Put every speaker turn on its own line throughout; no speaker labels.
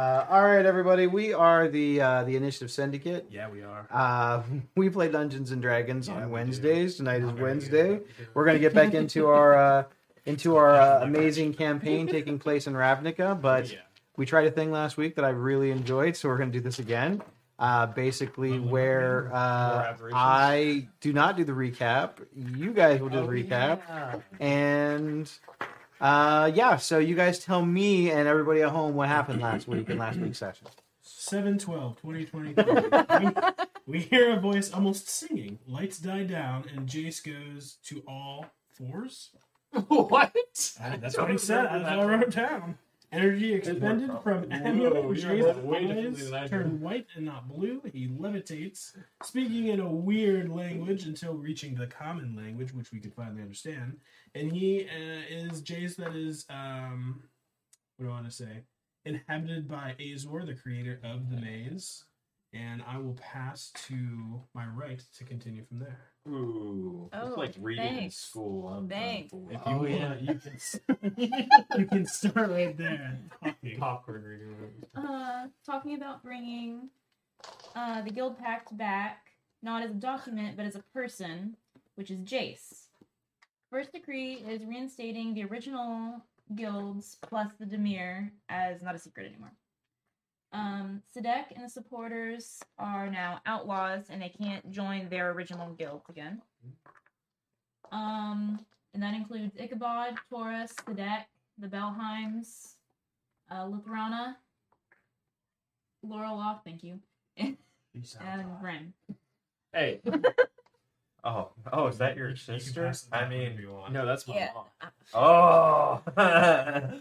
Uh, all right, everybody. We are the uh, the Initiative Syndicate.
Yeah, we are.
Uh, we play Dungeons and Dragons
Yeah, we
on
do.
Wednesdays. Tonight is
Not very
Wednesday.
good.
We're gonna get back into our uh, into our uh, amazing campaign taking place in Ravnica, but
Yeah.
we tried a thing last week that I really enjoyed, so we're gonna do this again. Uh, basically,
Unlimited
where uh,
Mm-hmm. aberrations.
I do not do the recap, you guys will do
Oh,
the recap,
yeah.
and uh, yeah. So you guys tell me and everybody at home what happened last week in last week's session.
7 12 2023. we, we hear a voice almost singing. Lights die down, and Jace goes to all fours.
What?
I- That's what he said. That's what I wrote down. Energy expended from amulet.
Whoa, you're
Jace's
way differently than I
eyes
did.
turn white and not blue. He levitates, speaking in a weird language until reaching the common language, which we could finally understand. And he uh, is Jace that is, um, what do I want to say? Inhabited by Azor, the creator of the maze. And I will pass to my right to continue from there.
Ooh,
Oh,
it's like reading in
thanks.
school. I'm
Thanks.
thankful.
If you
Oh,
want,
yeah.
you can s-
You can start right there. Talking.
popcorn reading. room.
uh, talking about bringing uh, the guild pact back, not as a document, but as a person, which is Jace. First decree is reinstating the original guilds plus the Demir as not a secret anymore. Um, Sadek and the supporters are now outlaws and they can't join their original guild again. Um, and that includes Ichabod, Taurus, Sadek, the Belheims, uh, Lithrana, Laurel off, thank you. And Ren.
Hey. oh, oh, is that your
You can
sister?
pass it
I
back whenever
mean,
you want.
no, that's my
Yeah.
mom. Oh.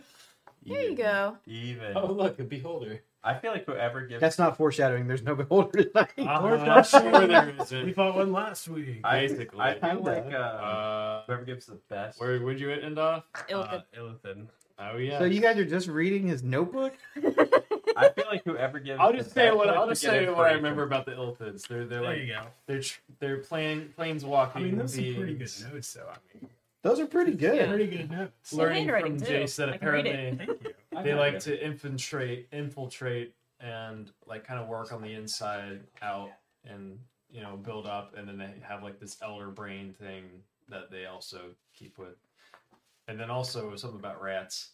There you go.
Even.
Oh, look, a beholder.
I feel like whoever gives.
That's not foreshadowing. There's no beholder tonight.
I'm
Lord,
not sure
sure
there
We
isn't.
fought one last week.
I,
Basically.
I feel
Kinda.
like uh,
Uh,
whoever gives the best.
where would you end off?
Ilka.
Uh, Illithin. Oh, yeah.
So you guys are just reading his notebook.
I feel like whoever gives.
I'll
the
just say
best
what
one
I'll
should
just
get
say what I
information.
remember about the Illithids. They're
there
they're like
you go.
they're tr- they're plane planes walking.
I mean, those are pretty good
beings.
notes, though. I mean,
Those are pretty good.
pretty good notes.
Good
Learning
handwriting,
from
too.
Jace that
I can read it.
apparently
Thank you.
I
they
know
like
it.
to infiltrate infiltrate and like kind of work on the inside out and you know build up and then they have like this elder brain thing that they also keep with and then also something about rats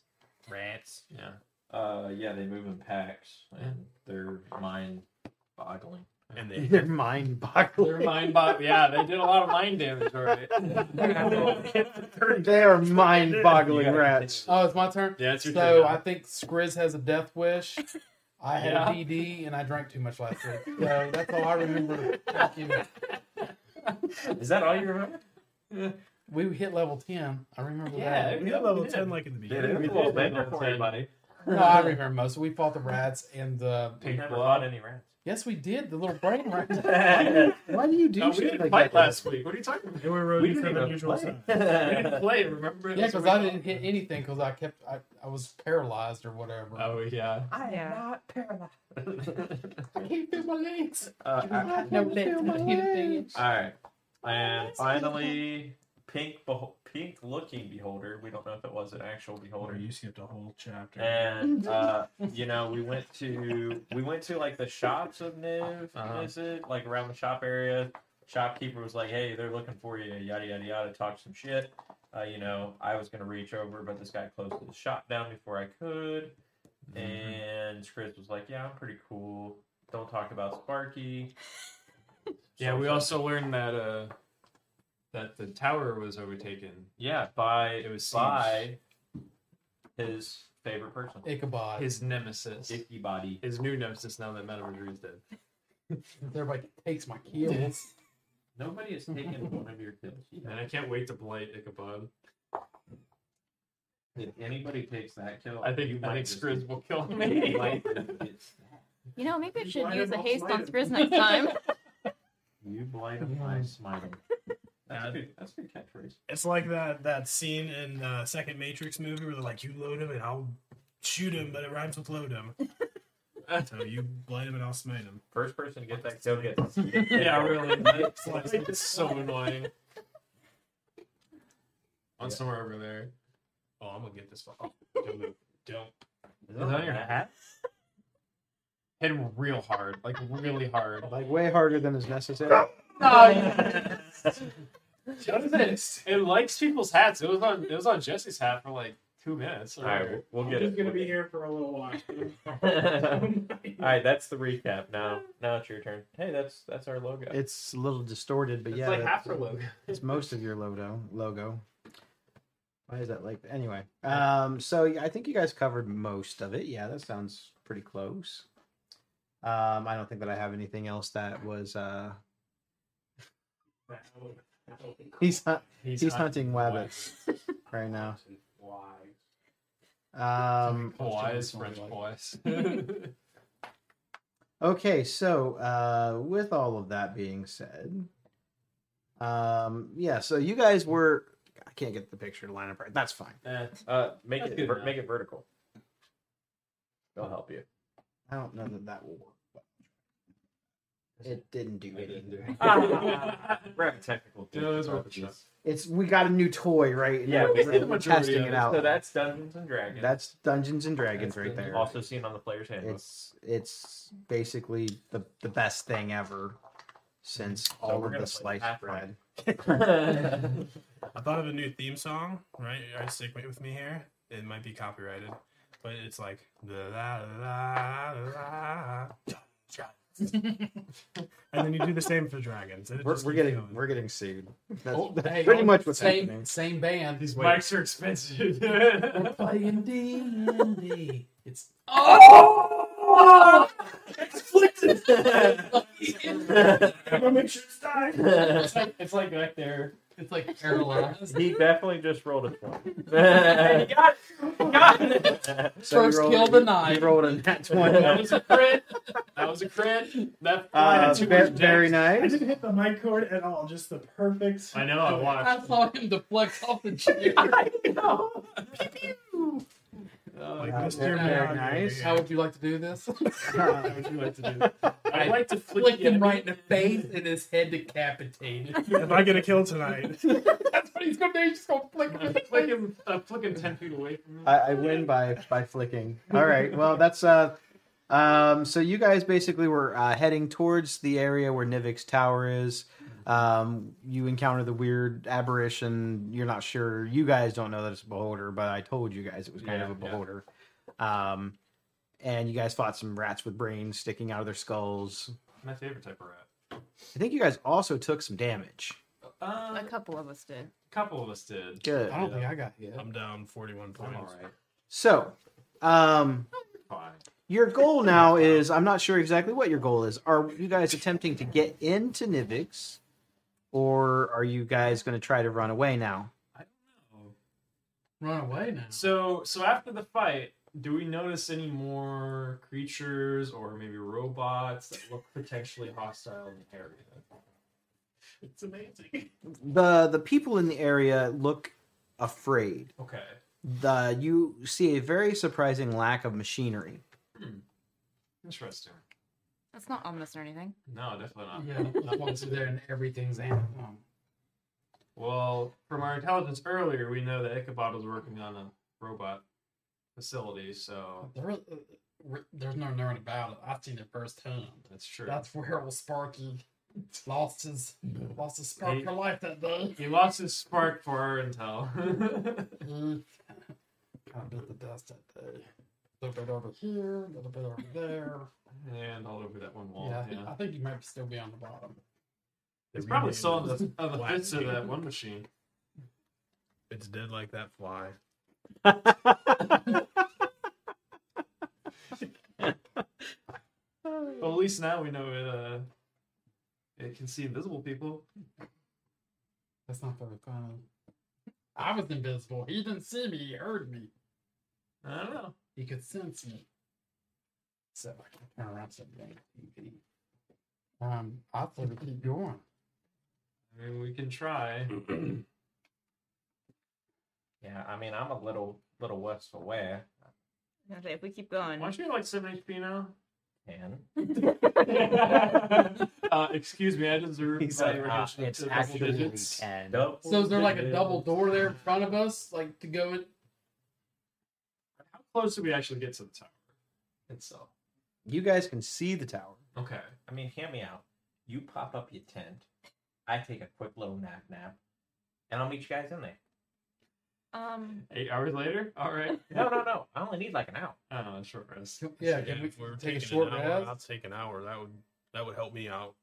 Rats.
yeah
Uh, yeah, they move in packs, and they're mind-boggling.
and they
They're mind
they're
boggling.
mind bot yeah they did a lot of mind damage already
They are mind boggling
You gotta
rats.
continue.
Oh, it's my turn.
yeah it's your
so
turn
I
now.
think Skriz has a death wish. I had
Yeah.
a DD and I drank too much last week. So that's all I remember. Thank you.
Is that all you remember?
We hit level 10. I remember
Yeah.
that.
We had level 10 like in the
Did
beginning.
it?
we
was a little
did.
bit for everybody.
No, I remember most. We fought the rats and the.
We never
blood.
fought any rats.
Yes, we did. The little brain rat.
Why do you do
no, we
shit
didn't
like
fight
that?
last week what are you talking about
They were
We
roadie
didn't
for the
even
unusual
play.
sign.
we didn't play remember
Yeah,
So
because
we-
I didn't hit anything because I kept. I, I was paralyzed or whatever.
oh yeah
am Yeah.
not paralyzed.
I can't feel my legs.
uh, I-
no legs. I can't feel
All right, and finally, pink beho- pink looking beholder. We don't know if it was an actual beholder.
You skipped a whole chapter.
And uh, you know, we went to we went to like the shops of Niv,
Uh-huh.
is it? Like around the shop area. Shopkeeper was like, "Hey, they're looking for you." Yada yada yada. Talk some shit. Uh, you know, I was gonna reach over, but this guy closed the shop down before I could.
Mm-hmm.
And Chris was like, "Yeah, I'm pretty cool. Don't talk about Sparky."
Yeah, we
So-
also learned that uh that the tower was overtaken.
yeah by
It was
by his favorite person,
Ichabod.
His nemesis.
Icky Body.
His new nemesis now that Madame Madrid's dead.
Everybody takes my kills.
Nobody has taken one of your kills. You know?
And I can't wait to blight Ichabod.
If anybody takes that kill,
I think I think
just-
Skriz will kill
you
me.
might just get stabbed.
You know, maybe I
You
should
blind
use a
him, I'll
haste
blind
on
him.
Skriz next time.
You blight him, I smite him. That's
Yeah.
a good, that's a good catchphrase.
It's like that that scene in the second Matrix movie where they're like, you load him and I'll shoot him, but it rhymes with load him. so you blight him and I'll smite him.
First person to get that kill gets.
yeah, really. It's,
Slice
like- it's so annoying. On somewhere over there.
Oh, I'm gonna get this one. Oh, don't move. Don't.
Is
that on your
hat?
Hit him real hard, like really hard.
Like way harder than is necessary.
No, it likes people's hats. It was on. It was on Jesse's hat for like two minutes.
All right, we'll, we'll get
He's
it.
gonna be here for a little while.
All right, that's the recap. Now, now it's your turn. Hey, that's that's our logo.
It's a little distorted, but
It's
yeah,
like
that's-
half her logo.
it's most of your logo. Logo. Why is that like? Anyway, um, so yeah, I think you guys covered most of it. Yeah, that sounds pretty close. Um, I don't think that I have anything else that was. Uh, he's hunt-
He's,
he's
not
hunting wabbits right now.
Why?
Um,
Hawaii's French boys.
Okay, so uh, with all of that being said, um, yeah, so you guys were. I can't get the picture to line up right. That's fine.
Eh,
Uh, make
That's
it
good
ver-
enough.
make it vertical. They'll help you.
I don't know that that will work. It didn't do
I didn't do
anything.
We're having technical
Yeah, those are-
difficulties.
It's we got a new toy right
Yeah,
now.
we
we're,
did the
we're
majority
testing
of
it
it,
out.
So that's Dungeons and Dragons.
That's Dungeons and Dragons
That's
right
the-
there.
also seen on the player's handbook.
It's it's basically the the best thing ever since
we're
all of the
gonna play
sliced
half
bread.
rack. All
I thought of a new theme song, right? I stick with me here. It might be copyrighted, but it's like la la la la. and then you do the same for dragons. and it
We're,
just
we're
keeps
getting
going.
we're getting sued. That's,
Oh,
that's
hey,
pretty
oh,
much what's
same,
happening.
Same band.
These
Wait,
mics are expensive.
We're playing D and D. It's
Oh!
I'm gonna make sure it's time.
it's like it's like back there.
it's like paralyzed.
he definitely just rolled a twenty.
So he
First
rolled-
kill the
he-
nine.
He rolled a nat
That
twenty.
was a crit. That was a crit. That I
Uh,
had
ve-
too much
very
dice.
I
nice.
didn't hit the mic cord at all. Just the perfect.
I know. I
I
watched.
saw him deflect off the chair.
Like
Uh,
Mr.
very
Miyagi
nice.
over
How
here.
would you like to do this?
How would you like to do? that? I'd like to flick,
Flick
the
him
enemy.
right in the face and his head decapitated.
If I get a kill tonight,
That's what he's gonna do. He's just gonna flick him. in the
I'm flicking,
face.
I'm flicking ten feet away from him.
I, I win by by flicking. All right. Well, that's uh, um. So you guys basically were uh, heading towards the area where Nivik's tower is. Um, you encounter the weird aberration. You're not sure. You guys don't know that it's a beholder, but I told you guys it was kind of
Yeah,
a
yeah.
beholder. Um, and you guys fought some rats with brains sticking out of their skulls.
My favorite type of rat.
I think you guys also took some damage.
Uh,
A couple of us did.
a couple of us did.
Good.
I don't think
I got hit.
I'm down 41
I'm
points.
all right.
So, um,
Fine.
Your goal now is I'm not sure exactly what your goal is. Are you guys attempting to get into Nivix? Or are you guys gonna try to run away now?
Run away now.
So, so after the fight, do we notice any more creatures or maybe robots that look potentially hostile in the area?
It's amazing.
The the people in the area look afraid.
Okay.
The you see a very surprising lack of machinery.
Interesting.
That's not ominous or anything.
No, definitely
Yeah,
not.
the ones are there and everything's Um, animal.
Well, from our intelligence earlier, we know that Ichabod was working on a robot facility, so
There, uh, uh, there's no knowing about it. I've seen it firsthand.
that's true.
That's where old Sparky lost his lost his spark for life that day.
He lost his spark for our intel.
He kind of bit the dust that day. A little bit over here, a little bit over there.
and all over that one wall.
Yeah, I
Yeah.
think, I think he might still be on the bottom.
It's probably still on the, on the
Black
bits of
dude.
that one machine.
It's dead like that fly.
But at least now we know it uh it can see invisible people.
That's not very funny. I was invisible. He didn't see me. He heard me.
I don't know.
He could sense me. So I can turn around some dang TV. Um, I say we keep going.
I mean we can try.
yeah, I mean, I'm a little little west away.
Okay, if we keep going.
Why don't you have, like seven HP now?
And
uh, excuse me, I deserve my
"Ah,
reduction to "Ah, double digits.
ten.
double
So is there like a double
digits.
door there in front of us, like to go in?
How close do we actually get to the tower itself?
You guys can see the tower.
Okay.
I mean, hear me out. You pop up your tent. I take a quick little nap nap, and I'll meet you guys in there.
Um,
Eight hours later? All right.
No, no, no. I only need like an hour.
I don't know, short rest.
Yeah, can we
if we're
take a
taking
short
an hour,
rest?
I'll take an hour. That would that would help me out.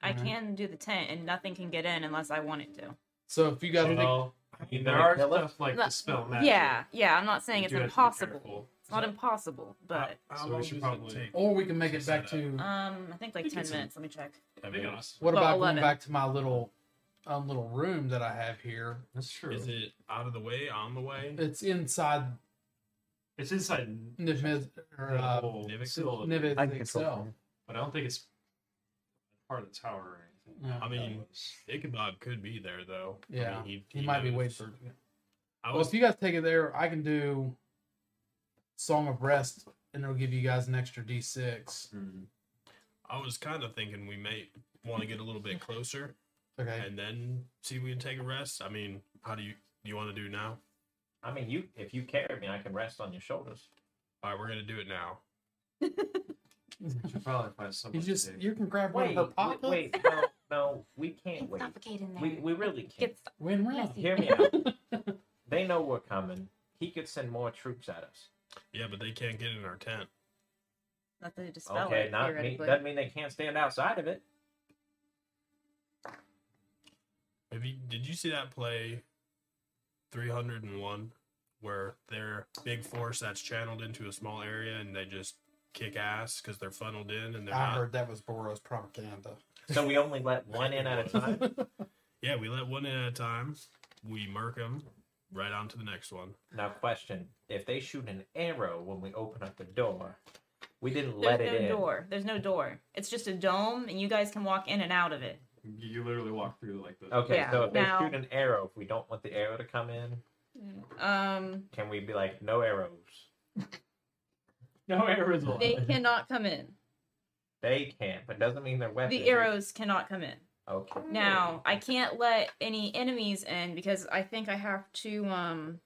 I
Mhm.
can do the tent, and nothing can get in unless I want it to.
So if you guys think
Well, I mean, there
Wanna
are
kill it?
stuff like
No,
the spell magic.
Yeah, yeah. I'm not saying
You
it's
do have to be
impossible.
careful.
It's not impossible, but
How
So we
long
should
does it
probably-
take?
or we can make it back
Uh,
to
Uh,
um, I think like
think
ten
it's a-
minutes. Let me check.
I
Big
mean,
us.
what
Well,
about going
11.
back to my little um little room that I have here?
That's true.
is it out of the way? On the way?
It's inside
It's inside
Niv or
the
uh,
whole
Nivik?
facility,
Niv
I can control
itself.
but I don't think it's part of the tower or anything.
Yeah.
I mean, Ichabod could be there though. I
Yeah,
mean,
he might be
knows.
waiting for.
I
Well,
was
if you guys take it there, I can do Song of Rest, and it'll give you guys an extra D6.
hmm,
I was kind of thinking we may want to get a little bit closer
Okay.
and then see if we can take a rest. I mean, how do you you want to do now?
I mean, you if you carry me, I can rest on your shoulders.
All right, we're gonna do it now.
We should probably find someone.
You just
to do.
you can grab one
Wait,
of her
wait,
pockets.
wait, no, no, we can't
It's
wait.
suffocate in there.
We we really can't.
It's
Win round.
messy.
Hear me out. They know we're coming. He could send more troops at us.
Yeah, but they can't get in our tent.
nothing to dispel
Okay,
it.
not me.
theoretically.
Doesn't mean they can't stand outside of it.
Have you did you see that play 301 where their big force that's channeled into a small area and they just kick ass because they're funneled in and they're
I
not
heard that was Boros propaganda.
So we only let one in at a time.
Yeah, we let one in at a time. We murk them right on to the next one.
Now, question: If they shoot an arrow when we open up the door, we didn't
There's
let it
no
in.
door. There's no door. It's just a dome, and you guys can walk in and out of it.
You literally walk through like the.
Oh.
Okay,
Yeah,
so if
now-
they shoot an arrow, if we don't want the arrow to come in,
Um,
can we be like, no arrows?
No arrows
they cannot come in.
They can't, but doesn't mean they're weapons.
The arrows cannot come in.
Okay.
Now, I can't let any enemies in because I think I have to um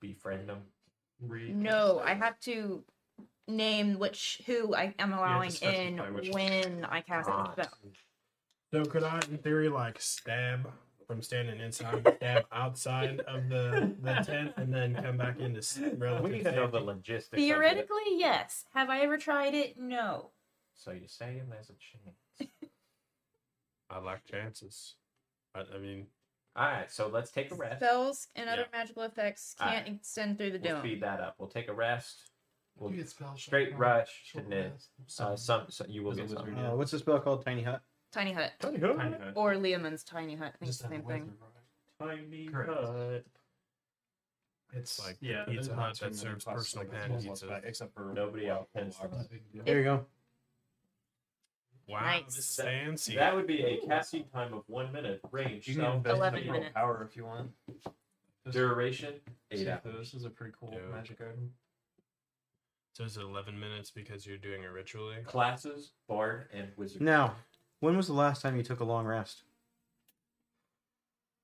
befriend them.
no, I have to name which who I am allowing
specify
in
which-
when I cast the
Ah,
spell.
So could I, in theory, like stab from standing inside, stab outside of the, the tent, and then come back into s- relative
we need to know the
safety?
logistics. of it.
Theoretically, yes. Have I ever tried it? No.
So you're saying there's a chance.
I like chances. I, I mean,
All right, so let's take a rest.
Spells and other
Yeah.
magical effects can't extend through the
We'll
dome.
speed that up. We'll take a rest. We'll
You get spell check
straight
on
rush
short
and then
rest.
uh, some, so you will
As a
get
wizard,
something.
Yeah.
Uh, what's the spell called? Tiny hut.
Tiny hut.
Kind of.
Or Liamon's tiny hut. I think it's the
Just
same
have a
thing.
wizard, right?
Tiny
Correct.
hut.
It's
Like the
yeah,
Pizza
there's
Hut
not too
that
many
serves
classes
personal
like that,
pan
almost,
pizza.
but Except for
Nobody else pins
Walmart.
them.
There you go.
wow,
Nice.
this is fancy.
That would be a casting time of one minute range.
You can
So
invest
11
in your
minutes.
power if you want.
duration eight
Yeah,
hours.
this is a pretty cool
Yeah.
magic item.
so is it 11 minutes because you're doing it ritually?
Classes, bard, and wizard.
Now, when was the last time you took a long rest?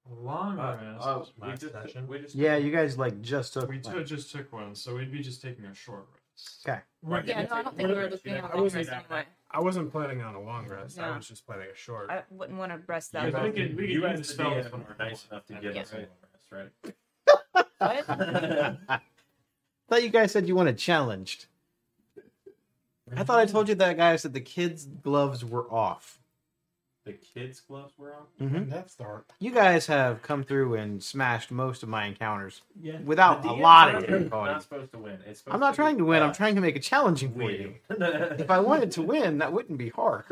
Long
Uh,
rest.
oh, we
last
just,
session.
we just
Yeah, you guys like just took.
we
one.
took, just took one, so we'd be just taking a short rest.
Okay.
Right.
Yeah, no, I don't think we were looking at
I
long
wasn't-
rest anyway.
I wasn't planning on a long rest. I
No.
was just planning a short.
I wouldn't want to rest
You
that
guys-
long.
we could- we could
you
use
guys
the
spell
DM
this one are nice enough to give us a
Yeah.
long rest, right?
What?
thought you guys said you wanted challenged. I thought I told you that guys that the kids' gloves were off.
The kids' gloves were on.
Mhm.
That's dark.
You guys have come through and smashed most of my encounters
Yeah.
without
The
a
DM's
lot of
not- Not
difficulty.
supposed to win. It's supposed
I'm not trying to win. I'm trying to make it challenging for you.
win.
If I wanted to win, that wouldn't be hard.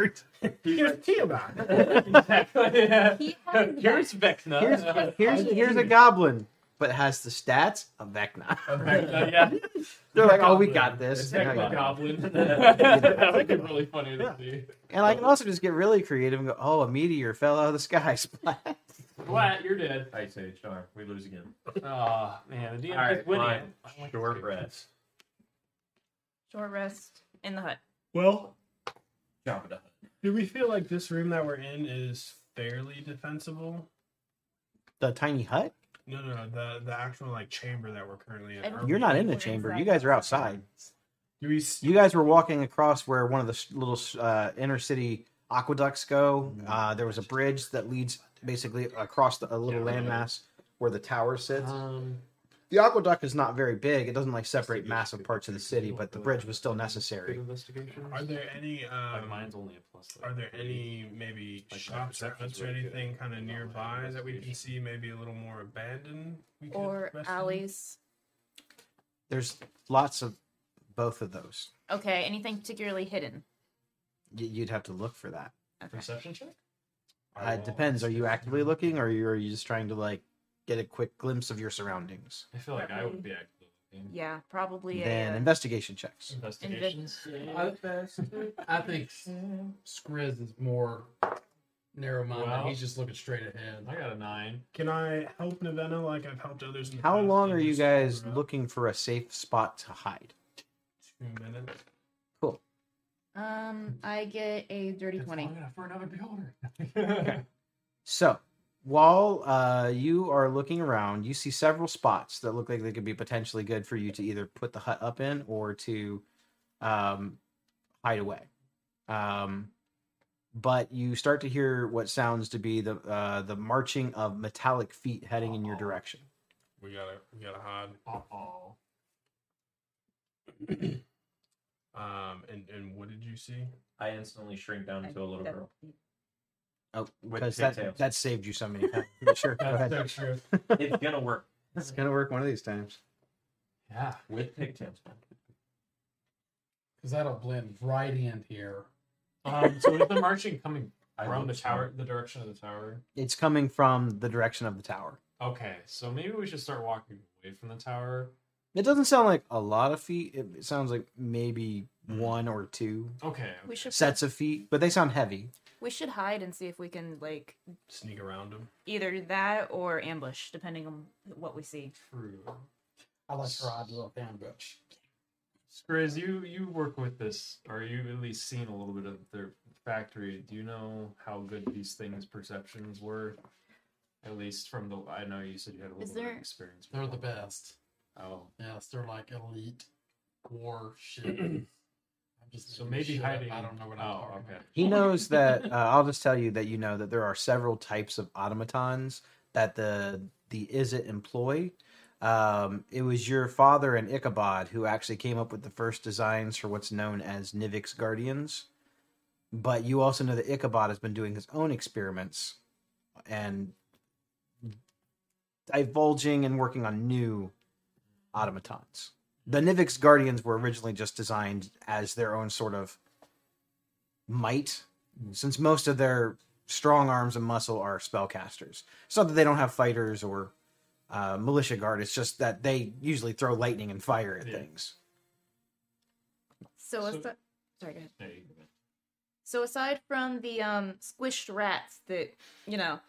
here's
exactly. Yeah.
He has the
Here's
best.
Vecna.
Here's
Uh,
here's here's a goblin, but has the stats of Vecna.
Vecna, yeah.
They're like, oh, we got this.
It's
And I
like a
go-
goblin. that would be really funny to
Yeah.
see.
And I can also just get really creative and go, oh, a meteor fell out of the sky. Splash.
Flat, you're dead.
Ice Age. Darn, we lose again.
Oh man, the DM
All right,
is winning.
fine.
I like
Short
this.
rest.
Short rest in the hut.
Well,
Jump it up.
do we feel like this room that we're in is fairly defensible?
The tiny hut?
No, no, no. The the actual like chamber that we're currently in.
I don't-
Are
You're
we-
not in the
We're
chamber.
inside.
You guys are outside.
Do we? s-
You guys were walking across where one of the s- little uh, inner city aqueducts go.
Mm-hmm.
Uh, there was a bridge that leads basically across the, a little landmass where the tower sits.
Uh-huh.
Um,
The aqueduct is not very big. It doesn't like separate massive parts of the city, but the bridge was still necessary.
investigation.
Are there any?
Like
Um,
mine's only a plus. like,
Are there
three.
any maybe
Like,
shops or
perception's
huts or
really good.
anything kind of
Not my
nearby that we can
investigation.
see maybe a little more abandoned? We could
or
invest in?
alleys.
There's lots of both of those.
Okay, anything particularly hidden?
Y- you'd have to look for that.
perception check?
Uh, it depends. Are you actively looking, or are you, are you just trying to like get a quick glimpse of your surroundings?
I feel like I would be active. in
Yeah, probably
then
a.
investigation checks.
Investigations.
I, I think Skriz is more narrow-minded.
Well-
He's just looking straight ahead.
I got a nine.
Can I help Navenna like I've helped others? In the
How
past
long
and
are you
just
guys
cover up?
looking for a safe spot to hide?
Two minutes.
Um, I get a dirty
It's
twenty.
long enough for another beholder.
So, while uh, you are looking around, you see several spots that look like they could be potentially good for you to either put the hut up in or to um, hide away. Um, but you start to hear what sounds to be the uh, the marching of metallic feet heading in your
Oh,
direction.
We gotta we gotta hide.
Uh oh.
Um, and and what did you see?
I instantly shrink down
I-
to a little
that-
girl.
Oh,
With
because that,
pigtails.
that saved you so many times. Sure, go ahead.
That's true.
It's gonna work
It's gonna work one of these times.
Yeah.
with pigtails.
Because that'll blend right in here.
Um, so is the marching coming
I
from the
look
tower, the direction of the tower?
It's coming from the direction of the tower.
Okay, so maybe we should start walking away from the tower.
It doesn't sound like a lot of feet. It it sounds like maybe one or two
Okay.
We should
sets of feet, but they sound heavy.
we should hide and see if we can like
Sneak around him.
either that or ambush, depending on what we see.
True.
I like to ride the little ambush.
Skriz, you you work with this, or you at least seen a little bit of their factory. Do you know how good these things perceptions were? At least from the, I know you said you had a
Is
little bit
there-
of experience. with
They're the
them.
best.
Oh,
Yes, they're like elite war shit. I'm just
So
making
maybe
shit up.
hiding-
I don't know what I'm
oh,
talking
okay.
about.
He knows that. Uh, I'll just tell you that you know that there are several types of automatons that the the Izzet employ. Um, it was your father and Ichabod who actually came up with the first designs for what's known as Nivik's Guardians. But you also know that Ichabod has been doing his own experiments and divulging and working on new automatons. The Nivik's Guardians were originally just designed as their own sort of might, since most of their strong arms and muscle are spellcasters. It's not that they don't have fighters or uh, militia guard. It's just that they usually throw lightning and fire at
Yeah.
things.
So,
So-
aside, sorry, go ahead.
there you go.
So aside from the um squished rats that you know,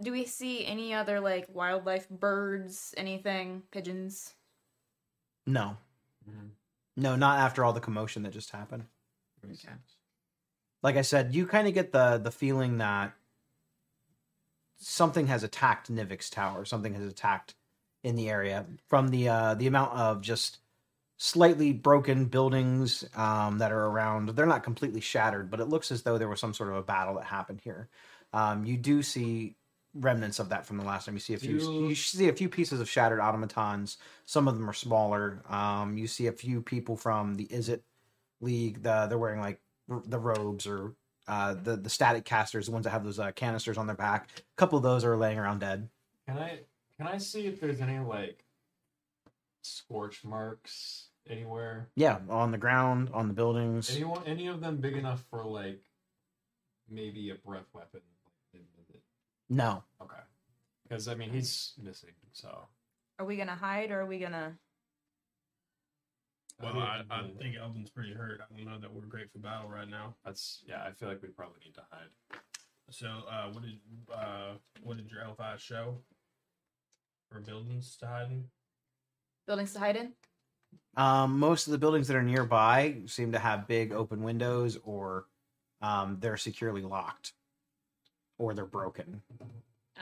do we see any other like wildlife, birds, anything, pigeons?
No,
Mhm.
no, not after all the commotion that just happened.
Makes sense.
Like I said, you kind of get the the feeling that something has attacked Nivik's tower. Something has attacked in the area from the uh, the amount of just slightly broken buildings um, that are around. They're not completely shattered, but it looks as though there was some sort of a battle that happened here. Um, you do see remnants of that from the last time. You see a few.
Do-
You see a few pieces of shattered automatons. Some of them are smaller. Um, you see a few people from the Is It League. The, they're wearing like r- the robes or. Uh, the the static casters, the ones that have those uh, canisters on their back, a couple of those are laying around dead.
Can I can I see if there's any like scorch marks anywhere?
Yeah, oh. on the ground, on the buildings.
Anyone any of them big enough for like maybe a breath weapon?
No,
Okay. Because I mean he's missing, so
Are we gonna hide or are we gonna
Well, I, I
mean,
think Eldon's pretty hurt. I don't know that we're great for battle right now.
that's yeah. I feel like we probably need to hide.
So, uh, what did uh, what did your elf eyes show? For buildings to hide in?
buildings to hide in?
um, most of the buildings that are nearby seem to have big open windows, or um, they're securely locked, or they're broken.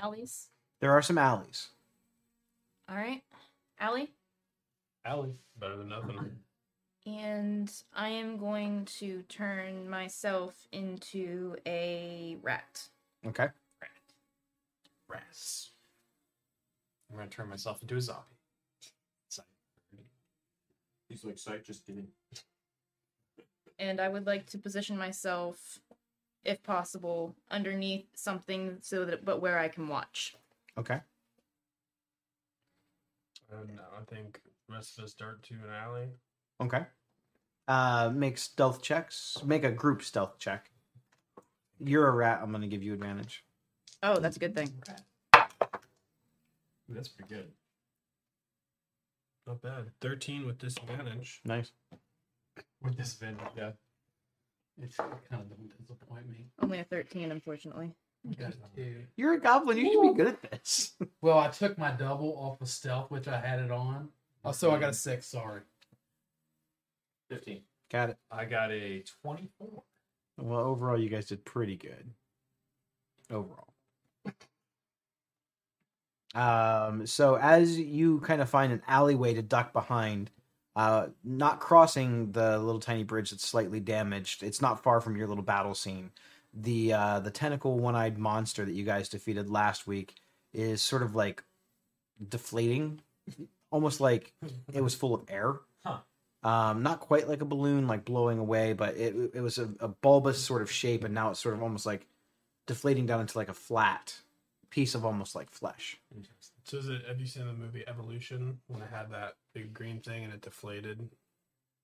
Alleys.
There are some alleys.
All right, alley.
Alley.
Better than nothing.
And I am going to turn myself into a rat.
Okay.
Rats. I'm gonna turn myself into a zombie. It's like-
He's like, sight just didn't.
And I would like to position myself, if possible, underneath something so that but where I can watch.
Okay.
And I think the rest of us dart to an alley.
Okay. Uh, make stealth checks. Make a group stealth check. You're a rat. I'm going to give you advantage.
Oh, that's a good thing.
Ooh, that's pretty good.
Not bad. Thirteen with disadvantage.
Nice.
With this vendor, yeah.
It's kind of don't disappoint me.
Only a 13, unfortunately.
You got a two.
You're a goblin. You should be good at this.
Well, I took my double off of stealth, which I had it on. Oh, so I got a six. Sorry.
Fifteen.
Got it.
I got a 24.
Well, overall, you guys did pretty good. Overall. Um, so as you kind of find an alleyway to duck behind, uh, not crossing the little tiny bridge that's slightly damaged, it's not far from your little battle scene. The uh, the tentacle one eyed monster that you guys defeated last week is sort of like deflating, almost like it was full of air um, not quite like a balloon, like blowing away, but it it was a, a bulbous sort of shape, and now it's sort of almost like deflating down into like a flat piece of almost like flesh.
So is it? Have you seen the movie Evolution when it had that big green thing and it deflated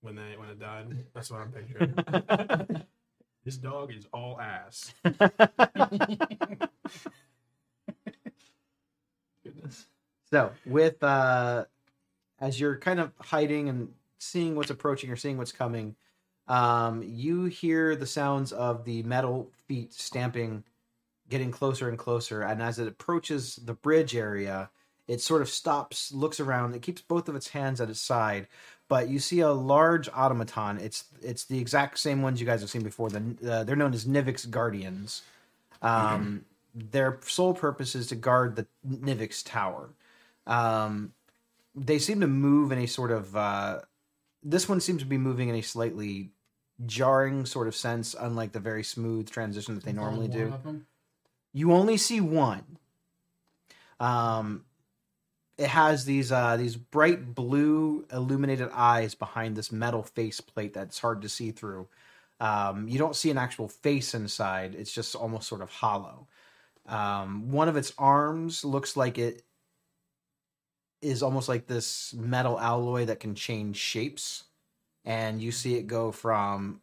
when they when it died? That's what I'm picturing. this dog is all ass.
So with uh, as you're kind of hiding and seeing what's approaching or seeing what's coming, um, you hear the sounds of the metal feet stamping, getting closer and closer. And as it approaches the bridge area, it sort of stops, looks around. It keeps both of its hands at its side, but you see a large automaton. It's it's the exact same ones you guys have seen before. The uh, they're known as Nivix Guardians. Um, Their sole purpose is to guard the Nivix Tower. Um, they seem to move in a sort of uh, this one seems to be moving in a slightly jarring sort of sense unlike the very smooth transition that they normally
One
do
of 'em.
you only see one um it has these uh these bright blue illuminated eyes behind this metal faceplate that's hard to see through um you don't see an actual face inside it's just almost sort of hollow um one of its arms looks like it is almost like this metal alloy that can change shapes and you see it go from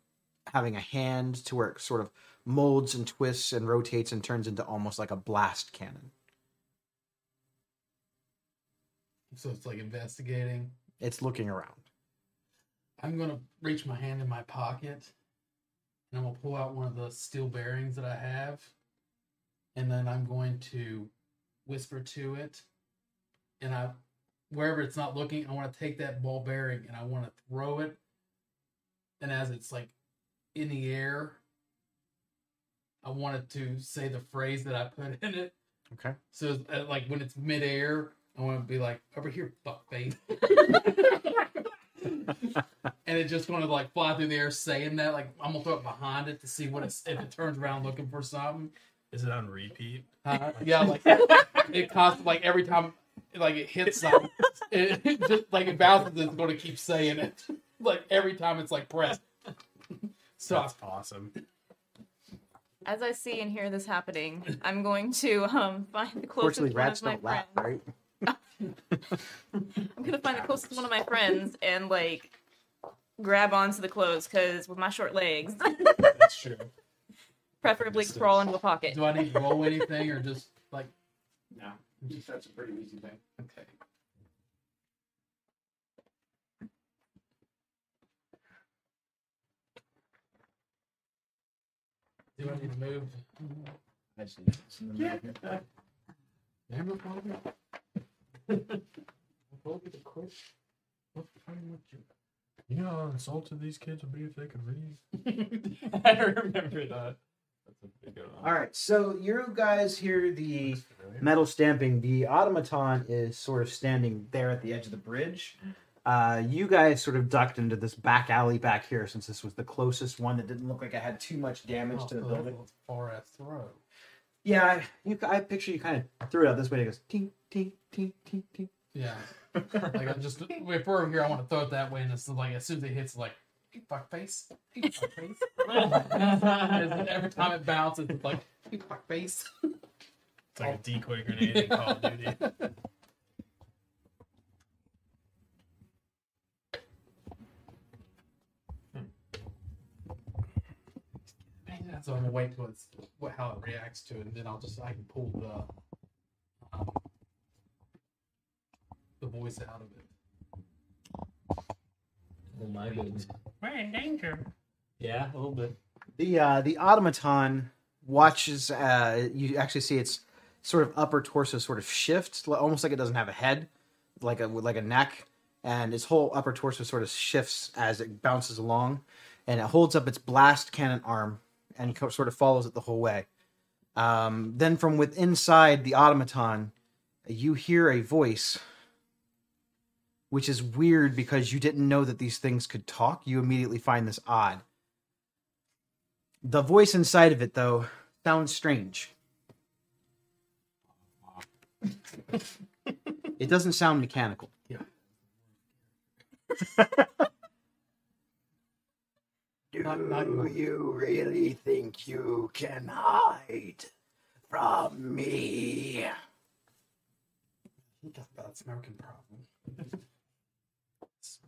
having a hand to where it sort of molds and twists and rotates and turns into almost like a blast cannon.
So it's like investigating.
It's looking around.
I'm gonna reach my hand in my pocket, and I'm gonna pull out one of the steel bearings that I have, and then I'm going to whisper to it, and I, wherever it's not looking, I want to take that ball bearing and I want to throw it, and as it's like in the air, I wanted to say the phrase that I put in it.
Okay.
So uh, like when it's midair, I want to be like over here, fuck face. and it just wanted to like fly through the air saying that. Like I'm gonna throw it behind it to see what it's if it turns around looking for something.
Is it on repeat?
Uh, yeah, like it costs like every time like it hits something, it, it just like it bounces. It's going to keep saying it like every time it's like pressed. So I
That's awesome.
As I see and hear this happening, I'm going to um find the closest
Fortunately,
one
rats
of my
don't laugh,
friends.
right?
I'm gonna find the closest one of my friends and like grab onto the clothes because with my short legs,
That's true.
preferably crawl into a pocket.
do I need to roll anything or just like
No, that's a pretty easy thing.
okay? Do I need to move?
I just need to-
Damn it, Bobby. Bobby the quick. What's the problem with you?
You know how insulted these kids would be if they could read.
I remember that. That's a pretty good one.
All right. So you guys hear the metal stamping. The automaton is sort of standing there at the edge of the bridge. Uh, you guys sort of ducked into this back alley back here since this was the closest one that didn't look like it had too much damage
Oh,
to the
so
building.
that's a Far as throw.
Yeah, I, you, I picture you kind of threw it out this way. And it goes ting ting ting ting ting.
Yeah. like I just if we're over here, I want to throw it that way, and it's like as soon as it hits, like you fuck face, you fuck face. and then every time it bounces, it's like you fuck face.
It's
Oh.
like a decoy grenade in Call of Duty.
So I'm gonna wait till it's what how it reacts to it, and then I'll just I can pull the um, the voice out of it.
Oh my goodness.
We're in danger.
Yeah, a little bit.
The uh, the automaton watches. Uh, you actually see its sort of upper torso sort of shift, li- almost like it doesn't have a head, like a like a neck, and its whole upper torso sort of shifts as it bounces along, and it holds up its blast cannon arm and co- sort of follows it the whole way. Um, then from within inside the automaton, you hear a voice. Which is weird because you didn't know that these things could talk. You immediately find this odd. The voice inside of it, though, sounds strange. it doesn't sound mechanical.
Yeah.
Do
Not- not yours.
you really think you can hide from me?
That's about smoking problem.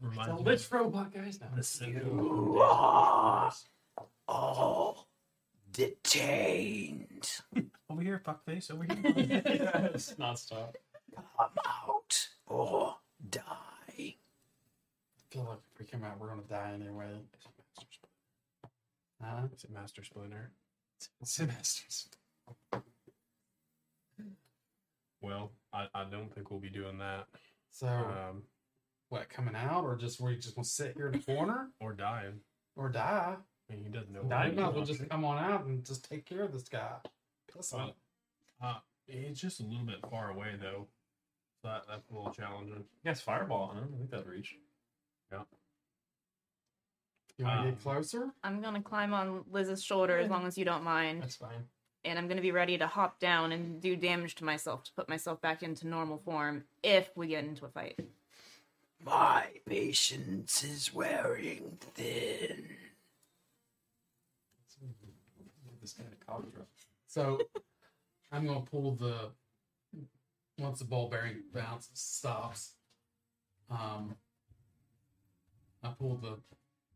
Reminds me
Let's robot guys now.
of the Cinderella.
You are all detained.
Over here, fuckface. Over here.
it's not stop.
Come out or die.
I feel like if we come out, we're gonna die anyway. Huh?
Is it Master Splinter?
Semesters.
Well, I, I don't think we'll be doing that.
So
Uh,
Um,
what? Coming out, or just we just gonna sit here in the corner,
or dying.
or die?
I mean, he doesn't know.
We
what
might
he's
as well
doing.
just come on out and just take care of this guy. Piss on
Well, uh, it's just a little bit far away though. So That that's a little challenging.
Yes, fireball on him. I think that'd reach.
You want to
um,
get closer?
I'm gonna climb on Liz's shoulder as long as you don't mind,
That's fine.
and I'm gonna be ready to hop down and do damage to myself to put myself back into normal form if we get into a fight.
My patience is wearing thin.
This kind of cock drop.
So I'm gonna pull the once the ball bearing bounce stops. Um, I pull the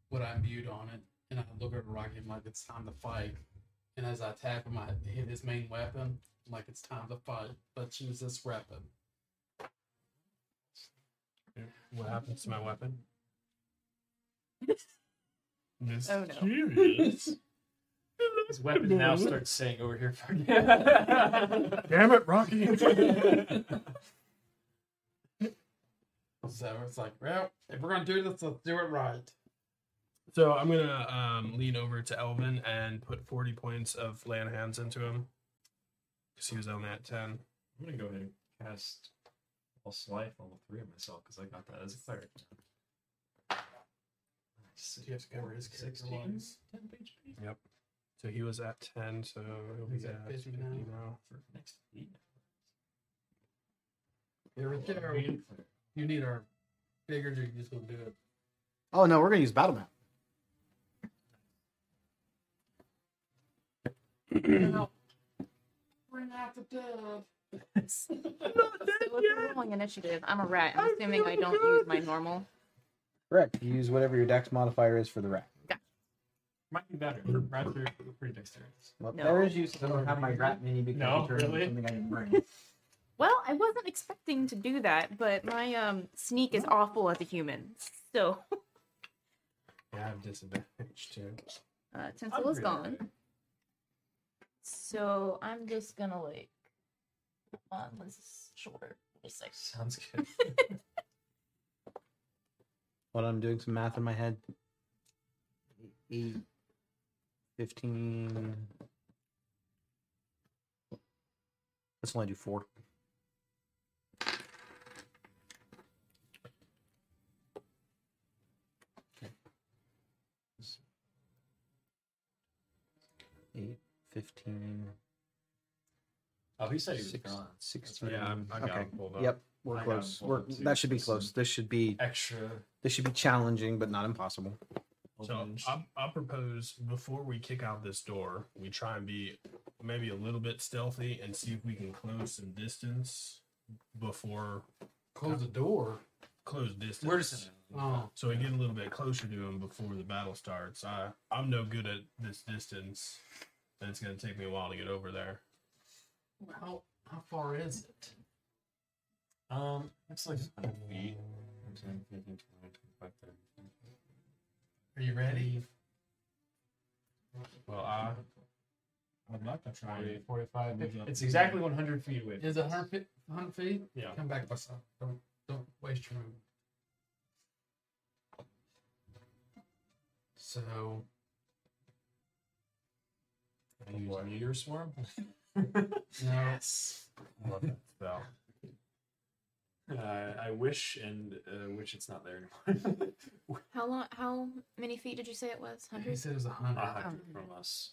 what I mute on it, and I look at Rocky and like it's time to fight. And as I tap him, I hit his main weapon. I'm like it's time to fight, but choose this weapon.
What happens to my weapon?
Oh, no.
Mysterious.
His weapon now starts saying over here. fuck.
Damn it, Rocky!
So it's like, well, if we're gonna do this, let's do it right.
so I'm gonna um, lean over to Elvin and put 40 points of lay on hands into him because he was on that 10.
I'm gonna go ahead and cast False Life on all three of myself because I got that as a cleric.
Do you have to cover his character
16?
lines?
10 PHP
So he was at 10, so he'll be
He's at
at
50
50
now.
now.
for next week.
Here we
Well,
go.
I'm
You need our figures, or you just gonna do it.
Oh no, we're gonna use battle map.
Now, Bring out the dead.
So if we're rolling initiative, I'm a rat. I'm assuming I don't use my normal.
Correct. You use whatever your dex modifier is for the rat.
Might be better.
Mm-hmm.
Rats are pretty dexterous.
Well,
No.
there is use. I don't have my rat mini because
No,
it turned into
really?
something I didn't bring.
Well, I wasn't expecting to do that, but my um sneak is awful as a human. So
Yeah, I have disadvantage too.
uh tinsel is gone. So I'm just gonna like on Liz's shoulder. Just like
Sounds good.
What I'm doing some math in my head. Eight, 15. Let's only do four. eight, 15,
Oh, he said he was
six-
gone.
16.
Yeah, I'm- I got
okay.
him pulled up.
Yep, we're
I got
close.
him
We're,
pulled up too.
that should be close. This should be
Extra.
this should be challenging, but not impossible.
So I, I propose before we kick out this door, we try and be maybe a little bit stealthy and see if we can close some distance before
Close the door.
close distance.
We're just.
Oh,
so we get a little bit closer to him before the battle starts. I I'm no good at this distance, and it's gonna take me a while to get over there.
how how far is it?
Um, it's like five feet.
Are you ready?
Well, I I'd like to try. and-
45.
Move up.
It's exactly 100 feet away.
Is it 100 feet? 100 feet?
Yeah.
Come back by side. Don't don't waste your move. So
Can you use meteor swarm?
no.
I love that spell.
Uh, I wish and uh, wish it's not there anymore.
How long? How many feet did you say it was?
He
Hundred.
said it was 100.
Not hiding from us.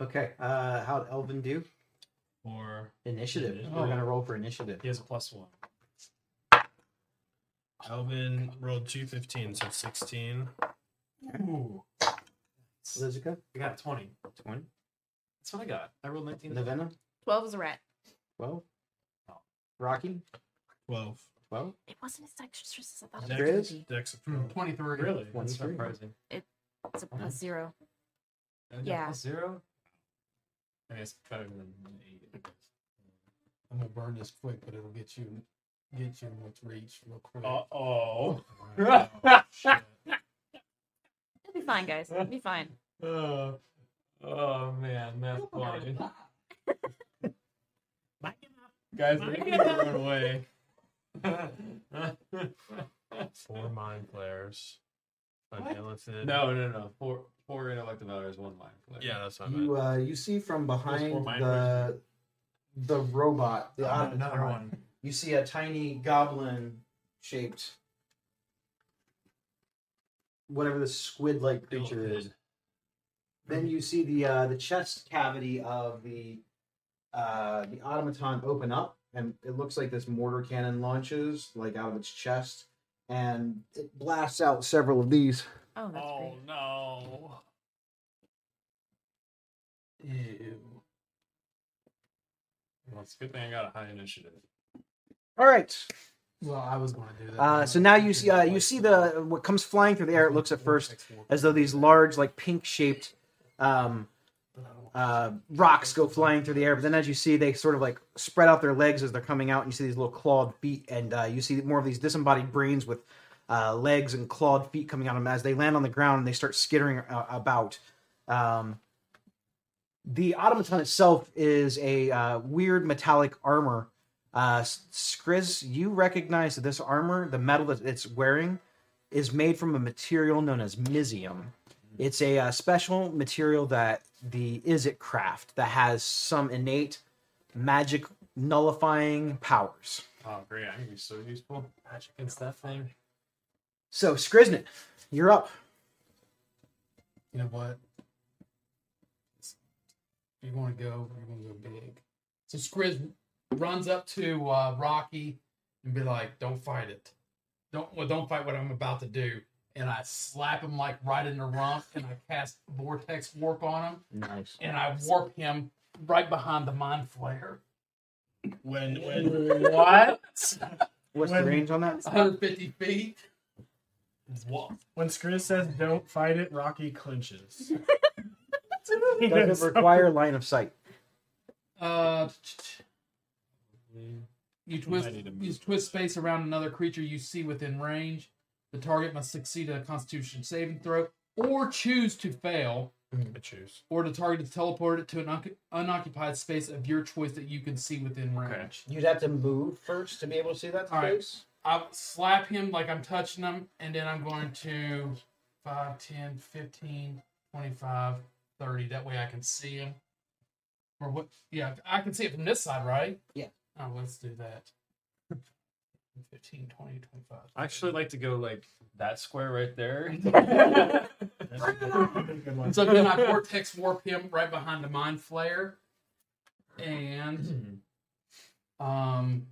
Okay. Uh, how'd Elvin do?
Or
Initiative.
Oh.
We're gonna roll for initiative.
He has a plus one.
Alvin rolled two fifteen, so sixteen.
Ooh.
Lizica,
I got 20.
twenty.
That's what I got. I rolled 19.
Navenna,
Twelve was a rat.
twelve. Rocky,
Twelve.
twelve.
It wasn't as dexterous as I thought it
Dex,
There
was.
is?
gonna be.
Dex
Hmm,
approval.
23.
Really? That's
23.
surprising.
It's a plus zero.
And a
Yeah.
Plus zero? I mean, it's better than an eight.
I'm gonna burn this quick, but it'll get you get you in what's reach real quick.
oh.
Wow, shit.
It'll be fine, guys. It'll be fine.
Oh, oh man, that's funny. Guys, we need to run away.
Four mind players. An illithid.
no, no, no. Four, four intellective hours, one mind. player.
Yeah, that's what I meant.
You uh, you see from behind
mine
the the robot, the
Uh,
automaton,
another one.
You see a tiny goblin shaped whatever the squid like creature is. Then you see the uh, the chest cavity of the uh, the automaton open up, and it looks like this mortar cannon launches like out of its chest, and it blasts out several of these.
Oh, that's great.
Oh no.
Ew.
Well, it's a good thing I got a high initiative.
All right.
Well, I was gonna do that.
Uh, so now you see uh, you see the what comes flying through the air. It looks at first as though these large, like pink shaped um, uh, rocks go flying through the air. But then as you see, they sort of like spread out their legs as they're coming out, and you see these little clawed feet, and uh, you see more of these disembodied brains with uh, legs and clawed feet coming out of them as they land on the ground and they start skittering uh, about. Um, the automaton itself is a uh, weird metallic armor. Uh, Skriz, you recognize that this armor, the metal that it's wearing, is made from a material known as misium. It's a uh, special material that the Izzet craft that has some innate magic nullifying powers.
Oh great, I'm gonna be so useful. Magic against that thing.
So, Skriznet, you're up.
You know what? If you want to go, you're gonna go big. So Skriz runs up to uh, Rocky and be like, "Don't fight it. Don't well, don't fight what I'm about to do." And I slap him like right in the rump, and I cast vortex warp on him,
Nice.
and I warp him right behind the mind flare.
When when
What?
What's
When-
the range on that?
150 feet.
What?
When Skriz says don't fight it, Rocky clinches. He
Does
knows
it require line of sight?
Uh,
It's
You twist
need to
you
move.
twist space around another creature you see within range. The target must succeed a Constitution saving throw, or choose to fail,
I choose.
or the target is teleported to an un- unoccupied space of your choice that you can see within range.
You'd have to move first to be able to see that
All right.
space.
I slap him like I'm touching him, and then I'm going to 5, 10, 15, 25, 30. That way I can see him. Or what? Yeah, I can see it from this side, right?
Yeah.
Oh, let's do that. 15, 20, 25.
I actually like to go like that square right there.
That's a good, good one.
So then I vortex warp him right behind the mind flare, and um,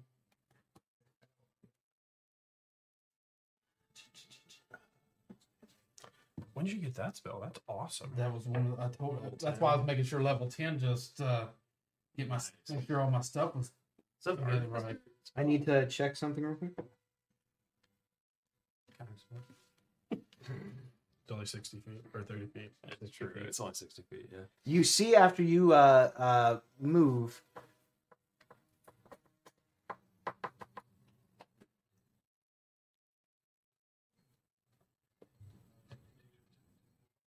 When did you get that spell? That's awesome.
that was one of the, I told.
Level
That's why I was
10.
making sure level ten just uh, get my make sure all my stuff was
Something
together right.
I need to check something real quick.
It's only 60 feet or 30 feet.
It's true. It's only sixty feet. Yeah.
You see, after you uh, uh, move,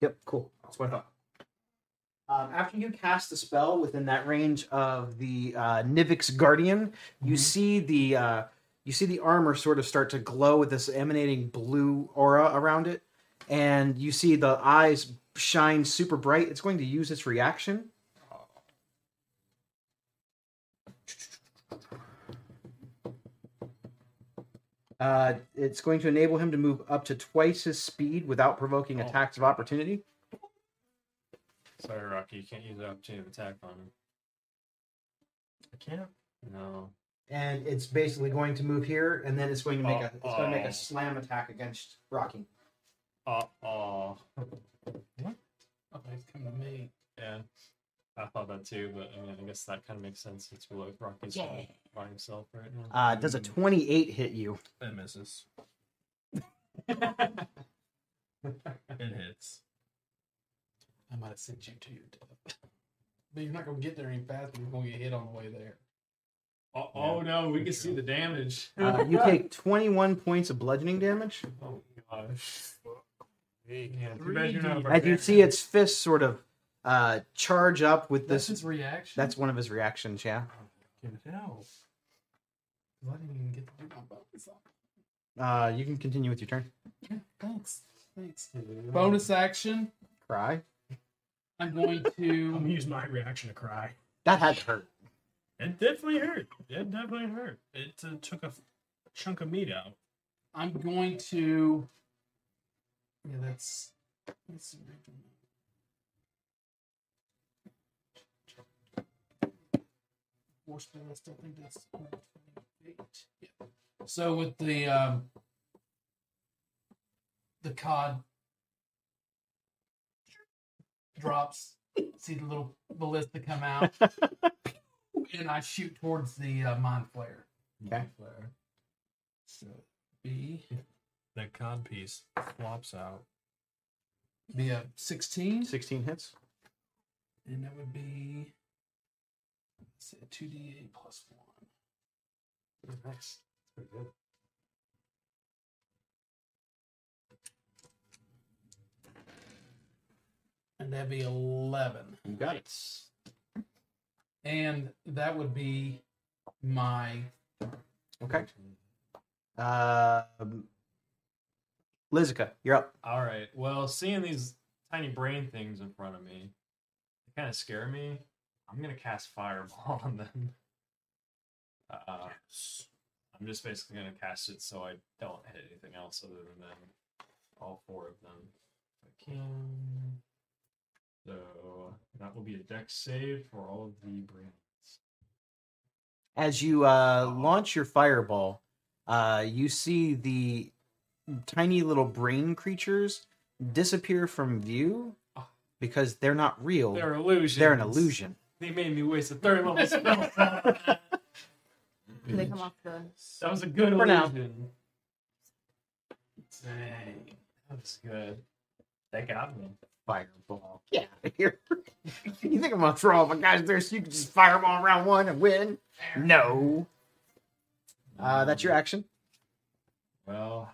Yep, cool. That's what I thought. Um, after you cast the spell within that range of the uh, Nivix Guardian, you see the uh, you see the armor sort of start to glow with this emanating blue aura around it, and you see the eyes shine super bright. It's going to use its reaction. Uh, it's going to enable him to move up to twice his speed without provoking attacks of opportunity.
Sorry, Rocky. You can't use the opportunity of attack on him.
I can't.
No.
and it's basically going to move here, and then it's going to make a it's going to make
Uh-oh.
a slam attack against Rocky.
Uh oh.
Oh, he's coming to me.
Yeah. I thought that too, but I mean, I guess that kind of makes sense since we're like Rocky's
Yeah.
by himself right now.
Uh, does a twenty eight hit you?
That misses. It hits.
I might have sent you to your death. But you're not gonna get there any faster. You're gonna get hit on the way there.
Oh, oh no, we can see the damage.
Uh, you take twenty one points of bludgeoning damage
Oh gosh.
Hey,
Yeah,
three
too bad you're not
D.
a
as you
barbarian.
see its fist sort of uh, charge up with
That's
this.
his reaction.
That's one of his reactions. Yeah.
Give it out.
I didn't even get to do my bonus.
Uh, you can continue with your turn.
Yeah, thanks. Thanks. Bonus action.
Cry.
I'm going
I'm gonna
to.
use my reaction to cry.
That had to hurt.
It definitely hurt. It definitely hurt. It uh, took a f- chunk of meat out.
I'm going to. Yeah, that's. that's Force blast, I think that's 28. Yeah. So with the um, the cod drops, see the little ballista come out, and I shoot towards the uh, mine flare.
Okay.
flare. So B.
That cod piece flops out.
be a 16
Sixteen hits.
and that would be let's say 2d8 plus 1 and that'd be 11
You got it.
and that would be my
Okay. Uh, Lizica, you're up.
All right. Well, seeing these tiny brain things in front of me, they kind of scare me. I'm gonna cast fireball on them. Uh, I'm just basically gonna cast it so I don't hit anything else other than them. All four of them. If I can. So that will be a dex save for all of the brains.
as you uh, launch your fireball, uh, you see the tiny little brain creatures disappear from view because they're not real.
Ah. They're illusions.
They're an illusion.
They made me waste a third level spell. that
Do they come off the
was a good
For now.
illusion. Dang, that was good. That got me.
Fireball. Yeah. you think I'm gonna throw all my guys there so you can just fireball round one and win? No. Uh, that's your action.
Well,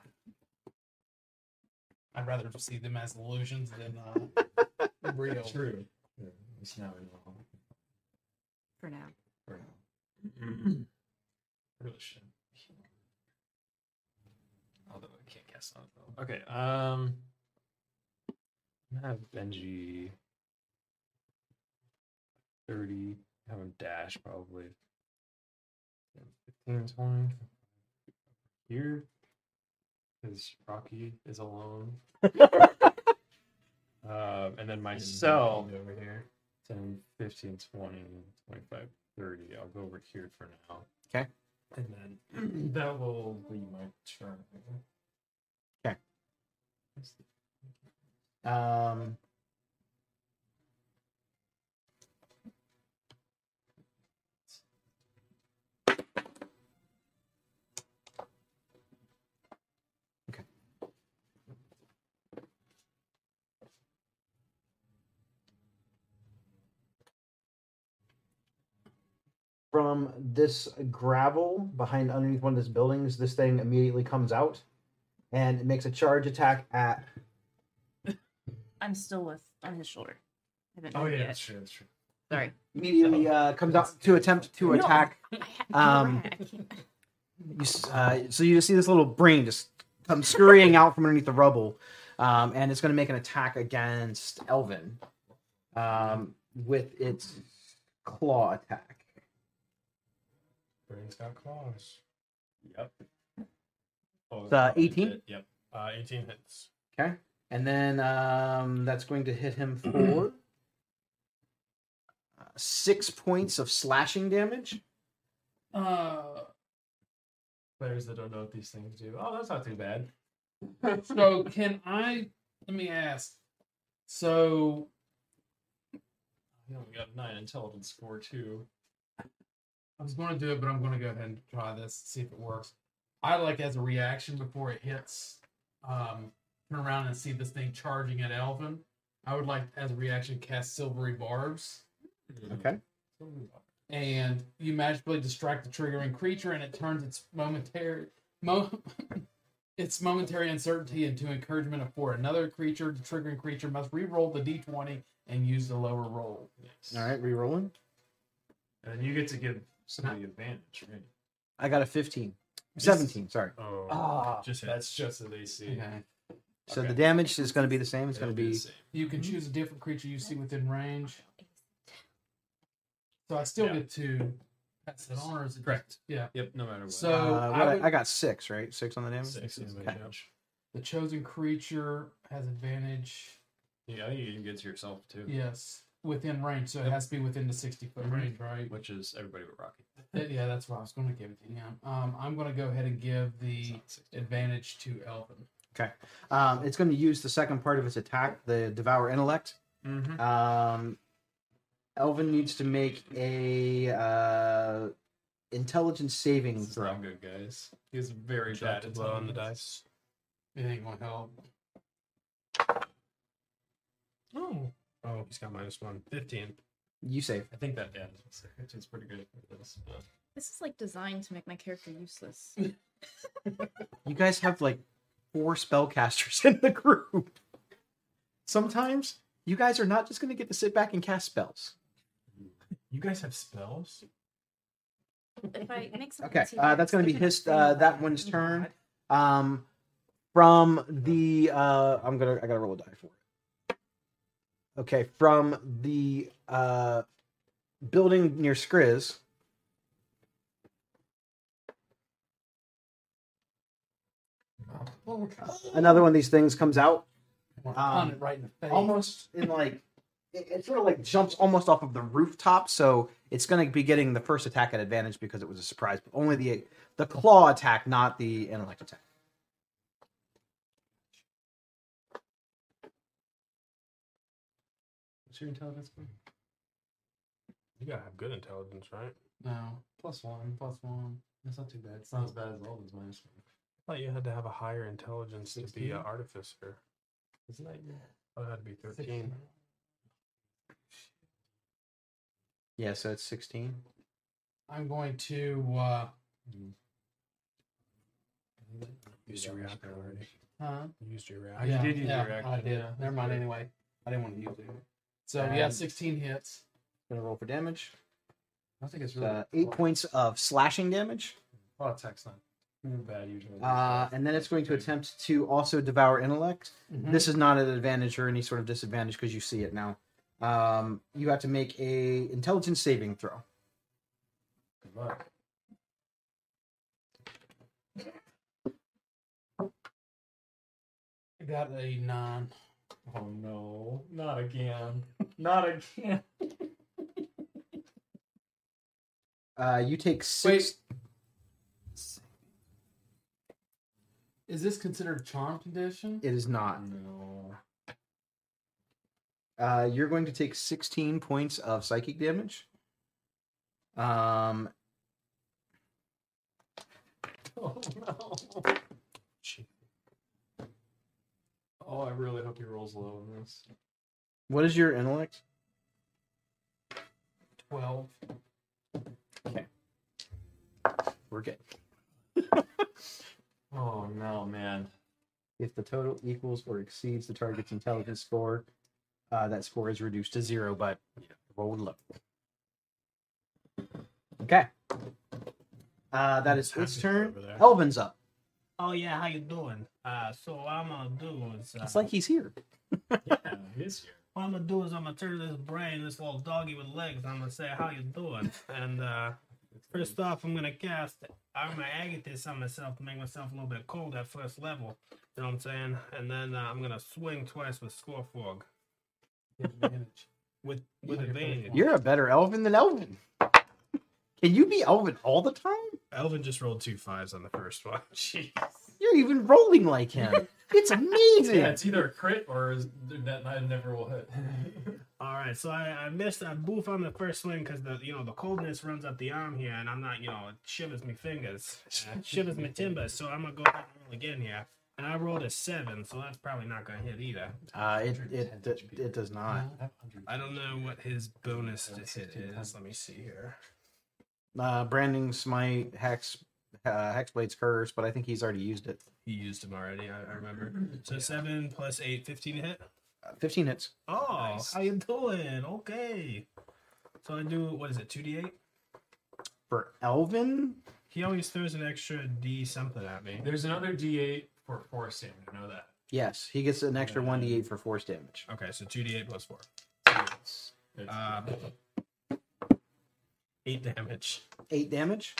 i'd rather see them as illusions than uh, real
true. It's now involved.
for now?
For now. really should. Although I can't cast on it though. Okay. Um. I'm gonna have Benji. Thirty. Have him dash probably. 15, 20. Here. Because Rocky is alone. Uh, and then
And
myself,
over here.
10, 15, 20, 25, 30. I'll go over here for now.
Okay.
And then that will be my turn. I think.
Um, okay. From this gravel behind underneath one of these buildings, this thing immediately comes out and it makes a charge attack at
I'm still with on his shoulder. I haven't
Oh,
moved
yeah,
yet.
that's true. That's true.
Sorry.
immediately uh, comes out to attempt to
No.
attack.
I had
Um,
I can't-
You, s- uh, so you just see this little brain just come scurrying out from underneath the rubble, um, and it's going to make an attack against Elvin um, with its claw attack.
Brain's got claws.
Yep. Oh,
The
probably
18?
did, Yep.
Uh, 18 hits.
And then um, that's going to hit him for uh, six points of slashing damage.
Uh,
Players that don't know what these things do. Oh, that's not too bad.
so can I? Let me ask. So
You only got nine intelligence score too.
I was going to do it, but I'm going to go ahead and try this, see if it works. I like as a reaction before it hits, um, turn around and see this thing charging at Elvin. I would like as a reaction cast Silvery Barbs.
Mm.
Okay.
and you magically distract the triggering creature, and it turns its momentary mo- its momentary uncertainty into encouragement of for another creature. The triggering creature must re-roll the d20 and use the lower roll.
All right, rerolling.
And then you get to give somebody advantage, right?
I got a 15. 17, sorry.
Oh,
Just hit.
that's just an AC.
Okay.
So
Okay.
the damage is going to be the same. It's going to
It'll
be.
the same.
You can
Mm-hmm.
choose a different creature you see within range. So I still
Yeah.
get to pass it on, or is it
Correct.
Yeah.
Yep. No matter what. Um,
So
Uh, what
I
I,
would,
I got six, right? Six on the damage.
six is
Okay.
advantage.
the chosen creature has advantage.
Yeah, you can get to yourself too.
Yes, within range. So it
Yep.
has to be within the sixty foot
Mhm.
range, right?
Which is everybody but Rocky.
Uh, Yeah, that's what I was going to give it to him. Um, I'm going to go ahead and give
It's
the
not 60.
advantage to Elvin.
Um, it's going to use the second part of its attack, the Devour Intellect.
Mhm.
Um, Elvin needs to make a uh, intelligence saving
This is
throw.
not good, guys. He's very
Drop
bad
the
at
blow on the
intelligence.
dice.
It ain't going to help.
Oh. Oh, he's got minus one. 15.
You save.
I think that yeah, it's- it's it's pretty good. at this. Uh,
This is like designed to make my character useless.
You guys have like four spellcasters in the group. Sometimes you guys are not just going to get to sit back and cast spells.
You guys have spells?
if I mix up
Okay,
the two
uh, that's going to be
things, I
his
can
uh,
think
that
about
one's
it.
turn. Um, from the uh, I'm gonna I gotta roll a die for it. Okay, from the uh, building near Skriz. Another one of these things comes out,
Or
Um,
on it right in the face.
almost in like it, it sort of like jumps almost off of the rooftop, so it's going to be getting the first attack at advantage because it was a surprise. But only the the claw attack, not the intellect attack.
What's your intelligence score?
You gotta have good intelligence, right?
No. Plus one. Plus one. That's not too bad.
It's not as bad as Alden's minus one.
I thought you had to have a higher intelligence to be
16?
an artificer.
Isn't that your
Oh, it had to be 13.
Yeah, so it's sixteen.
I'm going to. Uh,
Used your reaction already.
huh?
You used your
I
reaction.
yeah,
did use
yeah,
your
I
action,
did.
yeah.
Never mind. Anyway, I didn't want to use it. So yeah,
Um,
16 hits.
Gonna roll for damage.
I think it's really
Uh, eight points of slashing damage,
Oh, attack's not too bad usually.
uh, and then it's going to attempt to also devour intellect. This is not an advantage or any sort of disadvantage because you see it now. Um, you have to make a intelligence saving throw.
Good luck.
I got a nine.
Oh no, not again. Not again.
Uh, you take six.
Is this considered charm condition?
It is not.
No.
Uh, you're going to take 16 points of psychic damage. Um,
Oh no. Oh, I really hope he rolls low on this.
what is your intellect?
12.
We're good.
Oh no, man.
If the total equals or exceeds the target's intelligence score, uh, that score is reduced to zero, but rolled low. Okay. Uh, that is
Happy
its turn.
over there.
Elvin's up.
Oh yeah, how you doing? Uh, so what I'm gonna do is, uh,
It's like he's here.
Yeah, he's here.
what I'm gonna do is I'm gonna turn this brain, this little doggy with legs, and I'm gonna say how you doing. And uh, first off, I'm gonna cast Armor Agathis on myself to make myself a little bit cold at first level. You know what I'm saying? And then uh, I'm gonna swing twice with Scorefog
Advantage.
with with
Yeah, you're
advantage.
pretty
You're a better Elvin than Elvin. Can you be Elvin all the time?
Elvin just rolled two fives on the first one. Jeez.
You're even rolling like him. It's amazing.
Yeah, it's either a crit or is that I never will hit.
All right, so I, I missed I boof on the first swing because the you know the coldness runs up the arm here, and I'm not you know it shivers me fingers, uh, it shivers me timbers. So I'm gonna go ahead and roll again here, and I rolled a seven, so that's probably not gonna hit either.
Uh, it, it it it does
Uh,
not.
I don't know what his bonus to hit is. Let me see here.
Mm-hmm.
Uh, branding smite hex uh, hexblade's curse, but I think he's already used it.
He used him already. I, I remember. So seven plus eight, 15 to hit.
Uh, Fifteen hits.
Oh,
Nice.
how you doing? Okay. So I do what is it? Two d eight.
for Elvin.
He always throws an extra d something at me.
There's another D8 for force damage. I know that.
Yes, he gets an extra one
Mm-hmm.
d8 for force damage.
Okay, so two d eight plus four.
It's, it's,
Uh, eight damage.
Eight damage.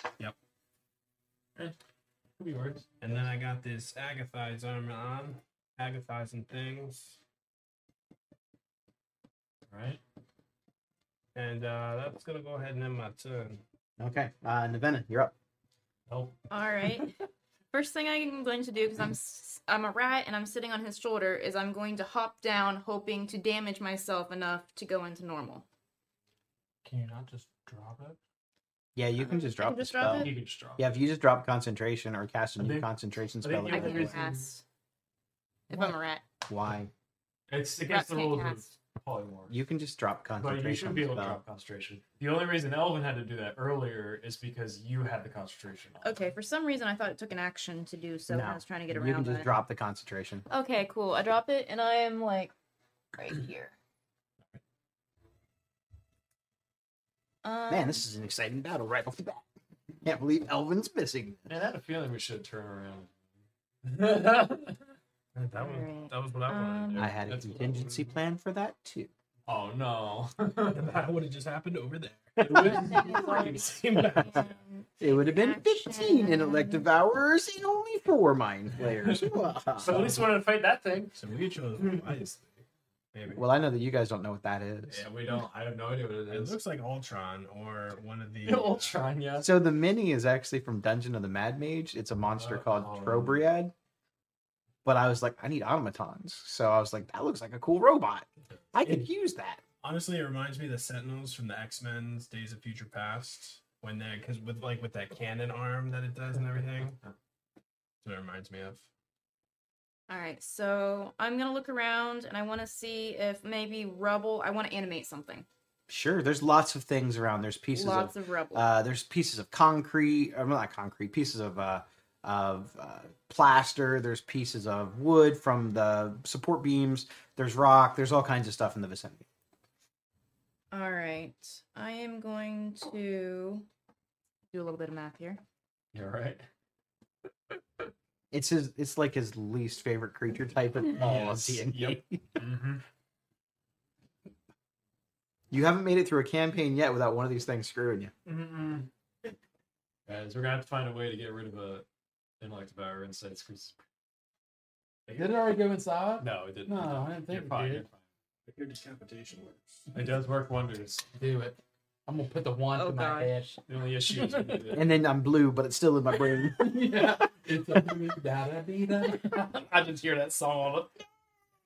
could be worse.
And then I got this Agathize armor on. Agathizing things.
Right?
And uh, that's going to go ahead and end my turn.
Okay, uh, Nevenna, you're up.
Nope.
All right. First thing I'm going to do because I'm s- I'm a rat and I'm sitting on his shoulder is I'm going to hop down, hoping to damage myself enough to go into normal.
Can you not just drop it?
Yeah, you can just
Mm-hmm. I
drop
can
the
just drop
spell.
it?
You can just drop.
Yeah, if you just drop concentration or cast a
I
new
think-
concentration
I think
spell,
you
it
I
have
goes
to
away.
can't
do-
cast if I'm a rat.
why?
It's
Rats
against the
can't
rules of
cast.
polymorph.
You can just drop
but
concentration.
you should
on the
be able to
spell.
drop concentration. The only reason Elvin had to do that earlier is because you had the concentration on.
Okay, for some reason I thought it took an action to do so. and I
No,
was trying to get
You
around
can just
that.
drop the concentration.
Okay, cool. I drop it and I am like right here. Um,
Man, this is an exciting battle right off the bat. Can't believe Elvin's missing.
Man, I had a feeling we should turn around.
That, one,
Alright. um,
that was what I wanted to do.
I had a
That's-
contingency plan for that too.
oh no.
that would have just happened over there.
and-
It would have been 15 intellect
Action.
devourers and only four mind flayers.
so at least wanted to fight that thing.
So we chose wise. Maybe.
well, I know that you guys don't know what that is.
Yeah, we don't. I have no idea what it
It
is.
looks like Ultron or one of the.
Ultron, yeah.
So the mini is actually from Dungeon of the Mad Mage. It's a monster called
Oh.
Trobriad. But I was like, I need automatons. So I was like, that looks like a cool robot. I could use that.
Honestly, it reminds me of the Sentinels from the X Men's Days of Future Past when they because with like with that cannon arm that it does and everything. That's what it reminds me of.
All right, so I'm gonna look around and I want to see if maybe rubble. I want to animate something.
Sure, there's lots of things around. There's pieces of
Lots of, rubble.
Uh, there's pieces of concrete, or not concrete, pieces of uh, of uh, plaster. There's pieces of wood from the support beams. There's rock. There's all kinds of stuff in the vicinity.
All right, I am going to do a little bit of math here.
You're right.
It's his. It's like his least favorite creature type in all of
Yes,
D and
yep. Mm-hmm.
You haven't made it through a campaign yet without one of these things screwing you.
Mm-mm. uh, Guys, we're gonna have to find a way to get rid of a intellect devourer inside Scrooge's
Did it already go inside?
No, it didn't.
No, I didn't
You're
think it
fine.
did.
You're fine.
Your decapitation works.
It does work wonders.
Do it. I'm gonna put the wand
Oh,
to my head.
The only issue is
And then I'm blue, but it's still in my brain.
yeah, it's a da da dee da.
I just hear that song.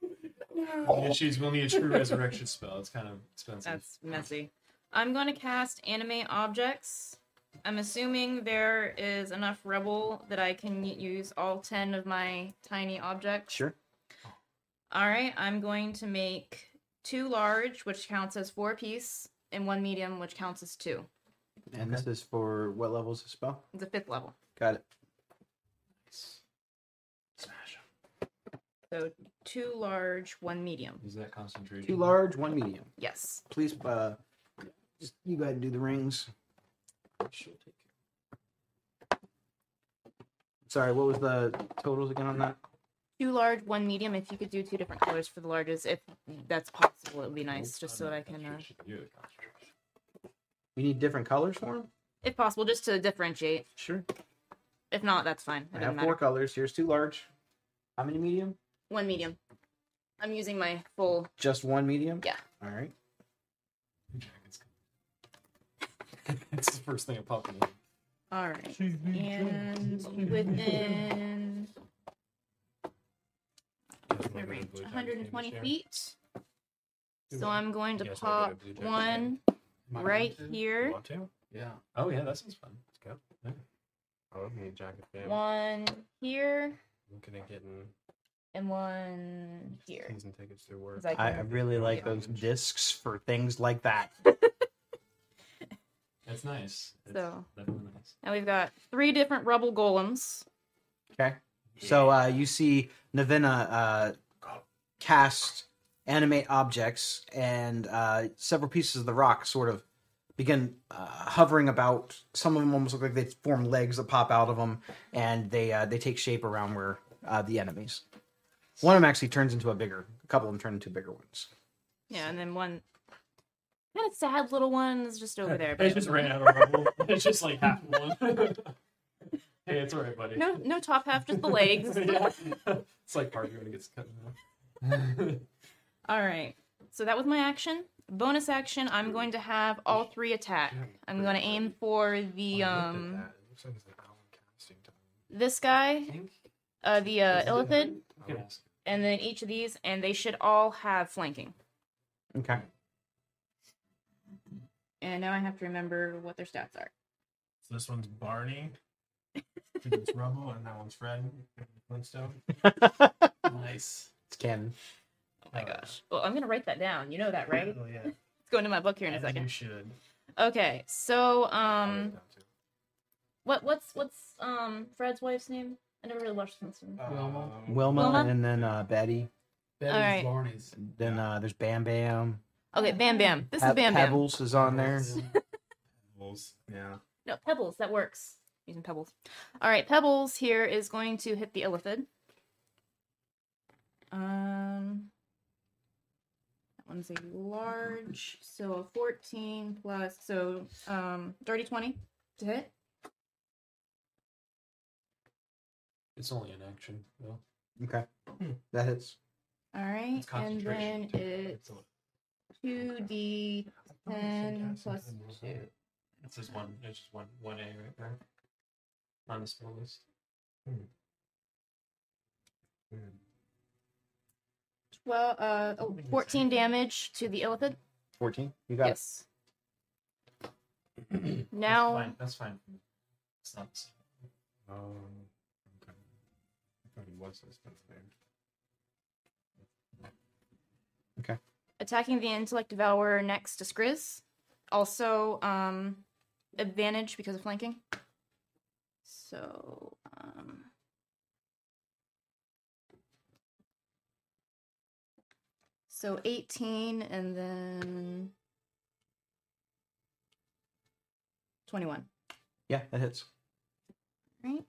the issue is we'll need a true resurrection spell. It's kind of expensive.
That's messy. I'm going to cast animate objects. I'm assuming there is enough rebel that I can y- use all 10 of my tiny objects.
sure.
All right, I'm going to make two large, which counts as four piece, and one medium, which counts as two.
And this is for what level is the spell?
It's a fifth level.
Got it.
So two large, one medium.
Is that concentration?
Two large, one medium.
Yes.
Please, uh, just, you go ahead and do the rings. Sorry, what was the totals again on that?
Two large, one medium. If you could do two different colors for the larges, if that's possible, it would be nice, just so that I can, uh,
Concentration. You have concentration.
You need different colors for them?
if possible, just to differentiate.
Sure.
If not, that's fine. It
I
doesn't
have
matter.
four colors. Here's two large. How many medium?
One medium. I'm using my full.
Just one medium?
Yeah.
All right.
Dragons come. That's the first thing that popped in.
All right. And within my range, 120 feet. So I'm going to
You guys wanna go to
pop
Blue Jack's
one
Am I
right
going to?
here,
Want to?
Yeah.
Oh yeah, that sounds fun.
Let's go. I love me a jacket fam.
one here,
Looking at getting
and one here.
uh, season tickets through work.
'Cause I
I, I
can-
really like those discs for things like that.
That's nice. That's
So.
definitely nice.
Now we've got three different rubble golems.
Okay. So uh, you see Navina uh, cast animate objects, and uh, several pieces of the rock sort of begin uh, hovering about. Some of them almost look like they form legs that pop out of them, and they uh, they take shape around where uh, the enemies. One of them actually turns into a bigger. A couple of them turn into bigger ones.
Yeah, and then one kind of sad little one is just over there.
It
But
just ran out of rubble. it's just like half one. hey, it's alright, buddy.
no, no top half, just the legs.
Yeah. It's like part when it gets cut in half.
All right. So that was my action. Bonus action, I'm going to have all three attack. I'm going to aim for the um this guy, uh the uh Illithid,
You can ask.
and then each of these and they should all have flanking.
Okay.
And now I have to remember what their stats are.
So this one's Barney. it's Rubble, and that one's Fred. Flintstone.
Nice.
It's canon.
Oh my gosh. Well, I'm going to write that down. You know that, right?
Oh yeah.
It's going to my book here in a
As You
second.
should.
Okay. So, um
Down to-
what what's what's um Fred's wife's name? I never really watched this one.
Wilma.
Um,
Wilma,
Wilma?
and then uh, Betty.
Betty's
All right.
Barney's.
Then uh, there's Bam Bam.
Okay, Bam Bam. This
Pe-
is Bam Bam.
Pebbles is on there.
Wolves. Yeah.
No, Pebbles. That works. Using Pebbles. All right, Pebbles here is going to hit the Illithid. Um, that one's a large, so a 14 plus, so um, dirty 20 to hit.
It's only an action, though.
Okay. That hits.
All right,
It's
and
concentration.
then
too.
it's
only-
2d10 plus 2.
It's just one. It's just one. One A right there. On the spell list.
Hmm.
12, uh, oh, 14 damage to the Illithid.
14. You got it.
Yes. now,
That's fine. That's fine. It's
Um, okay. I thought he was this stuff there.
attacking the intellect devourer next to Skriz. Also, um, advantage because of flanking. So, um, so eighteen and then twenty-one.
Yeah, that hits.
Right?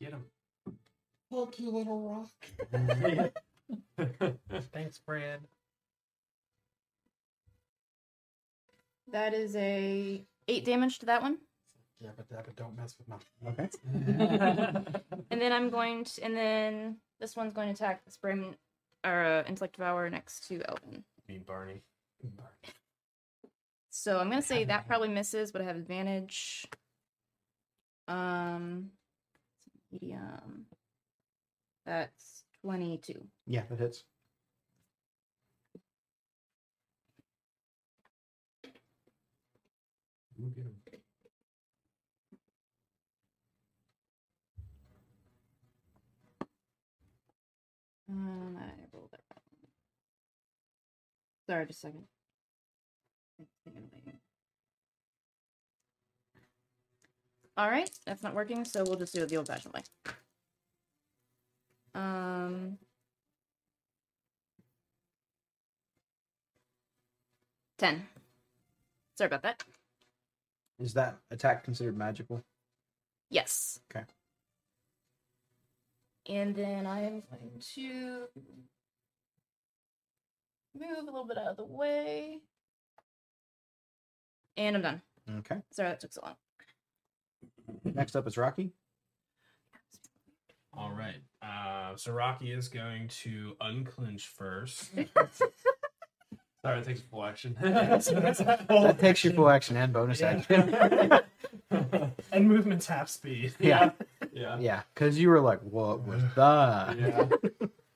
not.
Look, you little rock.
Get him.
Thanks, Brad.
That is a eight damage to that one.
Yeah, but, that, but don't mess with my.
Okay.
And then I'm going to, and then This one's going to attack the Spring or uh, Intellect Devour next to Elvin.
Be Barney.
So I'm gonna say that probably misses, but I have advantage. Um, medium. That's twenty-two.
Yeah, that hits.
Look at him.
Um, I rolled that wrong. Sorry, just a second. I think I'm thinking. All right, that's not working, so we'll just do it the old-fashioned way. Um. Ten. Sorry about that.
Is that attack considered magical?
Yes.
Okay.
And then I am going to move a little bit out of the way. And I'm done.
Okay.
Sorry, that took so long.
Next up is Rocky.
All right. Uh, so Rocky is going to unclench first.
Sorry, it takes a full action.
That takes you full action and bonus
Yeah.
action.
and movement's half speed.
yeah,
yeah.
yeah. Because you were like, "What was that?"
Yeah.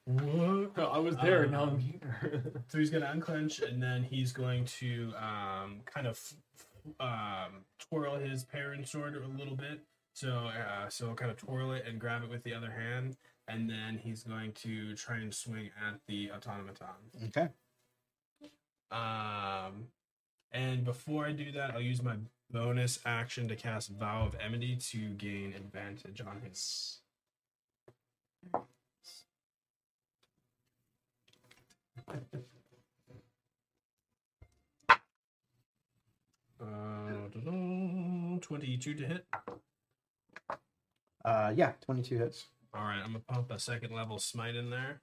What?
No, I was there, now I'm
Um,
here.
So he's going to unclench, and then he's going to um, kind of um, twirl his parent sword a little bit. So uh, so kind of twirl it and grab it with the other hand, and then he's going to try and swing at the automaton.
Okay.
Um, and before I do that, I'll use my bonus action to cast Vow of Enmity to gain advantage on his. Uh, 22 to hit.
Uh, yeah, twenty-two hits.
All right, I'm gonna pump a second level smite in there.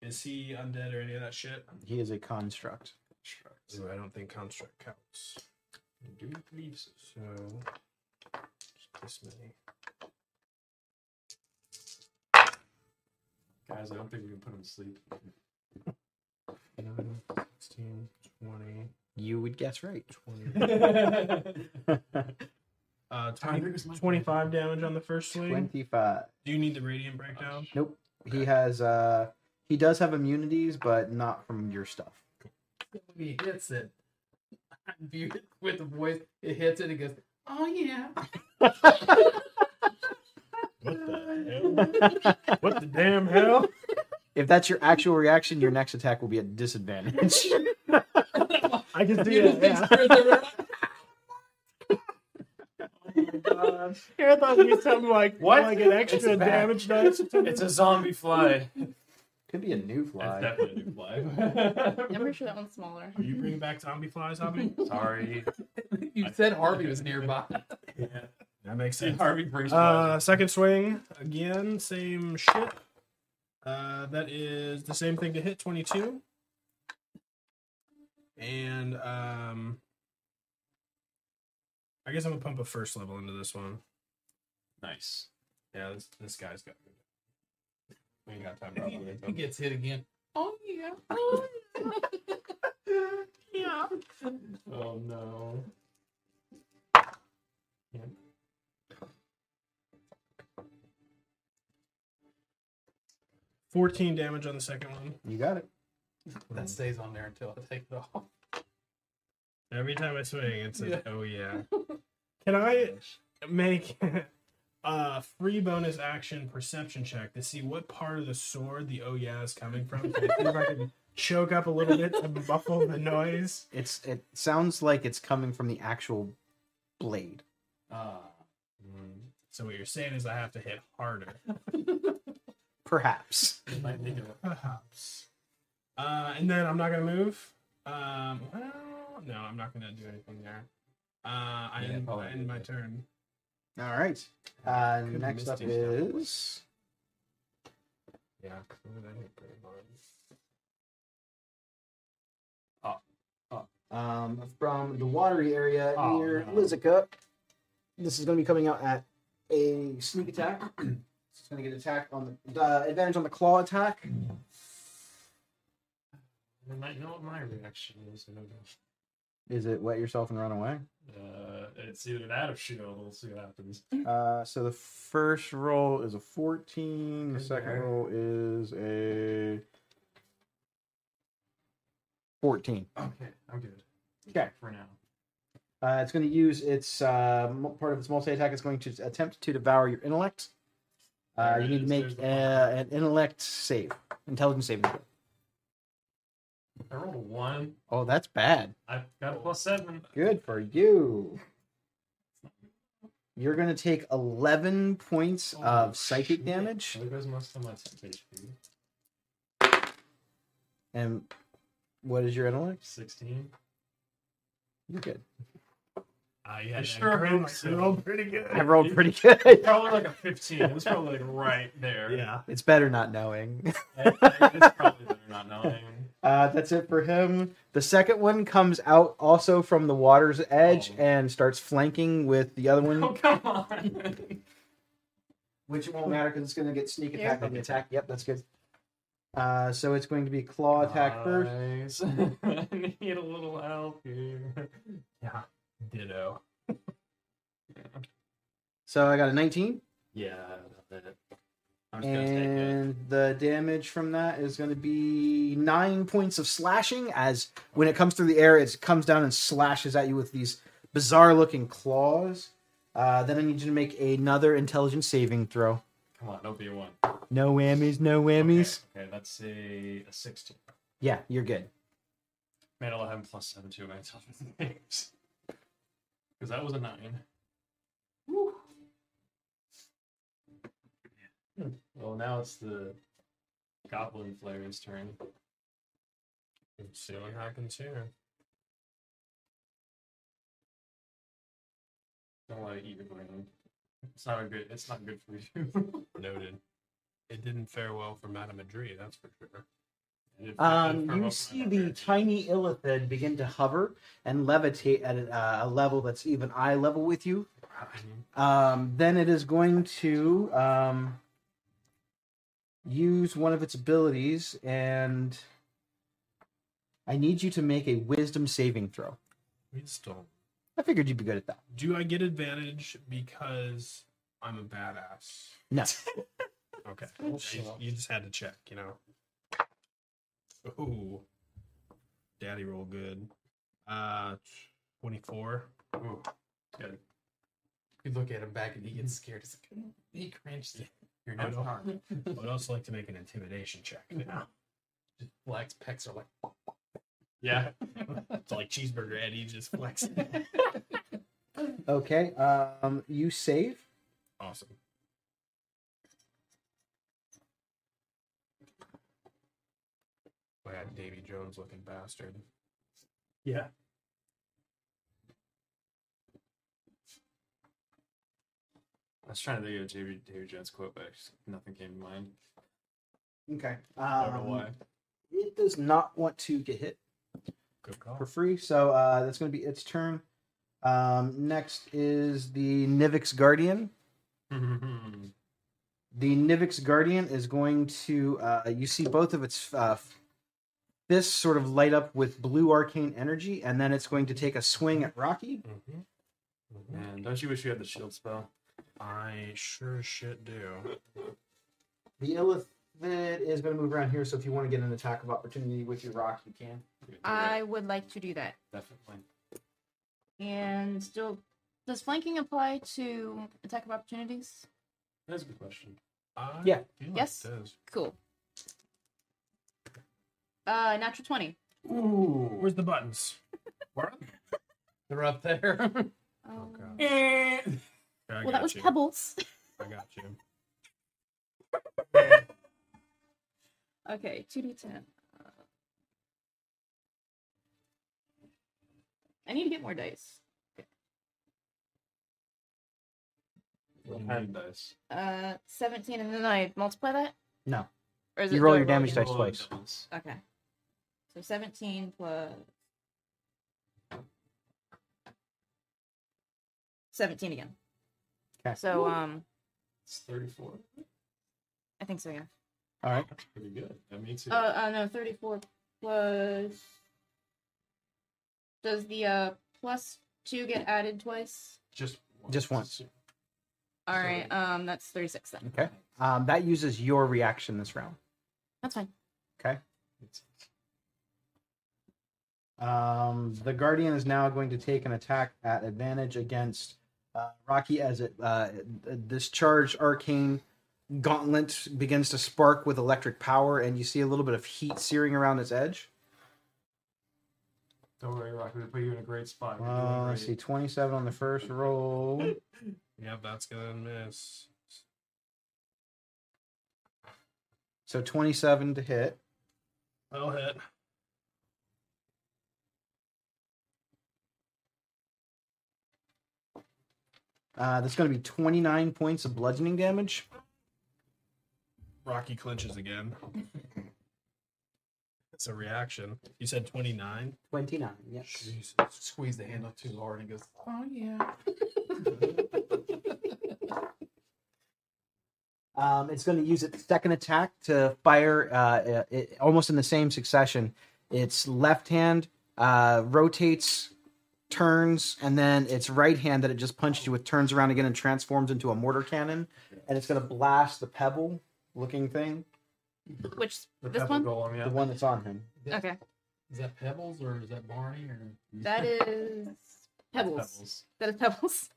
Is he undead or any of that shit?
He is a construct.
Ooh, I don't think construct counts. I do believe so. So, just this many.
Guys, I don't think we can put him to sleep.
9, 16, 20,
You would guess right.
20. Uh, 20 25 damage on the first swing.
Twenty-five.
Do you need the radiant breakdown?
Nope. He has. Uh, he does have immunities, but not from your stuff.
When he hits it, I'm muted with the voice. It hits it and goes, "Oh yeah."
What the hell? What the damn hell?
If that's your actual reaction, your next attack will be at disadvantage.
I can see
You
it. Yeah.
just been sitting there
Oh, I thought you something like,
What?
what? I get extra
It's back.
damage dice?
It's a zombie fly.
Could be a new fly.
That's definitely a new fly.
I'm pretty sure that one's smaller.
Are you bringing back zombie flies, Hobby?
Sorry.
like, you said Harvey was nearby.
that makes
See, Harvey brings
Uh, second swing again, same shit. Uh, that is the same thing to hit 22. And um, I guess I'm gonna pump a first level into this one.
nice.
Yeah, this, this guy's got. We ain't got time
If
probably.
he, if he gets hit again. Oh yeah.
Yeah.
Oh no.
Fourteen damage on the second one.
You got it.
That stays on there until I take it off.
Every time I swing, it says,
Yeah.
"Oh yeah." Can I make a free bonus action perception check to see what part of the sword the "Oh yeah" is coming from? So if I can choke up a little bit to muffle the noise.
It's. It sounds like it's coming from the actual blade.
Ah.
So what you're saying is I have to hit harder.
Perhaps.
might think of it.
Perhaps. Uh, and then I'm not gonna move. Um, well, no, I'm not gonna do anything there. Uh, I
Yeah,
end,
probably
I end my
not.
turn.
All right. Uh,
Could've
next
missed
up
you, Stan.
is
Yeah, 'cause look at that hit pretty hard.
um, from the watery area
Oh,
near
no.
Lizica. This is going to be coming out at a sneak attack. It's going to get attacked on the uh, advantage on the claw attack.
I might know what my reaction is. I don't know.
Is it wet yourself and run away?
Uh, it's either that or shield. We'll see what happens.
Uh, so the first roll is a 14. The second
Okay.
roll is a 14.
Okay, I'm good.
Okay.
for now.
Uh, it's going to use its uh, mu- part of its multi attack. It's going to attempt to devour your intellect. Uh,
There
you
it
need to make
is, there's the
uh, an intellect save, intelligence save.
I rolled a one.
Oh, that's bad.
I've got a plus seven.
Good for you. You're going to take 11 points
Oh,
of psychic damage.
There Oh, goes most of my HP.
And what is your intellect?
Sixteen.
You're good.
Uh, yeah,
sure hope so.
pretty good.
I rolled pretty good.
Probably like a fifteen. It was probably like right there.
Yeah.
It's better not knowing.
I- I- it's probably better not knowing.
Uh, that's it for him. The second one comes out also from the water's edge
Oh.
and starts flanking with the other one,
Oh come on.
which it won't matter because it's going to get sneak attack on the attack. Yep, that's good. Uh, so it's going to be claw attack first.
Nice. I need a little help here.
Yeah. Ditto.
So I got a 19,
Yeah. That, I'm just gonna take it.
and the damage from that is going to be nine points of slashing. As when it comes through the air, it comes down and slashes at you with these bizarre-looking claws. Uh, then I need you to make another intelligence saving throw.
Come on, don't be a one.
No whammies, no whammies.
Okay, okay let's say a sixteen.
Yeah, you're good.
Man, I'll have plus seven to my intelligence saves. Because that was a nine. Woo. Well, now it's the goblin flare's turn.
Let's see what happens here.
Don't want to eat your brain. It's not a good. It's not good for you.
Noted. It didn't fare well for Madame Madrid, that's for sure.
Um, you see the tiny illithid begin to hover and levitate at a, uh, a level that's even eye level with you. Um, then it is going to um, use one of its abilities, and I need you to make a wisdom saving throw.
We still
I figured you'd be good at that.
Do I get advantage because I'm a badass?
No.
Okay. You, you just had to check, you know. Ooh. Daddy roll good. Uh 24.
Ooh, good.
You look at him back and he gets scared. He's like, he cringes.
You're
I
not
don't-
harmed.
I would also like to make an intimidation check.
Black's pecs are like,
Yeah.
it's like cheeseburger Eddie just flexing.
Okay. Um, you save.
awesome. Boy, that Davy Jones looking bastard.
Yeah. I was trying to think of a David, David Jones quote, but just- nothing came to mind.
Okay. Um,
I don't know why.
It does not want to get hit.
Good call.
for free. So uh, that's going to be its turn. Um, next is the Nivix Guardian. The Nivix Guardian is going to. Uh, you see both of its uh, fists sort of light up with blue arcane energy, and then it's going to take a swing at Rocky.
Mhm. Mhm.
Man, don't you wish you had the shield spell?
I sure as shit do.
The Illithid is going to move around here, so if you want to get an attack of opportunity with your rock, you can.
You could do it,
I would like to do that.
definitely.
And still, does flanking apply to attack of opportunities?
That's a good question.
I
Yeah.
feel like
Yes.
it does.
Cool. Uh, natural 20.
Where's the buttons? Where are they?
they're up there.
Um,
Oh, God.
eh.
I
well,
got
that was
you.
pebbles.
I got you.
Okay, 2d10. I need to get more dice.
Well, hand dice.
Uh, 17, and then I multiply that?
No.
Or is
You
it
roll
do I
your damage
again?
dice twice.
twice.
Okay. So 17 plus. 17 again.
Okay.
So, um,
It's 34.
I think so, yeah.
All right.
Pretty good. That makes it.
Uh, uh no, 34 plus. Does the uh plus 2 get added twice?
Just once.
Just once.
All right, um that's 36 then.
Okay. Um, that uses your reaction this round.
That's fine.
Um, the guardian is now going to take an attack at advantage against uh, Rocky as it uh, this charged arcane gauntlet begins to spark with electric power, and you see a little bit of heat searing around its edge.
Don't worry, Rocky. We put you in a great spot. You're doing
Uh, let's see,
great.
twenty-seven on the first roll.
Yep, that's gonna miss.
So twenty-seven to hit.
That'll hit.
Uh, that's going to be twenty-nine points of bludgeoning damage.
Rocky clinches again. it's a reaction. You said 29?
Twenty-nine. Yes.
Jesus. Squeeze the handle too hard and it goes, oh yeah.
Um, it's going to use its second attack to fire uh, it, almost in the same succession. Its left hand uh, rotates, turns, and then its right hand that it just punched you with turns around again and transforms into a mortar cannon. And it's going to blast the pebble looking thing,
Which
The
this
pebble
one?
golem, yeah.
the one that's on him.
Okay.
Is that Pebbles or is that Barney or?
That is
That's
pebbles. That is pebbles.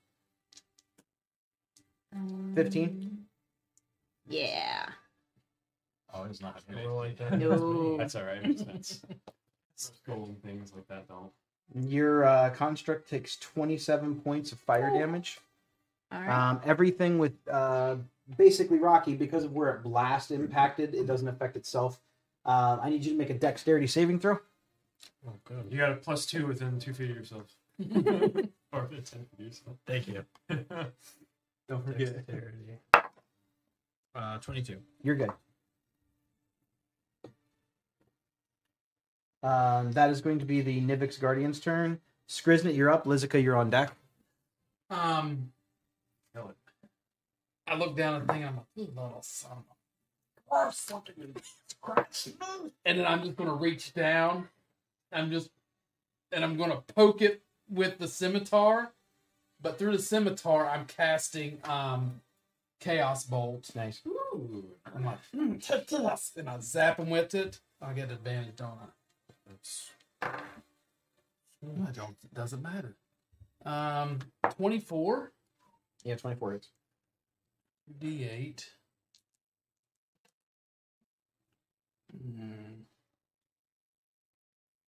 15?
Um, Yeah.
Oh, it's not.
Gonna roll like that.
No.
That's all right. Makes sense. Most golden things like that don't.
Your uh, construct takes 27 points of fire damage.
All right.
Um, everything with uh, basically Rocky, because of where it blast impacted, it doesn't affect itself. Uh, I need you to make a dexterity saving throw.
Oh, good.
You got a plus two within two feet of yourself. or within ten feet of yourself.
Thank you.
Don't forget.
Dexterity. Uh, 22.
You're good. Um, that is going to be the Nivix Guardian's turn. Skriznet, you're up. Lizica, you're on deck.
Um,
Kill it.
I look down at the thing and I'm like, you little son of a curse something in Jesus Christ. And then I'm just gonna reach down. I'm just and I'm gonna poke it with the scimitar. But through the scimitar, I'm casting um Chaos Bolt.
Nice.
Ooh. I'm like, hmm, take this. And I zap him with it. I get advantage, don't I? That's... I don't, doesn't matter. Um, 24.
Yeah, 24 hits.
D8. Mm.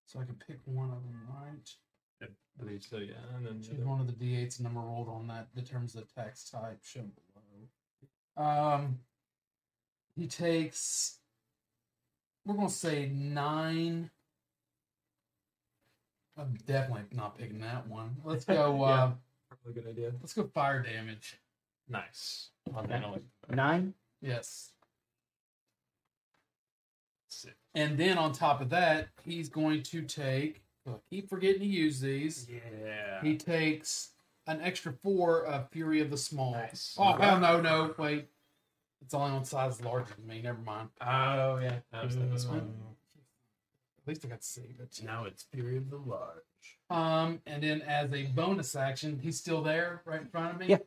So I can pick one of them, right?
I believe so, yeah. And then the
Choose
other-
one of the D8s number rolled on that determines the tax type shown below. Um, he takes. We're gonna say nine. I'm definitely not picking that one. Let's go. uh,
probably a good idea.
let's go fire damage.
Nice. On the analyst.
Nine?
Yes.
Sick.
And then on top of that, he's going to take. I keep forgetting to use these.
Yeah.
He takes an extra four of Fury of the Small.
Nice.
Oh hell no no wait, it's only on size larger than me. Never mind. Mm.
Oh yeah. That was like this one.
Um,
At least I got to save it.
now it's period the large.
Um, and then as a bonus action, he's still there right in front of me.
Yeah.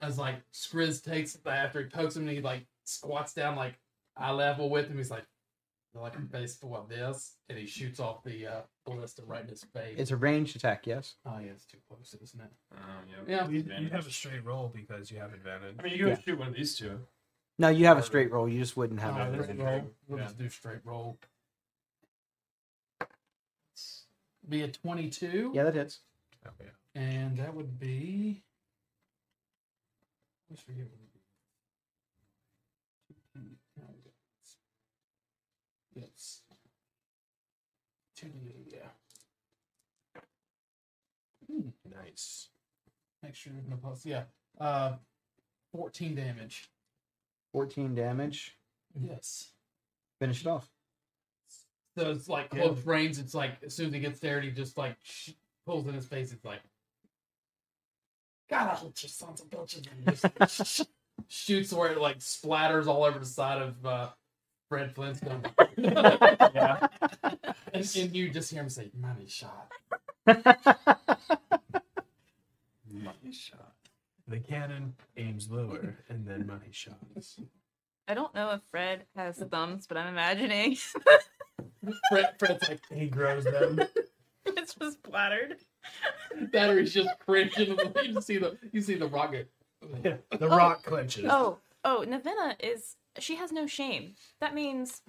As like Skriz takes it after he pokes him, and he like squats down like eye level with him. He's like, like I'm face for what this, and he shoots off the uh, ballista right in his face.
It's a ranged attack, yes?
Oh yeah, it's too close, isn't it?
Um, yeah.
Yeah.
You, you have a straight roll because you have advantage.
I mean, you can
Yeah.
shoot one of these two.
No, you have a straight roll. You just wouldn't have
Oh,
it.
that's
let's
an
roll.
intrigue.
We'll
Yeah.
just do straight roll. Be a twenty-two.
Yeah, that hits.
Oh, yeah.
And that would be. I always forget what it is. There we go. Yes. Two D, yeah. Hmm,
Nice.
Make sure there's no plus. Yeah. Uh, fourteen damage.
14 damage.
Yes.
Finish it off.
So it's like
Yeah.
close range. It's like as soon as he gets there, he just like sh- pulls in his face. It's like, God, I hate your sons of bitches. And just shoots where it like splatters all over the side of uh, Fred Flintstone.
Yeah.
and, and you just hear him say, money shot.
Money shot. The cannon aims lower, and then money shots.
I don't know if Fred has thumbs, but I'm imagining
Fred, Fred's like,
He grows them.
it's just splattered.
battery's just cringing. You just see the, you see the rocket.
Yeah, the rock clenches.
Oh, oh, Navenna is she has no shame. That means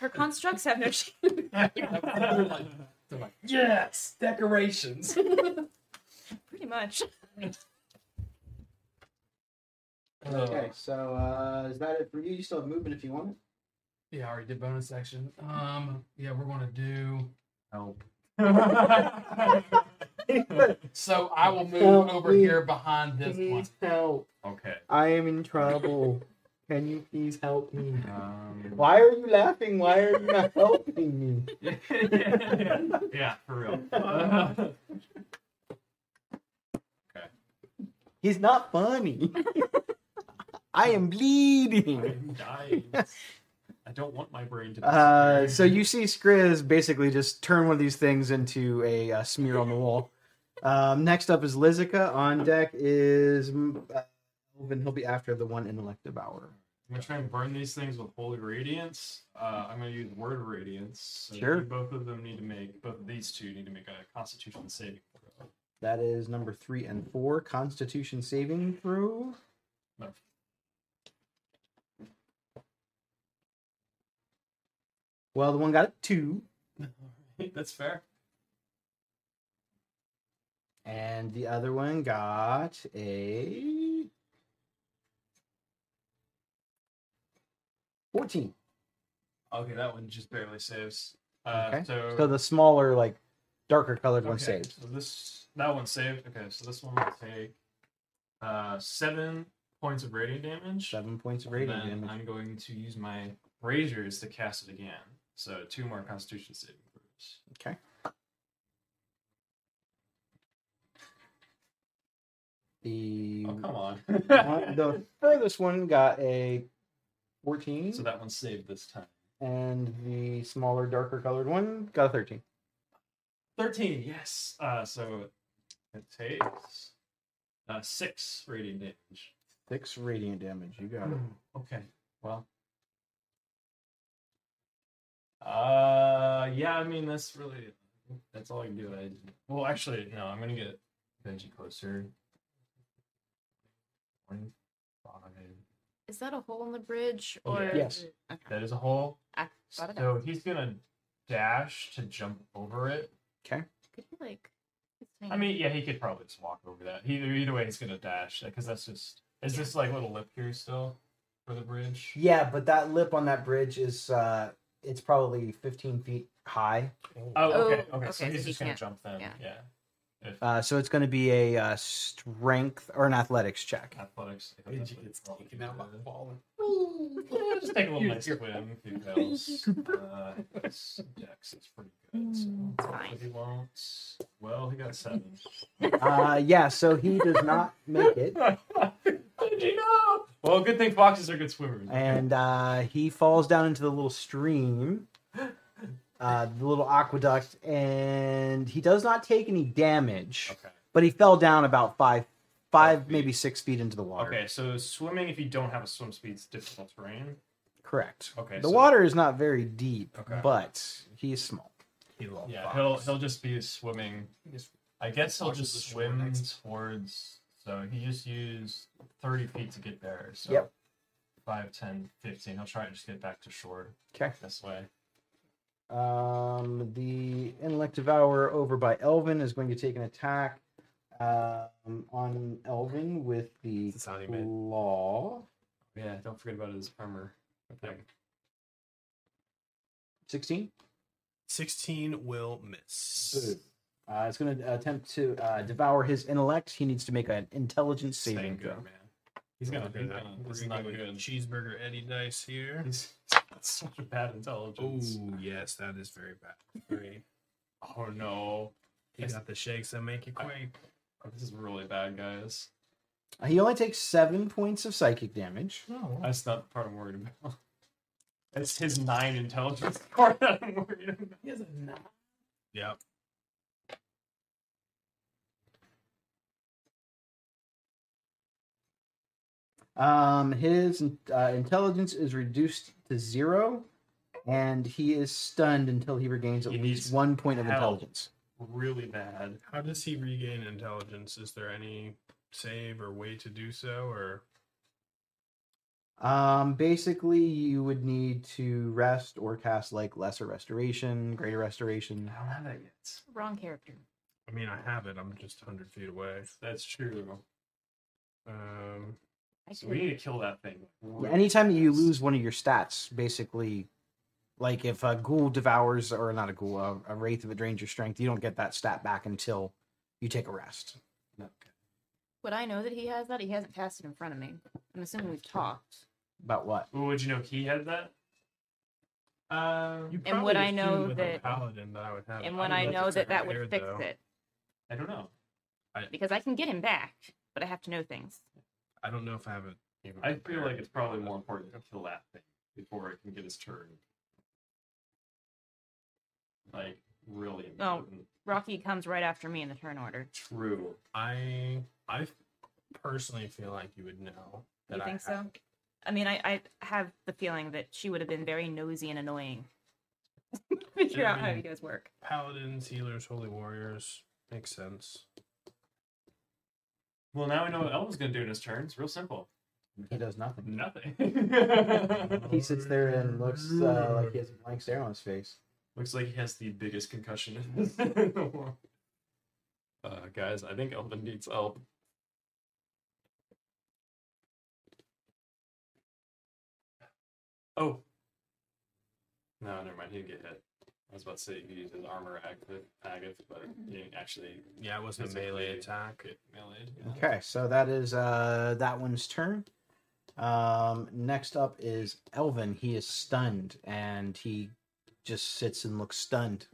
her constructs have no shame.
they're like, they're like, yes, decorations.
Pretty much.
Oh.
Okay, so uh, is that it for you? You still have movement if you want it.
yeah, I already did bonus action. Um, yeah, we're gonna do.
Help.
So I will move
Help
over
me. Mm-hmm.
here behind this one.
help.
okay.
I am in trouble. Can you please help me?
Um,
Why are you laughing? Why are you not helping me?
yeah, yeah, yeah, for real. okay.
He's not funny. I am bleeding.
I'm dying. I don't want my brain to be
Uh, so you see Skriz basically just turn one of these things into a, uh smear on the wall. Um, next up is Lizica. On deck is mm, uh, Elvin. He'll be after the one intellective hour.
I'm gonna try and burn these things with holy radiance. Uh, I'm gonna use word radiance. So
Sure.
you- Both of them need to make both of these two need to make a Constitution saving throw.
That is number three and four. Constitution saving throw.
No.
Well, the one got a two,
That's fair.
and the other one got a fourteen.
Okay, that one just barely saves. Uh,
Okay.
So,
So the smaller, like darker colored one
okay,
saves.
So this that one saved. Okay, so this one will take uh, seven points of radiant damage.
Seven points of
and
radiant
then
damage.
I'm going to use my razors to cast it again. So two more Constitution saving throws.
Okay. The
Oh come on.
one- Mm. the furthest one got a fourteen,
So that one's saved this time.
and the smaller, darker colored one got a thirteen.
13, yes. Uh, so it takes uh, six radiant damage.
Six radiant damage. You got it.
Hmm. Okay, well. Uh, yeah, I mean, that's really, that's all I can do. I, well, actually, no, I'm going to get Benji closer. One, five.
Is that a hole in the bridge
Oh,
or
yeah.
Yes.
That is a hole.
I thought of that.
So he's going to dash to jump over it.
Could you like it's
I
tiny.
mean, yeah, he could probably just walk over that. Either either way, he's gonna dash because that's just. Is this like little lip here still for the bridge?
Yeah, but that lip on that bridge is uh, it's probably fifteen feet high.
Oh, okay,
Oh,
okay. So
okay,
he's
so he
just gonna
can't-
jump then. Yeah.
yeah.
If
Uh, so it's going to be a uh, strength or an athletics check.
athletics. I think that's
Benji
what
gets
it's called.
taken out by
Uh,
falling.
yeah, just take a little
You
nice
just-
swim. Who knows? Uh, his dex is pretty good. So.
fine.
But he won't. Well, he got seven.
Uh, yeah, so he does not make it,
Benji, no. Well, good thing foxes are good swimmers.
and uh, he falls down into the little stream, uh, the little aqueduct, and he does not take any damage.
Okay.
But he fell down about five, five
Five feet.
maybe six feet into the water.
Okay, so swimming if you don't have a swim speed is difficult terrain.
Correct.
Okay,
The
so-
water is not very deep,
Okay.
but he's small.
He lost
Yeah,
Fox.
he'll he'll just be swimming. I guess he'll
Foxes
just
are short
swim
legs.
towards. So he just used 30 feet to get there. So
Yep.
5, 10, 15. He'll try to just get back to shore
Okay.
this way.
Um, the intellect devourer over by Elvin is going to take an attack um, on Elvin with the
That's the sound he made.
claw.
Yeah, don't forget about his armor. Okay.
16.
16 will miss.
Uh, it's going to attempt to uh, devour his intellect. He needs to make an intelligence saving
Thank
throw.
God, man. He's gonna
Look at
be
that.
gonna-
This
This
is
is not
like
good.
Cheeseburger Eddie dice here.
He's got such a bad
Oh,
intelligence.
yes, that is very bad. Very.
Oh no. Oh,
You got the shakes that make you quake.
This is really bad, guys.
He only takes seven points of psychic damage.
That's not the part I'm worried about. That's his nine intelligence part that I'm worried about.
He has a nine.
Yep.
Um, his uh, intelligence is reduced to zero, and he is stunned until he regains at
He
least
needs
one point of
help.
intelligence.
Really bad.
How does he regain intelligence? Is there any save or way to do so? Or
Um, basically, you would need to rest or cast like lesser restoration, greater restoration.
I don't have that yet.
Wrong character.
I mean, I have it. I'm just 100 feet away.
That's true.
Um,
I
So we need to kill that thing.
Yeah, Anytime that you lose one of your stats, basically, like if a ghoul devours or not a ghoul, a, a wraith of it drains your strength, you don't get that stat back until you take a rest.
Would I know that he has that? He hasn't cast it in front of me. I'm assuming we've talked.
About what?
Well, would you know he had that? Um,
you
And would
probably
I know
assumed with a
that-
paladin that I would have. it.
And when
don't
I
if
know
it's
that that
fair,
would fix
though.
it,
I don't know.
because I can get him back, but I have to know things.
I don't know if I have it. even
I feel
prepared.
like it's probably more important to kill that thing before it can get his turn. Like, really
Oh.
important.
Rocky comes right after me in the turn order.
True.
I I personally feel like you would know.
You
I
think so?
have it.
I mean, I, I have the feeling that she would have been very nosy and annoying. Figure out how you guys work.
Paladins, healers, holy warriors makes sense.
Well, now we know what Elvin's gonna do in his turn. It's real simple.
He does nothing.
Nothing.
He sits there and looks uh, like he has a blank stare on his face.
Looks like he has the biggest concussion in the world. Uh, guys, I think Elvin needs help. Oh. No, never mind. He didn't get hit. I was about to say he used his armor active, agate, but
Mm-hmm.
he didn't actually
Yeah, it wasn't a melee
Physically-
attack.
get meleeed. you know?
Okay, so that is uh, that one's turn. Um, next up is Elvin. He is stunned and he just sits and looks stunned.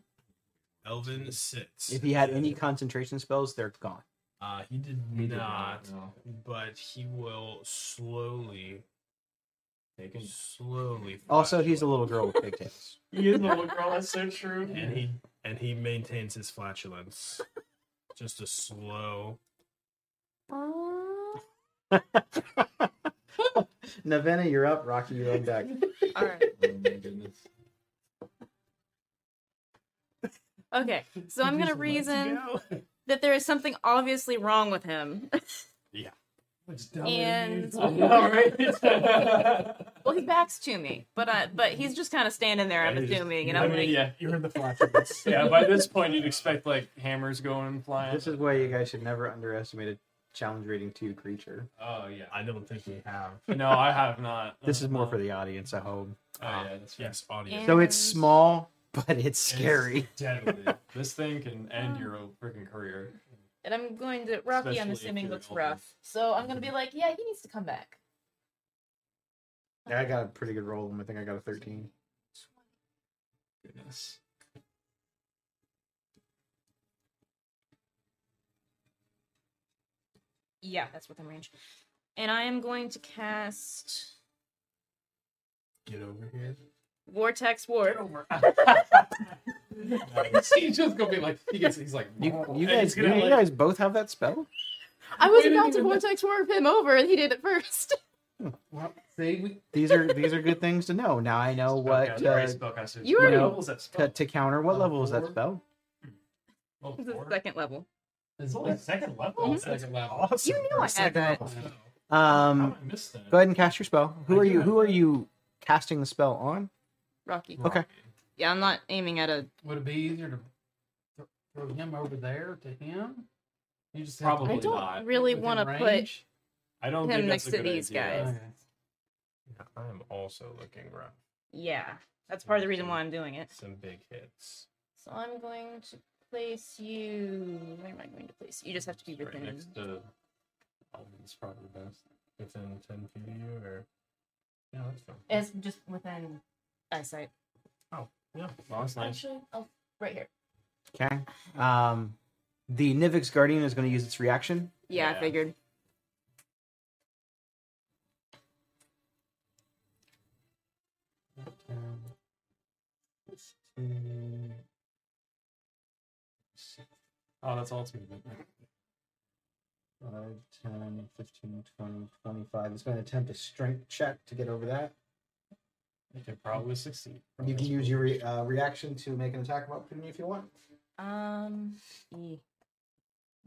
Elvin sits.
If he had any concentration spells, they're gone.
uh, he did
He did
not,
no.
but he will slowly,
He can-
slowly.
Also,
flash
he's a
away.
little girl with pigtails.
He is a little Oh, girl. That's so true.
and he and he maintains his flatulence. Just a slow.
Navina, you're up. Rocky, you're on deck.
All right.
Oh my goodness.
Okay. So I'm gonna
Just lets
reason
go.
that there is something obviously wrong with him.
It's dumb
And-
I know, right?
Well, his back's to me, but I, but he's just kind of standing there. I'm
Yeah, he's just-
assuming, and
I
I'm
mean,
like,
yeah,
You heard the flatulence.
yeah. By this point, you'd expect like hammers going and flying.
This is why you guys should never underestimate a challenge rating two creature.
Oh yeah.
I don't think we have.
No, I have not.
This is more for the audience at home.
Oh yeah, that's right.
Yes, audience.
So it's
And-
small, but it's
It's
scary.
deadly. this thing can end
Oh.
your own freaking career.
and I'm going to Rocky. I'm
Especially if
assuming
you're
looks
open.
rough, so I'm gonna be like, yeah, he needs to come back.
I got a pretty good roll. and I think I got a 13.
Goodness.
Yeah, that's within range. And I am going to cast
Get over here.
Vortex Ward.
he's just gonna be like he gets he's like
You,
"Oh."
you
And he's
guys, you,
gonna,
you
like,
guys both have that spell.
I was
Wait, I
about
didn't
to
even-
Vortex Ward him over, and he did it first.
well, see, we
These are these are good things to know. Now I know what
Okay, great
uh,
spellcaster.
you
What
already-
level is that
to,
spell?
to counter. What
Uh,
level is that
four.
spell?
Level
This is
four?
the second level.
it's
It's only second level.
Mhm.
all second level.
Awesome.
You knew I had that.
How
Um,
did I miss that?
go ahead and cast your spell. Who
I
are
do
you?
have
Who are
that.
you casting the spell on?
Rocky.
Okay.
Yeah, I'm not aiming at a.
Would it be easier to th- throw him over there to him? You just
Probably
I don't
not.
really want to put
I don't
him
think
next
that's a
to
good
these
idea.
guys.
I am also looking rough.
Yeah, that's part of the reason why I'm doing it.
Some big hits.
So I'm going to place you. Where am I going to place you? You just have to be
Right
within.
next to Alvin's probably best.
Within 10 feet of you, or. Yeah, that's fine.
It's just within eyesight.
Well, that's nice.
Actually, oh, right here.
Okay. Um, the Nivix Guardian is going to use its reaction.
Yeah, I
Yeah.
figured.
Oh, that's all it's movement.
5, 10, 15, 20, 25. It's going to attempt a strength check to get over that.
You could probably succeed.
You can use your re- uh, reaction to make an attack of opportunity if you want.
Um.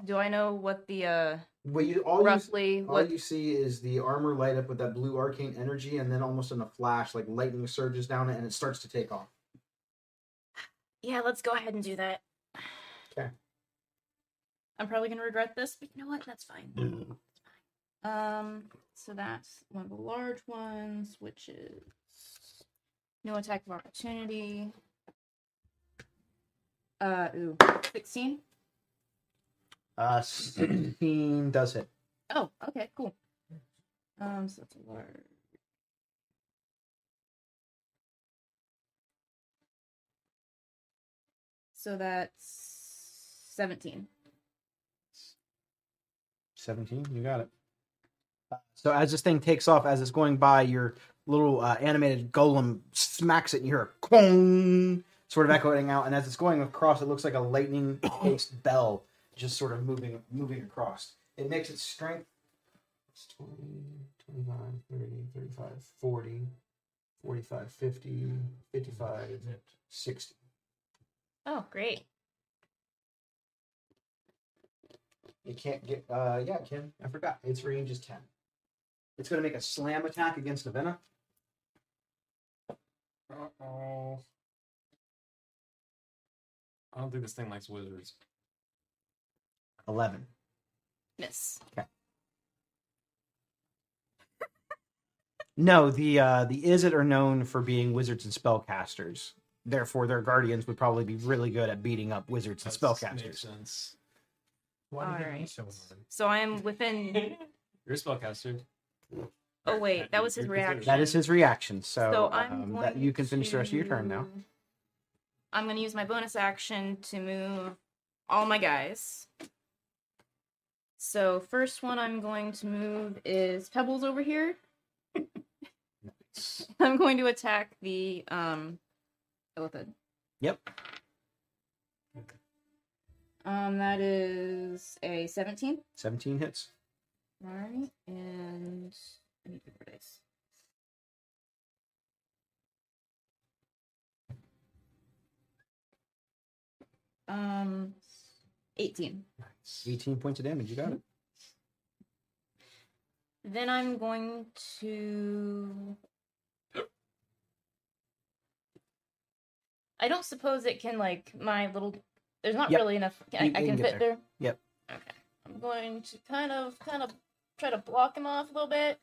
Do I know what the uh
Well, you all you,
roughly
all
what?
you see is the armor light up with that blue arcane energy, and then almost in a flash, like lightning surges down it, and it starts to take off.
Yeah, let's go ahead and do that.
'Kay.
I'm probably gonna regret this, but you know what? That's fine.
Mm.
Um. So that's one of the large ones, which is no attack of opportunity. Uh. Ooh. Sixteen.
Uh, 16 does hit.
Oh, okay, cool. Um, so that's a large. So that's 17.
17 you got it Uh, so as this thing takes off as it's going by your little uh, animated golem smacks it and you hear a clong sort of echoing out and as it's going across it looks like a lightning paced bell just sort of moving moving across it makes its strength
It's 20, 25, 30, 35, 40, 45, 50, 55,
60
Oh, great.
it can't get uh yeah it can i forgot its range is 10 it's going to make a slam attack against Avena.
Uh-oh. I don't think this thing likes wizards.
11
Miss.
No, the uh, the Izzet are known for being wizards and spellcasters. Therefore, their guardians would probably be really good at beating up wizards and
Makes
spellcasters.
sense.
Why did it be
Alright.
so hard?
So I'm within.
You're a spellcaster.
Oh, wait, that was his
You're considered-
reaction.
That is his reaction. So,
so I'm
um,
going
that, you can finish the rest of your turn now.
to- I'm going to use my bonus action to move all my guys. So, first one I'm going to move is Pebbles over here. I'm going to attack the um elephant.
Yep.
Um, that is a 17.
17 hits.
All right, and I need three more dice. Um, 18.
18 points of damage. You got it.
Then I'm going to. I don't suppose it can like my little. There's not
Yep.
really enough.
You-
I, I
you
can,
can get
fit
there.
there.
Yep.
Okay. I'm going to kind of, kind of try to block him off a little bit.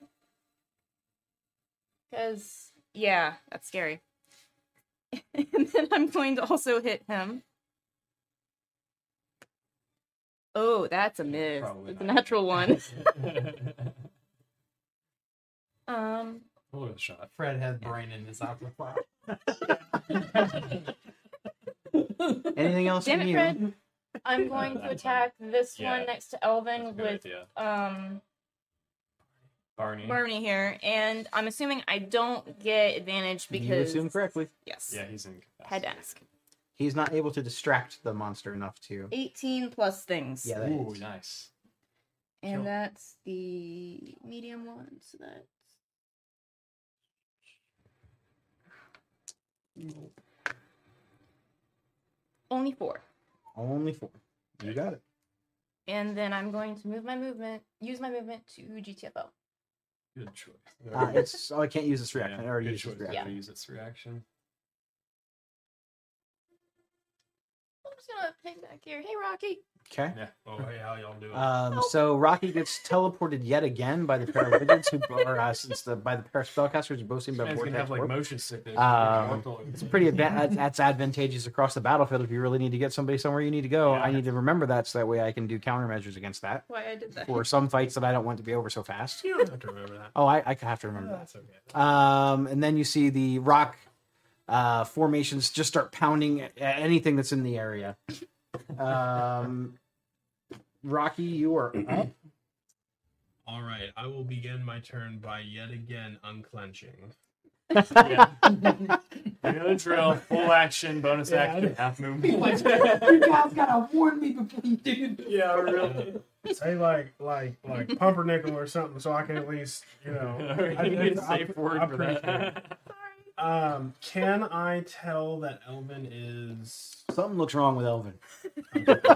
Cause yeah, that's scary. and then I'm going to also hit him. Oh, that's a miss.
Probably
It's a
not.
natural one. Um,
Hold a shot.
Fred had brain in his amplifier.
Anything else
damn
from
it,
you?
Fred. I'm going to attack this
Yeah,
one next to
That's
Elvin
a good Mm-hmm.
with
idea.
um
Barney.
Barney here, and I'm assuming I don't get advantage
You
because
assume correctly.
yes,
Yeah, he's in.
had to ask.
He's not able to distract the monster enough to.
18 plus things,
Yeah, that
Ooh,
hits.
nice.
and that's the medium one. So that's only four.
Only four. You got it.
And then I'm going to move my movement, use my movement to GTFO.
Good choice.
Uh, it's, oh, I can't use this reaction.
Yeah,
I already
good
used this
choice.
reaction.
I use its reaction.
I'm just gonna hang back here. Hey, Rocky.
Okay.
Yeah.
Oh, hey, how y'all doing?
Um, so Rocky gets teleported yet again by the pair of wizards who are uh, since the by the pair of spellcasters who both seem to
This
have
man's gonna
vortex
have like
warp.
motion sickness.
Um, It's pretty advan- that's advantageous across the battlefield if you really need to get somebody somewhere you need to go. I need to remember that so that way I can do countermeasures against that
Why I did that?
for some fights that I don't want to be over so fast.
You don't have to remember that.
Oh, I, I have to remember that.
That's okay.
Um, and then you see the rock uh, formations just start pounding at at anything that's in the area. Um, Rocky, you are up.
All right, I will begin my turn by yet again unclenching.
You know the drill. Full action, bonus
Yeah, I
action,
know.
half move.
you guys gotta warn me before you do this.
yeah,
Oh.
really.
Say like like like pumpernickel or something, so I can at least you know. I-
you need a
I-
safe
I-
word
I
for
appreciate
that.
Um, can I tell that Elvin is?
Something looks wrong with Elvin.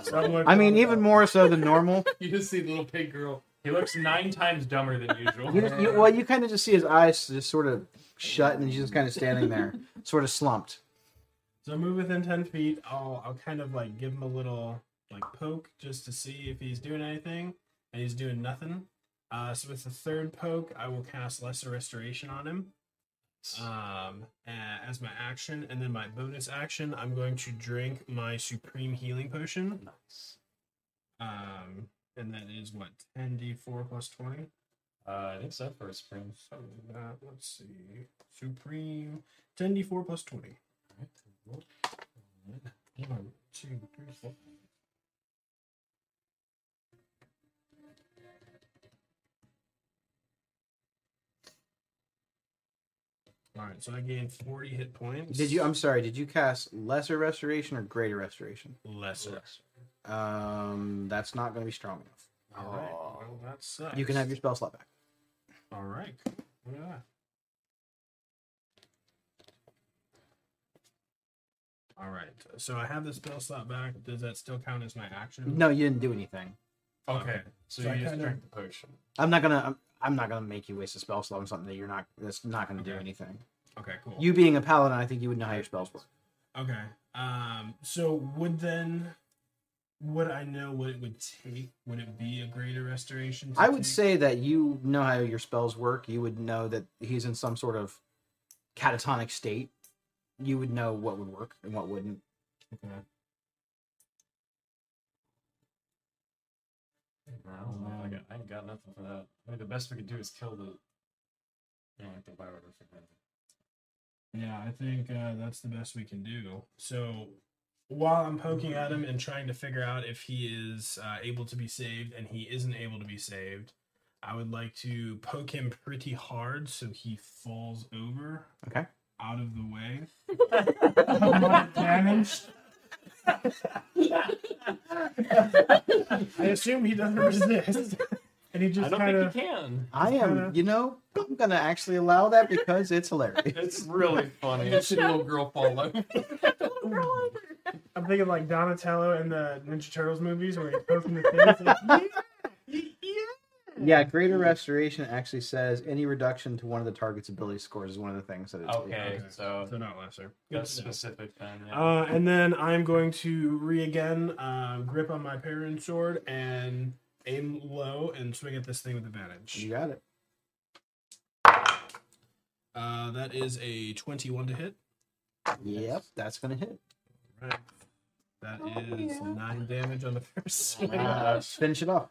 somewhat-
I mean, even more so than normal.
You just see the little pig girl.
He looks nine times dumber than usual.
You just, you, well, you kind of just see his eyes just sort of shut, and he's just kind of standing there, sort of slumped.
So move within ten feet. I'll I'll kind of like give him a little like poke just to see if he's doing anything, and he's doing nothing. Uh, so with the third poke, I will cast Lesser Restoration on him. Um, a- as my action, and then my bonus action, I'm going to drink my Supreme Healing Potion. Nice. Um, and that is what ten d four plus twenty.
Uh, I think so for a spring.
So that let's see, Supreme ten d four plus twenty. One, two, three, four. All right, so I gained forty hit points.
Did you? I'm sorry. Did you cast lesser restoration or greater restoration?
lesser?
Um, that's not going to be strong enough.
All right. Well, that sucks.
You can have your spell slot back.
All right. cool. Look at that. All right. So I have the spell slot back. Does that still count as my action?
No, you didn't do anything.
Mm-hmm. Okay, so,
So I
you just
kinda-
drink the potion.
I'm not gonna. I'm, I'm not gonna make you waste a spell slot on something that you're not. That's not gonna do
Okay.
anything.
Okay. Cool.
You being a paladin, I think you would know how your spells work.
Okay. Um. So would then would I know what it would take? Would it be a greater restoration? to
I would
take?
say that you know how your spells work. You would know that he's in some sort of catatonic state. You would know what would work and what wouldn't.
I don't know. I, got, I ain't got nothing for that. I mean, the best we could do is kill the. You know, like the bioware for him.
Yeah, I think uh, that's the best we can do. So while I'm poking at him and trying to figure out if he is uh, able to be saved and he isn't able to be saved, I would like to poke him pretty hard so he falls over.
Okay.
Out of the way. Of my damage. I assume he doesn't resist. And he
I
just
don't
kind of
think you can.
I
kinda-
Uh-huh.
am, you know, I'm gonna actually allow that because it's hilarious.
It's really funny.
You see the little girl fall over.
I'm thinking like Donatello in the Ninja Turtles movies where he pokes in the face. like,
Yeah, greater restoration actually says any reduction to one of the target's ability scores is one of the things that it's
Okay,
Okay.
so
So not lesser.
That's specific then. Yeah.
Uh, and then I'm going to re again uh, grip on my Perun sword and aim low and swing at this thing with
You
advantage.
got it.
Uh, that is a 21 to hit.
Yep, that's gonna hit.
Right. That
Oh,
is nine damage on the first swing.
Uh, finish it off.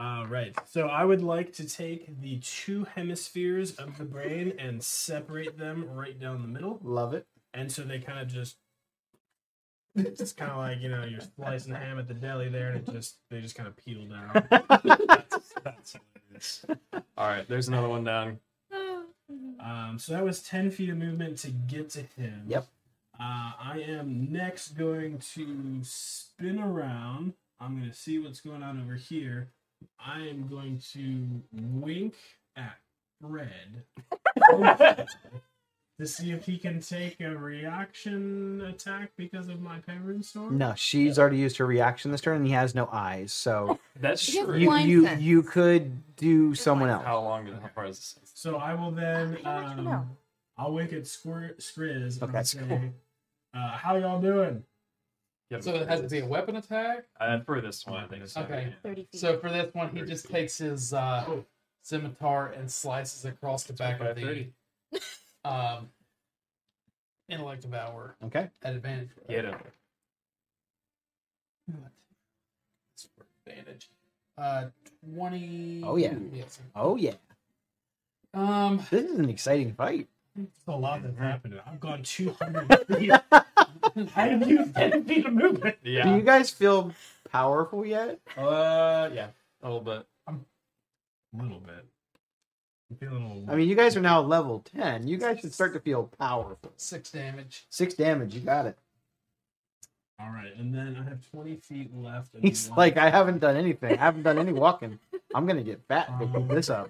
All right. So I would like to take the two hemispheres of the brain and separate them right down the middle.
Love it.
and so they kind of just it's kind of like you know you're slicing ham at the deli there and it just they just kind of peel down
All right, there's another one down.
um, so that was 10 feet of movement to get to him
Yep.
uh, i am next going to spin around i'm going to see what's going on over here i am going to wink at fred to see if he can take a reaction attack because of my parent sword
No, she's already used her reaction this turn, and he has no eyes, so
That's
Yes,
true.
you
Blind
you
sense.
you could do someone else.
How long? Did, how far is this?
So I will then.
How much you know?
Um, I'll wink at Squir- Skriz.
Okay,
and say, uh, How y'all doing?
You have
So it has to be a
this.
weapon attack.
Uh, for this one, I think. So.
Okay.
30 feet.
So for this one, he just takes his uh, scimitar and slices across the back of the
25,
um, intellect devour
Okay.
at advantage.
yeah. Get him.
It's for advantage. Uh, twenty.
Oh, yeah.
Yes.
Oh yeah,
Um,
this is an exciting fight.
It's a lot that happened. I've gone 200 feet. I have used 10 feet of movement.
Do
Yeah.
you guys feel powerful yet?
Um.
Uh, yeah. A little bit.
A little bit.
I'm feeling a little.
I mean, you guys are now level 10. You guys should start to feel powerful.
Six damage.
Six damage, you got it.
All right, and then I have 20 feet left. and
He's
one-
like, I haven't done anything. I haven't done any walking. I'm going to get fat to keep this up.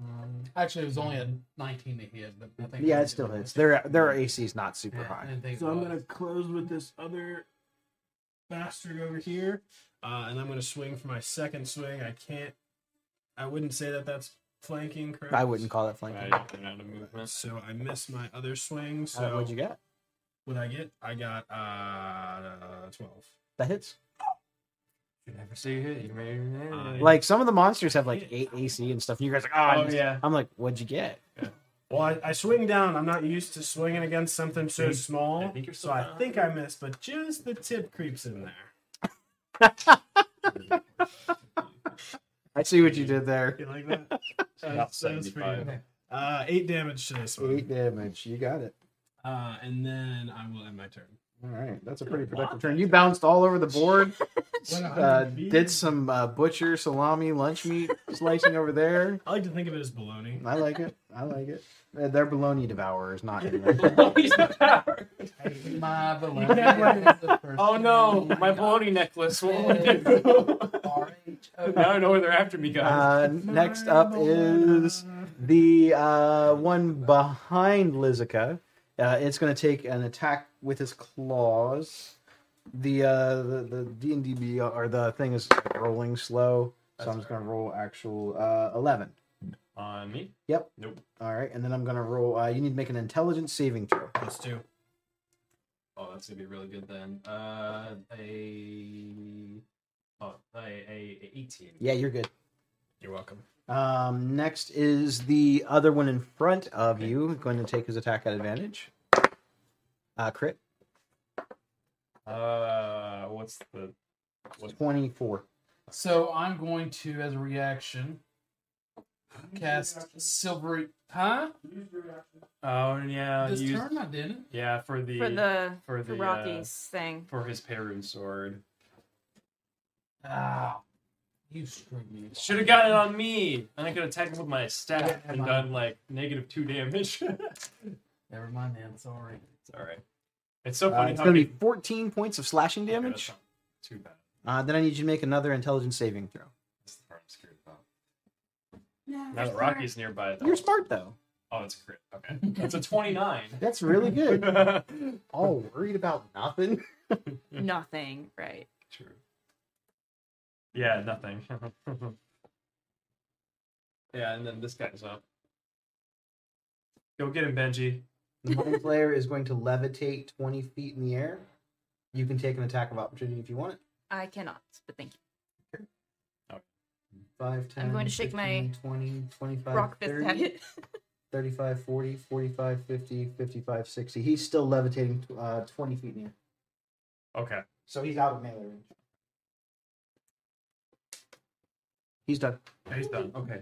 Um,
Actually, it was only a 19 to hit, but I think
Yeah, it still hits. Their, their AC is not super
Yeah, I
high.
didn't think it
so I'm
was.
gonna close with this other bastard over here.
Uh, and I'm going to swing for my second swing. I can't. I wouldn't say that that's flanking, correct?
I wouldn't call that flanking.
Right, they're out of movement.
So I missed my other swing. So
Uh, what'd you get?
what I get? I got uh, 12.
That hits.
You never see it. You may
Uh,
Like, some of the monsters have like 8 AC and stuff. And you guys are like, oh, I
Oh
missed."
yeah.
I'm like, what'd you get?
Well, I, I swing down. I'm not used to swinging against something so
Think-
small.
I think you're
so I
still-
think I missed, but just the tip creeps in there.
I see what you did there.
You like that?
About
That's- that's pretty
75.
good. Uh, eight damage to this one.
Eight damage. You got it.
Uh, and then I will end my turn.
All right, that's a pretty
Good
productive
luck.
turn. You bounced all over the board.
What a
uh,
hundred feet.
did some uh, butcher salami lunch meat slicing over there.
I like to think of it as baloney.
I like it. I like it. Uh, their bologna devourer is not in there.
oh
My baloney
can't
is the first
Oh, no,
thing
my
I got.
baloney necklace. What will I do? now
R-H-O.
I know where they're after me, guys.
Uh, next up is the uh, one behind Lizica. Uh, it's going to take an attack with its claws. The uh, the the D and D or the thing is rolling slow, so
That's
I'm just going to roll actual uh, eleven.
On me.
All right, and then I'm going to roll. Uh, you need to make an intelligence saving throw.
Plus two.
Oh, that's gonna be really good then. Uh, a oh, a, a, E a eighteen.
Yeah, you're good.
You're welcome.
Um, next is the other one in front of you, going to take his attack at advantage. Uh, crit
Uh, what's the what?
24.
So I'm going to, as a reaction, cast silvery. Huh?
Oh yeah,
this
you-
turn I didn't.
yeah for the
for the
for
for
the
Rockies thing.
uh, for his Perun sword.
Ah, you screwed me.
Should have gotten it on me, and I could have tagged with my staff
Yeah,
and done like negative two damage. it's
Never mind then. Sorry.
all right. It's so
Uh,
funny
it's
how
going to
many-
be 14 points of slashing
Okay, that's
damage.
not Too bad.
Uh, then I need you to make another intelligence saving throw.
That's the part I'm scared about. Now that
Sure.
Rocky's nearby, though.
You're smart though.
Oh, it's a crit. Okay, that's a twenty-nine.
That's really good. All worried about nothing.
Nothing, right?
True. Yeah, nothing. yeah, and then this guy's up. Go get him, Benji.
The mind player is going to levitate 20 feet in the air. You can take an attack of opportunity if you want it.
I cannot, but thank you.
5, 10,
I'm going to shake my
15, 20, 25,
Rock fist
30.
at it.
35, 40, 45, 50, 55, 60. He's still levitating uh, 20 feet in the air.
Okay.
So he's out of melee range. He's done.
Yeah, he's done. Okay.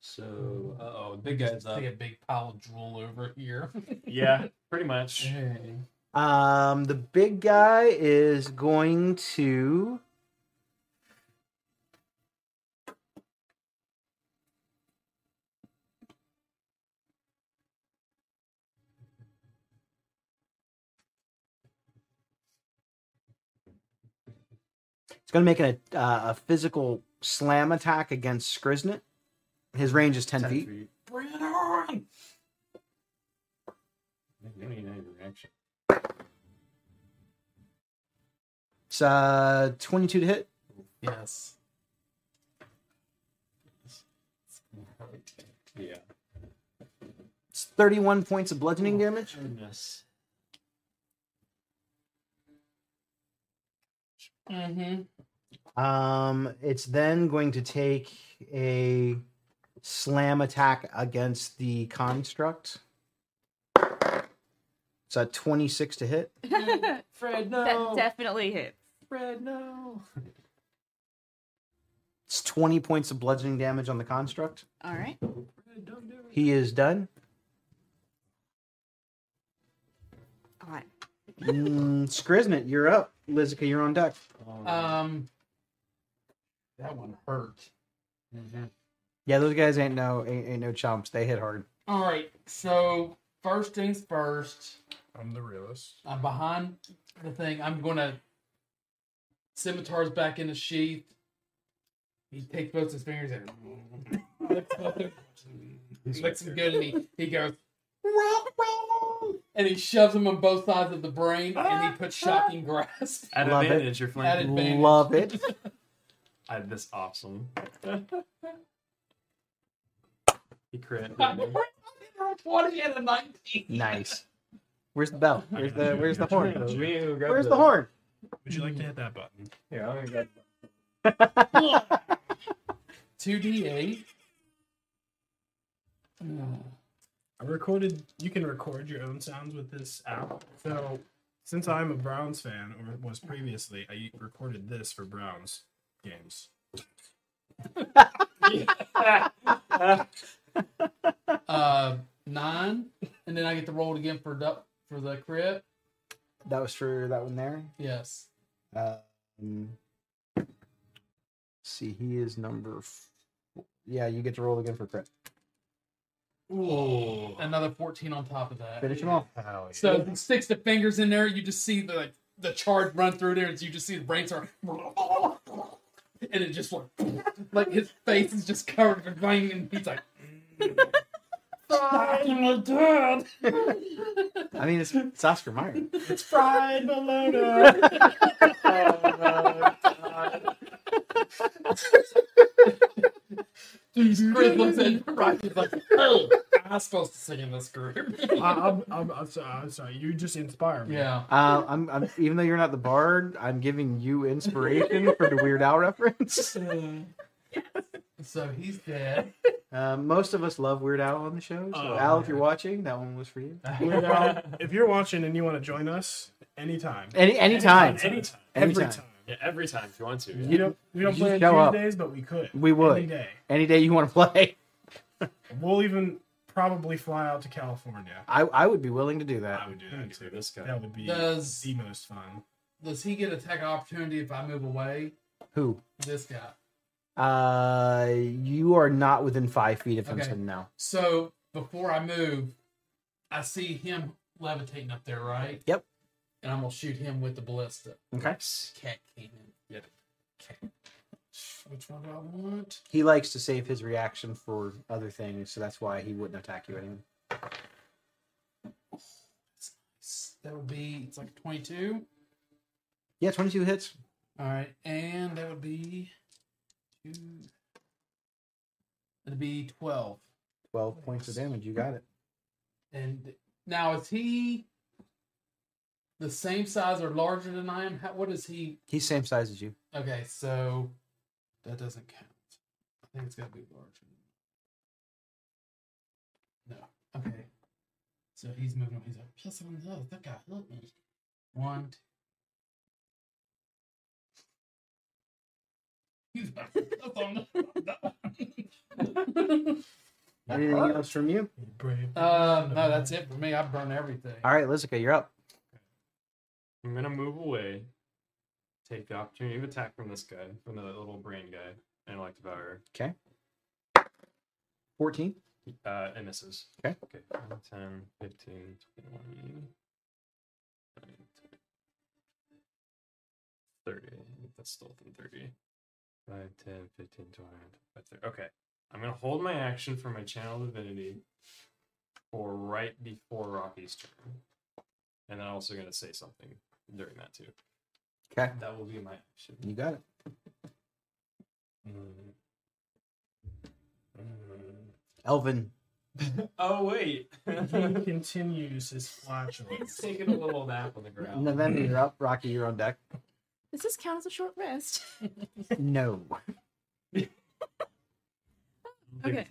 So, uh oh, big guy's up.
See a big pile of drool over here.
Yeah, pretty much.
Hey.
Um, the big guy is going to. It's going to make an, uh, a physical slam attack against Skriznet. His range is 10, feet.
Bring it on!
You don't even have your reaction.
It's uh, 22 to hit.
Yes.
Yeah.
It's 31 points of bludgeoning damage.
Goodness.
Mm-hmm.
Um, it's then going to take a slam attack against the construct. It's a 26 to hit.
Fred,
that definitely hits.
Fred, no.
It's 20 points of bludgeoning damage on the construct.
All right.
Fred, don't do it.
He is done.
All right.
Mm, Skriznet, you're up. Lizica, you're on deck.
Oh,
Um, that one hurt.
Yeah, those guys ain't no ain't, ain't no chumps. They hit hard.
All right. So first things first.
I'm the realist.
I'm behind the thing. I'm gonna scimitar's back in the sheath. He takes both his fingers and licks both their- licks them good, and he, he goes and he shoves him on both sides of the brain, and he puts shocking grasp.
At
Love it.
advantage, you're
At
flanking.
advantage.
Love it.
I, this awesome. he crit.
I rolled Twenty and a nineteen.
Nice. Where's the bell? Where's the where's the horn? Where's
Where's
the horn?
Would you like to hit that button?
Here, I'm gonna get
Two D eight.
I recorded. You can record your own sounds with this app. So, since I'm a Browns fan, or was previously, I recorded this for Browns games.
Uh, nine, and then I get to roll it again for the for the crit.
That was for that one there.
Yes.
Um, see, he is number. F- yeah, you get to roll again for crit.
Ooh.
Another fourteen on top of that.
Finish him off.
Hell
So he sticks the fingers in there. You just see the like, the charge run through there, and you just see the brains are, and it just like like his face is just covered in brain, and he's like, "I'm dead.
I mean, it's, it's Oscar Mayer.
It's fried
Oh,
Chris looks at Rocky he's like, "Hey, I'm supposed to sing in this group."
I, am I'm, I'm, sorry, I'm sorry. You just inspire me.
yeah.
Uh, I'm, I'm even though you're not the bard, I'm giving you inspiration for the Weird Al reference.
So he's dead.
Uh, most of us love Weird Al on the show, so
Oh,
Al, if
yeah.
you're watching, that one was for you.
Well, if you're watching and you want to join us, anytime.
Any anytime,
Anytime.
Anytime.
Every time.
Yeah, every time if you want to. Yeah.
We don't, we don't
You
play
show
on
up.
Tuesdays, but we could.
We
Any
would.
day.
any day you want to play,
We'll even probably fly out to California.
I I would be willing to do
I
that.
would do
I
that
could
too.
do this guy.
That would be
Does
the most fun.
does he get attack of opportunity if I move away?
Who?
This guy.
Uh, you are not within five feet of him,
Okay.
so no.
So before I move, I see him levitating up there, right?
Yep.
And I'm gonna shoot him with the ballista.
Okay.
Cat cannon.
Yep.
Cat. Which one do I want?
He likes to save his reaction for other things, so that's why he wouldn't attack you anyway.
That would be it's like 22.
Yeah, 22 hits.
All right, and that would be two. It'd be 12.
12 points of damage. You got it.
And now is he the same size or larger than I am? How, what is he?
He's same size as you.
Okay, so that doesn't count. I think it's got to be larger. No. Okay. So he's moving. He's like, kill someone else. That guy hurt me. One. two- He's like, "Kill someone else."
Anything else from you?
uh, no, that's it for me. I burn everything.
All right, Lizica, you're up.
I'm gonna move away, take the opportunity of attack from this guy, from the little brain guy, and like devour.
14.
Uh, it misses.
Okay.
Okay. 10, 15, 20, 30. That's still within 30. 5, 10, 15, 20, 25, 30. Okay. I'm going to hold my action for my channel divinity for right before Rocky's turn. And I'm also going to say something during that too.
Okay.
That will be my action.
You got it.
Mm. Mm.
Elvin.
Oh, wait.
He continues his flatulence.
He's taking a little nap on the ground.
November, you're up. Rocky, you're on deck.
Does this count as a short rest?
No.
Okay.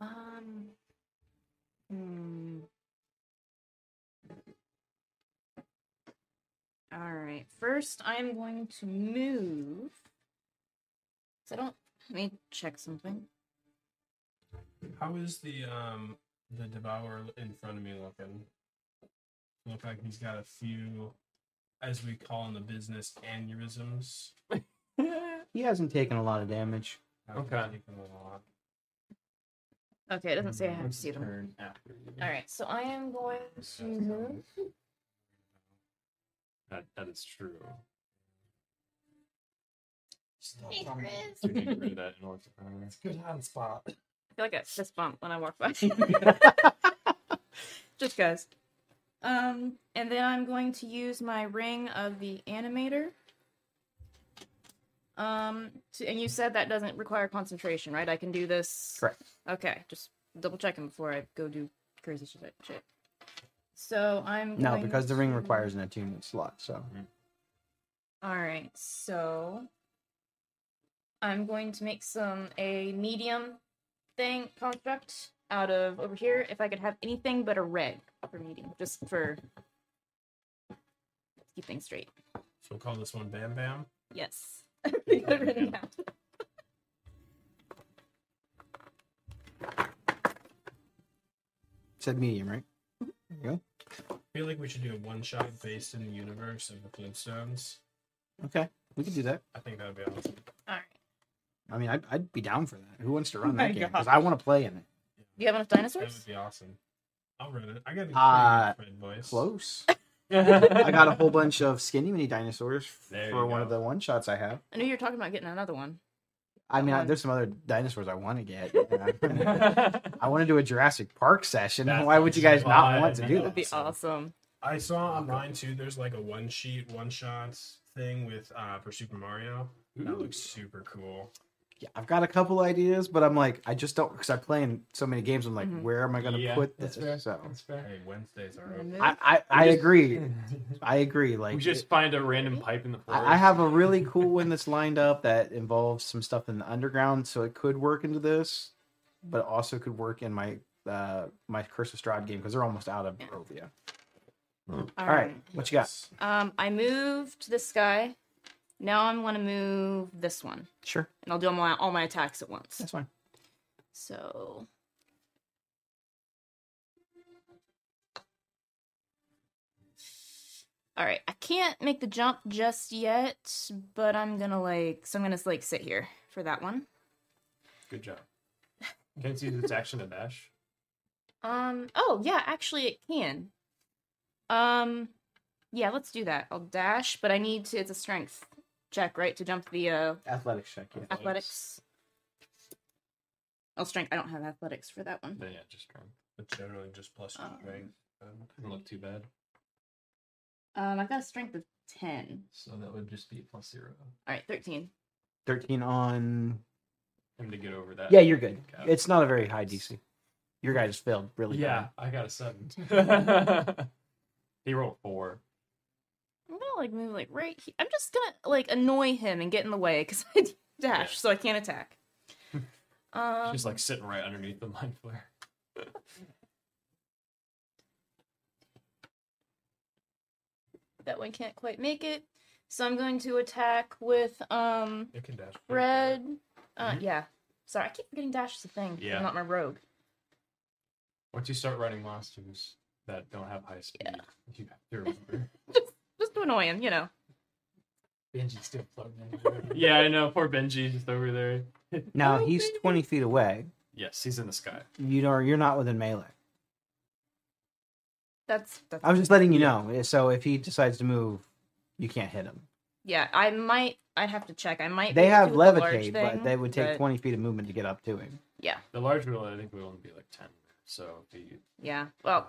Um. Hmm. All right. First, I'm going to move. So I don't. Let me check something.
How is the um the devourer in front of me looking? Look like he's got a few, as we call in the business, aneurysms.
He hasn't taken a lot of damage.
Okay.
Okay, it doesn't say I have to see them. All right, so I am going to.
Mm-hmm. That, that is true.
Stop
Hey,
talking.
Chris.
Do you need to rid of that in order to-
It's a good hiding spot.
I feel like I fist bump when I walk by. Just guys. Um, and then I'm going to use my ring of the animator. Um, to, and you said that doesn't require concentration, right? I can do this.
Correct.
Okay, just double checking before I go do crazy shit. shit. So I'm
No,
going
because the ring
to-
requires an attunement slot. So
All right, so I'm going to make some a medium thing construct out of over here. If I could have anything but a red for medium, just for let's keep things straight.
So we'll call this one Bam Bam.
Yes, You put it in that.
said medium, right? There you
I feel like we should do a one shot based in the universe of the Flintstones.
go. Okay, we can do that.
I think that'd be awesome.
All right.
I mean, I'd, I'd be down for that. Who wants to run
my
that game?
God.
Because I want to play in it.
Do you have enough
That would
dinosaurs?
be awesome. I'll run it. I got a
Uh,
pretty good Fred voice.
Close. I got a whole bunch of skinny mini dinosaurs
There
for
you
one of
go.
the one shots I have.
I knew you were talking about getting another one.
I mean, I,
One.
there's some other dinosaurs I want to get. I want to do a Jurassic Park session.
That's
Why would you guys not
fine.
want to
That
do
would
that?
be awesome.
I saw online too. There's like a one sheet, one shots thing with uh for Super Mario. That looks super cool.
Yeah, I've got a couple ideas, but I'm like, I just don't because I'm playing so many games. I'm like,
Mhm.
where am I going to
Yeah,
put
That's
this?
fair.
So
That's fair.
Hey, Wednesdays are open.
I, I, I agree. I agree. Like,
we just find a random pipe in the forest.
I, I have a really cool one that's lined up that involves some stuff in the underground, so it could work into this, but it also could work in my uh my Curse of Strahd game because they're almost out of Barovia. All right, what you got?
Um, I moved this guy. Now I'm going to move this one,
Sure,
and I'll do all my all my attacks at once.
that's fine.
So. All right, I can't make the jump just yet, but I'm gonna like, so I'm gonna like sit here for that one.
Good job. Can not use its action to dash?
Um, oh yeah, actually it can. Um, yeah, let's do that. I'll dash, but I need to, it's a strength check, right, to jump the uh,
Athletics check. Yeah.
athletics. Oh, strength, I don't have athletics for that one.
Then yeah, just run.
It's generally just plus two,
Um,
right? Um,
Doesn't look too bad.
Um, I've got a strength of 10.
So that would just be plus zero.
All right, 13.
Thirteen on.
Him to get over that.
Yeah, you're good.
Got it.
It's not a very high DC. Your guy just failed really.
yeah, I got a seven. he rolled four.
I'm gonna like move like right. Here. I'm just gonna like annoy him and get in the way because I dash,
Yeah.
so I can't attack. um,
She's like sitting right underneath the mind flare.
that one can't quite make it, so I'm going to attack with um
it can dash. pretty
red. Uh, yeah. Sorry, I keep forgetting dash is a thing. 'cause
Mm-hmm. Yeah.
I'm not my rogue.
Once you start running monsters that don't have high speed, you have to remember.
Just to annoy him, you know.
Benji's still floating in the river.
yeah, I know. Poor Benji just over there.
Now
Oh,
he's twenty feet away.
Yes, he's in the sky.
You know, you're not within melee.
That's that's.
I was just letting you know. So if he decides to move, you can't hit him.
Yeah, I might. I'd have to check. I might. be
They
able to
have
do with the large
levitate, but
thing,
they would take
but-
20 feet of movement to get up to him.
Yeah,
The large wheel, I think, will only be like 10. So if you.
yeah. Well,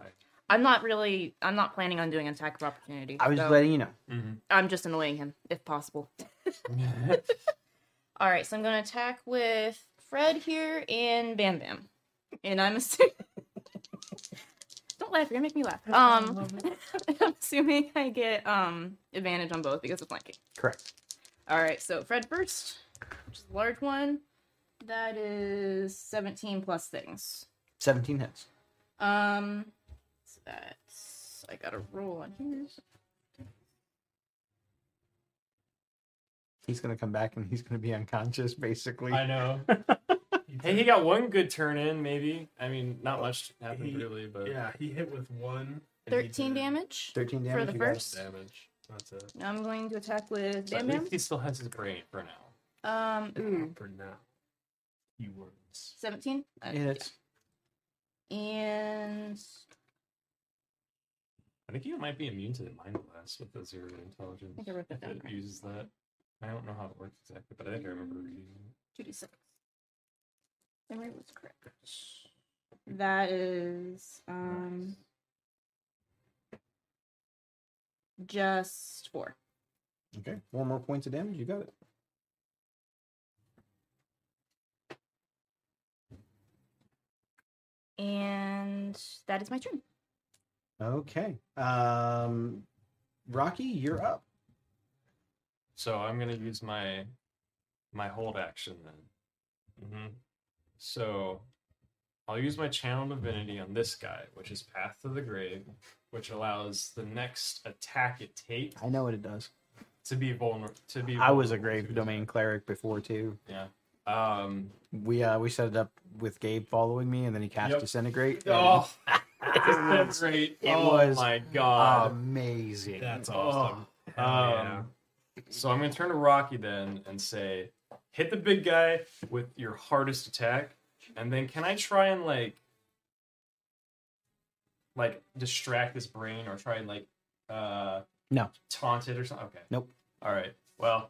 I'm not really. I'm not planning on doing an attack of opportunity.
I was
so
just letting you know.
I'm just annoying him if possible.
Mhm.
All right, so I'm going to attack with Fred here and Bam Bam, and I'm assuming. Don't laugh. You're gonna make me laugh. Um, I'm assuming I get um advantage on both because of flanking.
Correct.
All right, so Fred first, which is a large one. That is 17 plus things.
17 hits.
Um, so that's I got to roll on here.
He's going to come back and he's going to be unconscious, basically.
I know. hey, he got one good turn in, maybe. I mean, not much happened
He-
really, but
good. Yeah, he hit with one. and he
13
did
damage.
13
For
damage.
the
you guys.
first?
damage.
That's it.
Now I'm going to attack with
But
Bam
at
Bam.
least he still has his brain for now.
Um, ooh,
For now.
Keywords.
17?
It hits.
Uh, And I
I think you might be immune to the mind blast with the zero intelligence.
think I wrote that
if
down.
it
right.
uses that. I don't know how it works exactly, but I think I remember reading it.
2d6. Memory was correct. That is um just four.
Okay. Four more points of damage. You got it.
And that is my turn.
Okay. Um, Rocky, you're up.
So I'm gonna use my my hold action then. hmm So I'll use my channel divinity on this guy, which is Path to the Grave, which allows the next attack it takes
I know what it does.
to be vulnerable. To be
I was a
vulnerable to
grave
attack.
domain cleric before too.
Yeah. Um.
We uh we set it up with Gabe following me, and then he cast
Yep.
disintegrate. and
Oh,
it was
great!
it
oh
was uh,
my god.
amazing.
That's
Oh,
awesome.
Um,
yeah.
So I'm going to turn to Rocky then and say, hit the big guy with your hardest attack, and then can I try and like, like distract his brain or try and like, uh,
No.
taunt it or something? Okay.
Nope.
All right. Well,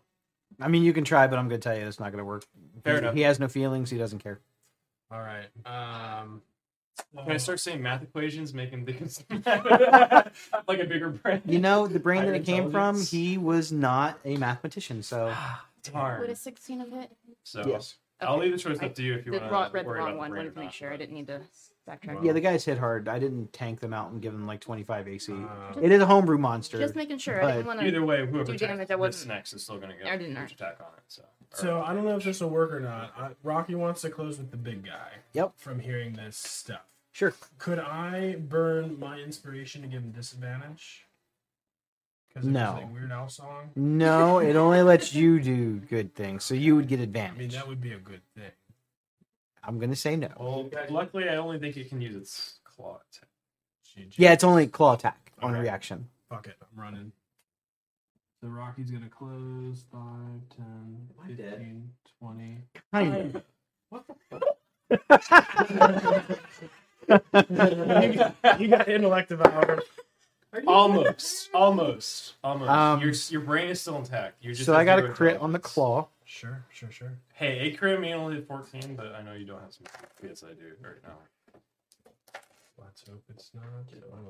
I mean, you can try, but I'm going to tell you it's not going to work.
Fair
he,
enough.
He has no feelings. He doesn't care.
All right. Um,
can I start saying math equations, make him think it's like a bigger brain?
You know, the brain that
Higher
it came from,
intelligence.
he was not a mathematician. So
Would
Darn.
a 16 have hit?
So
yes,
I'll
Okay.
leave the choice
I
up to you if you
Did
want to worry
wrong, read the wrong
about
one.
the brain
Wanted
or
to make
not,
sure I
but-
didn't need to backtrack.
Well,
yeah, the guys hit hard. I didn't tank them out and give them like 25 AC.
uh,
it is a homebrew monster.
Just making sure. I
But-
didn't want to.
Either way, whoever
do
attacks
damage, I
this
wasn't-
next is still going to get
I didn't know.
huge attack on it. So,
So
Alright.
I don't know if this will work or not. I, Rocky wants to close with the big guy.
Yep.
From hearing this stuff,
sure.
could I burn my inspiration to give him disadvantage? Because
No.
Like Weird Al song.
No, it only lets you do good things, so you would get
I mean,
advantage.
that would be a good thing.
I'm gonna say no.
well, luckily, I only think it can use its claw. attack.
GG.
Yeah, it's only claw attack on
Okay.
reaction.
Fuck it. I'm running.
so Rocky's going to close 5, 10,
I dead?
15, 20.
Kind of.
you got intellect of hour.
Almost, almost, almost.
Um,
your your brain is still intact. You just
so I
have
got a
zero
crit on the
intelligence.
claw.
Sure, sure, sure.
Hey, a crit may only hit fourteen, but I know you don't have some. Yes, I do right now.
Let's hope it's not. Oh,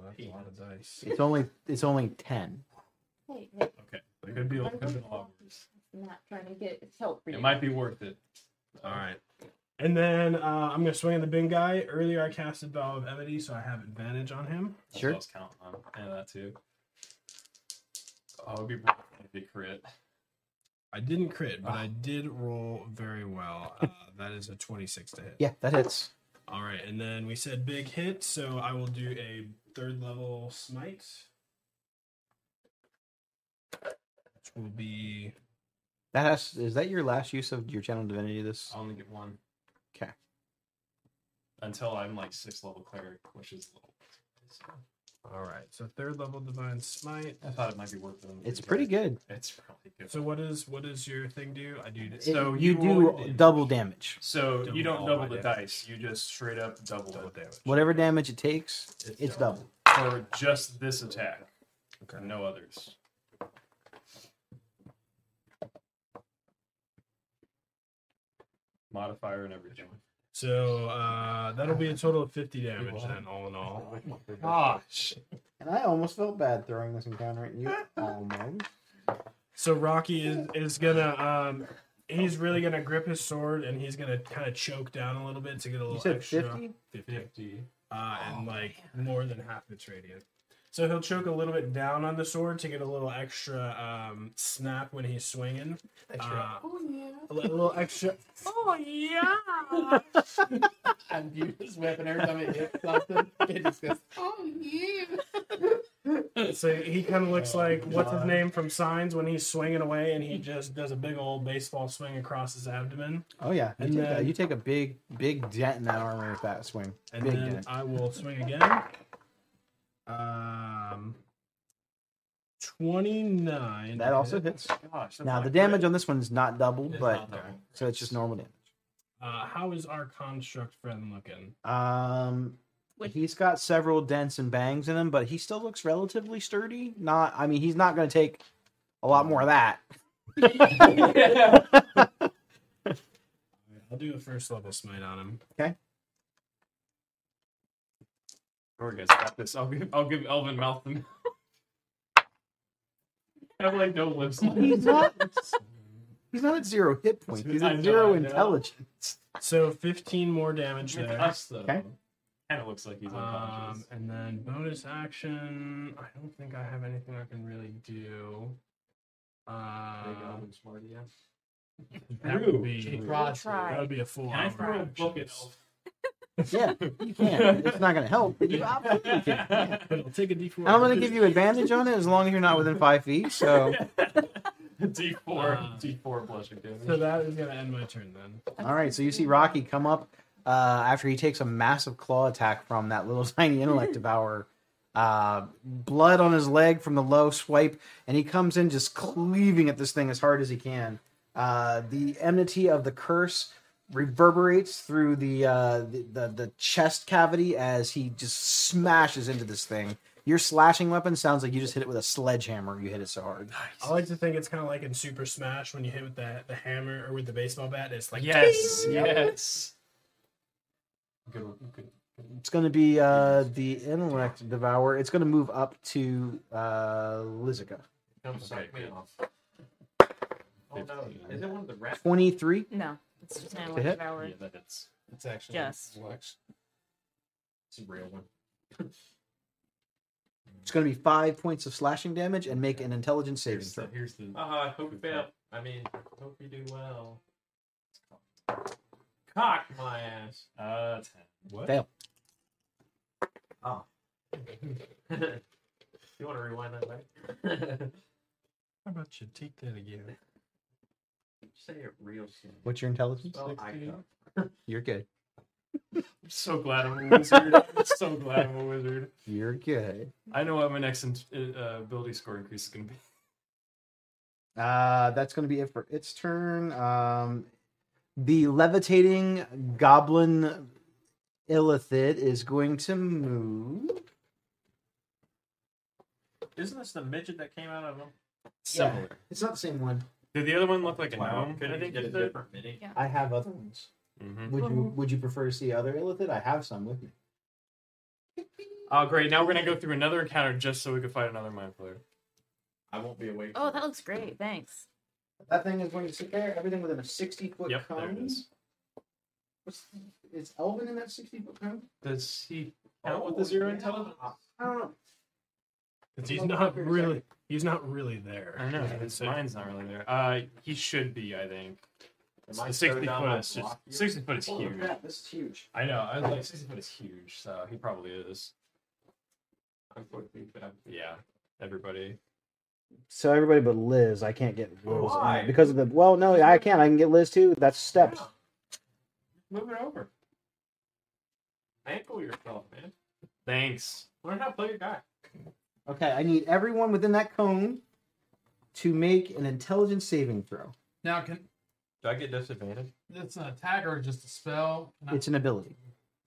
that's a lot of dice.
It's only it's only ten.
Hey, hey,
Okay, it could be, it could be a lot worse.
I'm not trying to get help for you.
It might be worth it.
All right. And then uh, I'm gonna swing at the big guy. Earlier, I casted Bow of Ebony, so I have advantage on him.
That's
Sure.
what I was counting on, and that too. Oh, it'd be worth it if it crit.
I didn't crit, but I
Ah.
did roll very well. Uh, that is a 26 to hit.
Yeah, that hits.
All right, and then we said big hit, so I will do a third level smite, which will be
That has is that your last use of your channel divinity? This
I only get one.
'Kay.
Until I'm like sixth level cleric, which is low. So
all right. So third level divine smite.
I thought it might be worth it. on the
it's
big
pretty
guy.
good.
It's really good.
So what is what is your thing do? I do
It-
So
you,
you
do
roll damage.
double damage.
So
Double
you don't
all
double
my
the
damage.
dice. You just straight up double,
double
it
damage.
Whatever damage it takes, it's, double.
for just this attack.
Okay.
No others. Modifier and everything.
So uh, that'll be a total of 50 damage then, all in all.
Gosh.
And I almost felt bad throwing this encounter at you. Almost.
So Rocky is, is gonna um he's really gonna grip his sword and he's gonna kind of choke down a little bit to get a little
You said
extra
fifty.
50 uh, and like more than half its radiant. So he'll choke a little bit down on the sword to get a little extra um snap when he's swinging. Uh,
Oh yeah.
a li- a little extra.
Oh yeah.
I'm viewed his weapon every time it hits something. It just goes, oh yeah.
So he kind of looks like what's his name from Signs when he's swinging away and he just does a big old baseball swing across his abdomen.
Oh yeah, you
And
take, a,
then-
you take a big big dent in that armor with that swing.
And
big
then
dent.
I will swing again. Um,
29.
That also hits.
Gosh, that's
Now
not
the
great.
damage on this one's not doubled,
It's
but
not double.
so it's just normal damage.
Uh, how is our construct friend looking?
Um,
Would-
he's got several dents and bangs in him, but he still looks relatively sturdy. Not, I mean, he's not going to take a lot more of that.
I'll do a first level smite on him.
We're gonna stop this. I'll give I'll give Elvin mouth the I'm like no lips.
He's not. He's not at zero hit points. He's
I
at
know,
zero
I know.
intelligence.
So 15 more damage there.
Us though.
Okay.
Kind of looks like he's
Um,
unconscious.
and then bonus action. I don't think I have anything I can really do.
There you go,
Uh,
Elvin smart, yeah.
that
True.
would be
Try
that
Try.
would be a full
Can I
hour.
throw a
action.
book at Elvin?
Yeah, you can. It's not going to help, but you absolutely can. Yeah.
But it'll take a d4.
I'm going to give you advantage on it as long as you're not within five feet. So,
D four,
Uh,
D four blushing damage.
So that is gonna end my turn then.
all right. So you see Rocky come up uh, after he takes a massive claw attack from that little tiny intellect devourer. Uh, blood on his leg from the low swipe, and he comes in just cleaving at this thing as hard as he can. Uh, the enmity of the curse reverberates through the, uh, the, the the chest cavity as he just smashes into this thing. Your slashing weapon sounds like you just hit it with a sledgehammer. You hit it so hard.
I like to think it's kind of like in Super Smash when you hit with the, the hammer or with the baseball bat. It's like
yes, yes. Good, good.
It's going to be uh, the intellect devourer. It's going to move up to uh, Lizica.
Don't suck me off. Oh no! Is it one of the rats?
Twenty three.
No, it's just an
hit?
intellect
Yeah,
devourer.
that hits.
It's actually
Just.
Flex.
It's a real one.
It's going to be five points of slashing damage and make an intelligence saving
Here's
throw.
the, here's the
Uh, I hope you fail. I mean, hope you do well. Cock my ass.
uh ten.
what?
Fail.
Ah. you want to rewind that back?
How about you take that again?
Say it real soon.
What's your intelligence?
Spell icon.
You're good.
I'm so glad I'm a wizard. I'm so glad I'm a wizard.
You're good.
I know what my next in- uh, ability score increase is going to be.
Uh, that's going to be it for its turn. Um, the levitating goblin illithid is going to move.
Isn't this the midget that came out of him?
Similar. It's not the same one.
Did the other one look like a gnome?
Could
I
he
think
get a
it did.
different mini?
I have other ones.
Mm-hmm.
Would you Would you prefer to see other illithid? I have some with me.
Oh, great. Now we're going to go through another encounter just so we can fight another mind flayer.
I won't be awake.
Oh, that looks great. Thanks.
That thing is going to sit there. Everything within a sixty foot
Yep, there
cone.
it is.
What's, is Elvin in that sixty foot cone?
Does he Oh, count with the zero intelligence?
I don't know.
'Cause he's not really he's not really there.
I don't know. His mine's not really there. Uh, he should be, I think.
Am I
The
so
60
dumb
foot
I
is just,
block you?
60 foot is
Holy
huge.
crap, this is huge.
I know. I was like, 60 foot is huge, so he probably is.
I'm forty feet, but I'm-
Yeah. Everybody.
So everybody but Liz, I can't get Liz
Oh,
in
Why?
because of the. Well, no, I can. I can get Liz too. That's steps.
Move it over. Ankle yourself, man.
Thanks.
Learn how to play your guy.
Okay, I need everyone within that cone to make an intelligence saving throw.
Now, can
Do I get disadvantage?
it's an attack or just a spell? Can I-
It's an ability.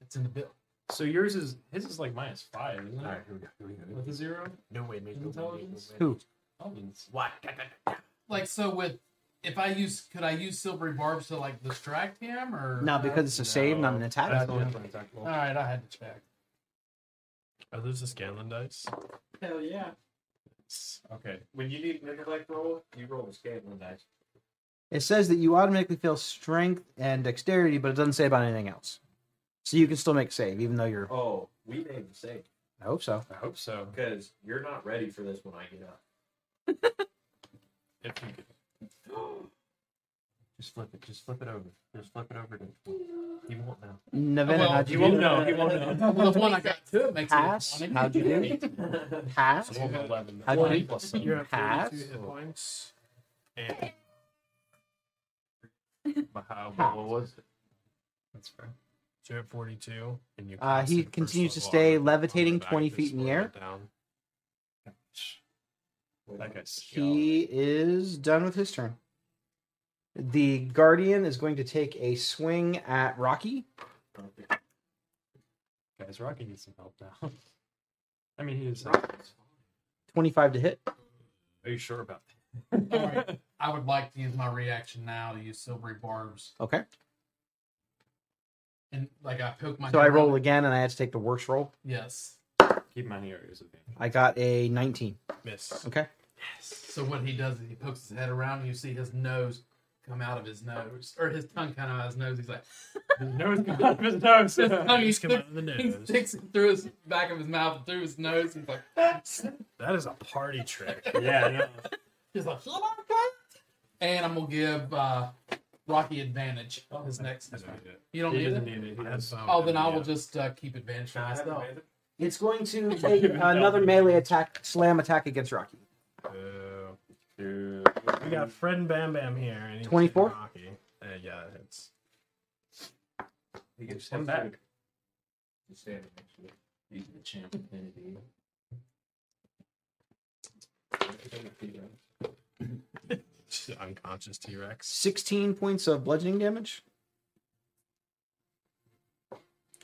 it's in the bit.
So yours is, his is like minus five, isn't it?
here we go. Here we go.
With a zero?
No way, mate.
Intelligence?
Who?
Elvin's.
Why?
Like so with. If I use, could I use silvery barbs to like distract him or?
No, because it's a save, not an attack.
That's the only thing that's actionable.
All right, I had to check.
Are those the Scanlan dice?
Hell yeah. Okay. When you need an intellect roll, you roll a scaling dice.
It says that you automatically fail strength and dexterity, but it doesn't say about anything else. So you can still make a save, even though you're.
Oh, we made a mistake
I hope so.
I hope so.
because you're not ready for this when I get up.
If you could.
Just flip it. Just flip it over. Just flip it over. To... He won't know.
Navina,
Well,
how'd
He
you
won't
do?
know. He won't know.
Well, the one I got to it makes it
Pass.
funny.
How'd you do? Pass.
So I'm 11.
How'd you
20
do?
plus seven.
You're at 42
Pass.
hit points. And
How- What was it? That's fair.
you're at 42. And you
Uh, he
constant first
continues to
level
stay
armor-
levitating
armor back
20
to
feet in the
slow
air.
it Down.
That guy's
He is done with his turn. The guardian is going to take a swing at Rocky.
Guys, Rocky needs some help now. I mean, he was.
Twenty-five to hit.
Are you sure about that?
All right. I would like to use my reaction now to use silvery barbs,
Okay.
and like I poke my.
So I
head
roll
around-
again, and I had to take the worst roll.
Yes.
Keep my areas of advantage.
I got a nineteen.
Miss.
Okay.
So what he does is he pokes his head around, and you see his nose come out of his nose, or his tongue kind of out of his nose. He's like,
His nose comes out of his nose.
his tongue, he
He's come out
sticks,
of the
he
nose.
sticks it through his back of his mouth, and through his nose. He's like,
That is a party trick.
yeah, no.
he's like, "Shut up, guys." and I'm gonna give uh, Rocky advantage on his next. You don't
he
need
doesn't
it.
need it. He
I
has-
have some.
Oh, then I will just uh, keep advantage for myself.
It's going to take another melee attack, slam attack against Rocky.
Uh,
Dude.
we got Fred and Bam Bam here. and he's
24?
hitting Rocky. Uh, yeah, it's
He gets him back.
just an unconscious T Rex.
Sixteen points of bludgeoning damage.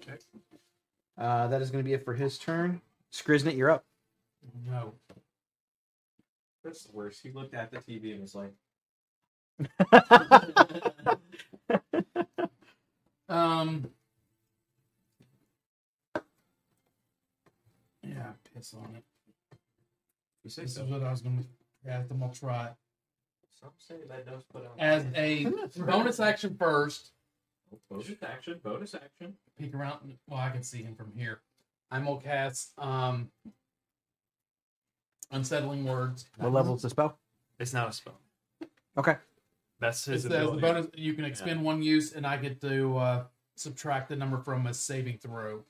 Okay.
Uh, that is going to be it for his turn. Skriznet, you're up.
No.
That's the worst. He looked at the TV and was like,
Um. Yeah, piss on it.
"You say
This
so."
is what I was gonna. Yeah, I'm gonna try it.
Some say that does put on
as a bonus action first.
bonus action. Bonus action.
Peek around. Well, I can see him from here. I'm gonna cast um, unsettling words.
What level is the spell?
It's not a spell.
Okay.
That's his
It's the, as a
ability.
bonus, you can expend one use, and I get to uh, subtract the number from a saving throw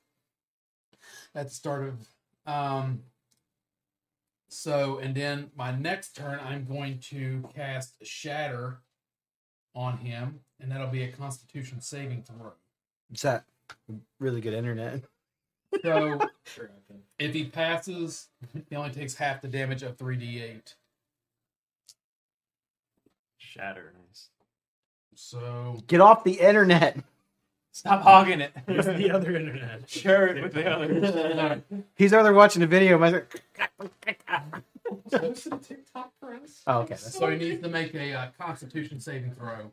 at the start of. Um, so, and then my next turn, I'm going to cast Shatter on him, and that'll be a Constitution saving throw.
It's that really good internet.
So, if he passes, he only takes half the damage of 3d8.
Shatter. Nice.
So,
Get off the internet.
Stop hogging it.
It's the other internet.
Share it with the others.
He's over there watching a video. My
TikTok for us.
oh, okay. That's
So he needs to make a uh, Constitution saving throw.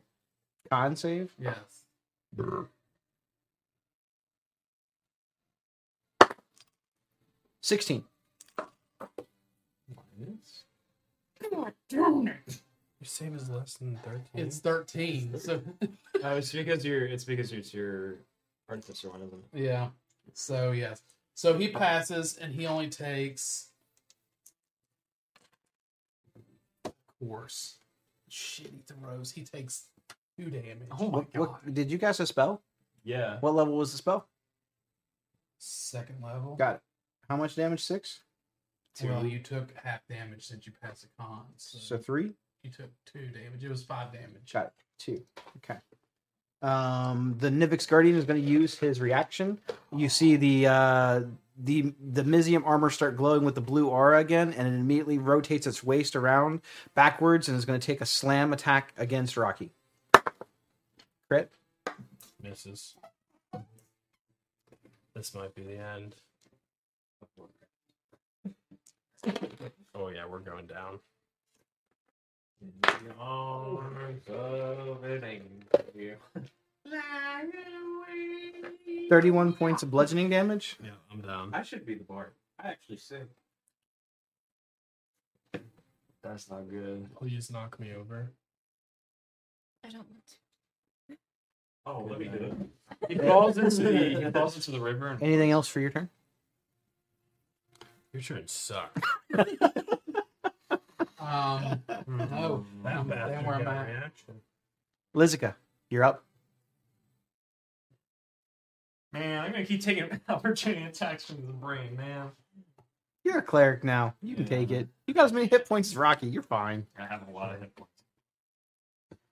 con save.
Yes.
Sixteen.
Your save is less than 13.
It's 13. So
Oh, it's because you're. It's because it's your apprentice or one of them.
yeah. So yes. So he passes and he only takes of course. Shitty throws. He takes two damage.
What- what- did you guess a spell?
Yeah.
What level was the spell?
Second level.
Got it. How much damage? Six.
Well,
Two.
you took half damage since you passed the con. So,
So three.
you took two damage. It was five damage.
Got it. Two. Okay. Um, the Nivix Guardian is going to use his reaction. You see the uh, the the Mizium armor start glowing with the blue aura again, and it immediately rotates its waist around backwards and is going to take a slam attack against Rocky. Crit.
Misses. This might be the end. Oh yeah, we're going down.
Arms of an angel.
31 points of bludgeoning damage.
Yeah, I'm down.
I should be the bard. I actually sing.
That's not good.
Please knock me over.
I don't want to.
Oh,
Good
let me do it.
He falls into the. He falls into the river. And...
Anything else for your turn?
Your turn sucks.
Um,
Hmm.
Oh,
no, I'm,
Bastard
damn where I'm
got a
at.
reaction.
Lizica, you're up.
Man, I'm gonna keep taking opportunity attacks from the brain, man.
You're a cleric now. You can
Yeah.
take it. You got as many hit points as Rocky. You're fine.
I have a lot of hit points.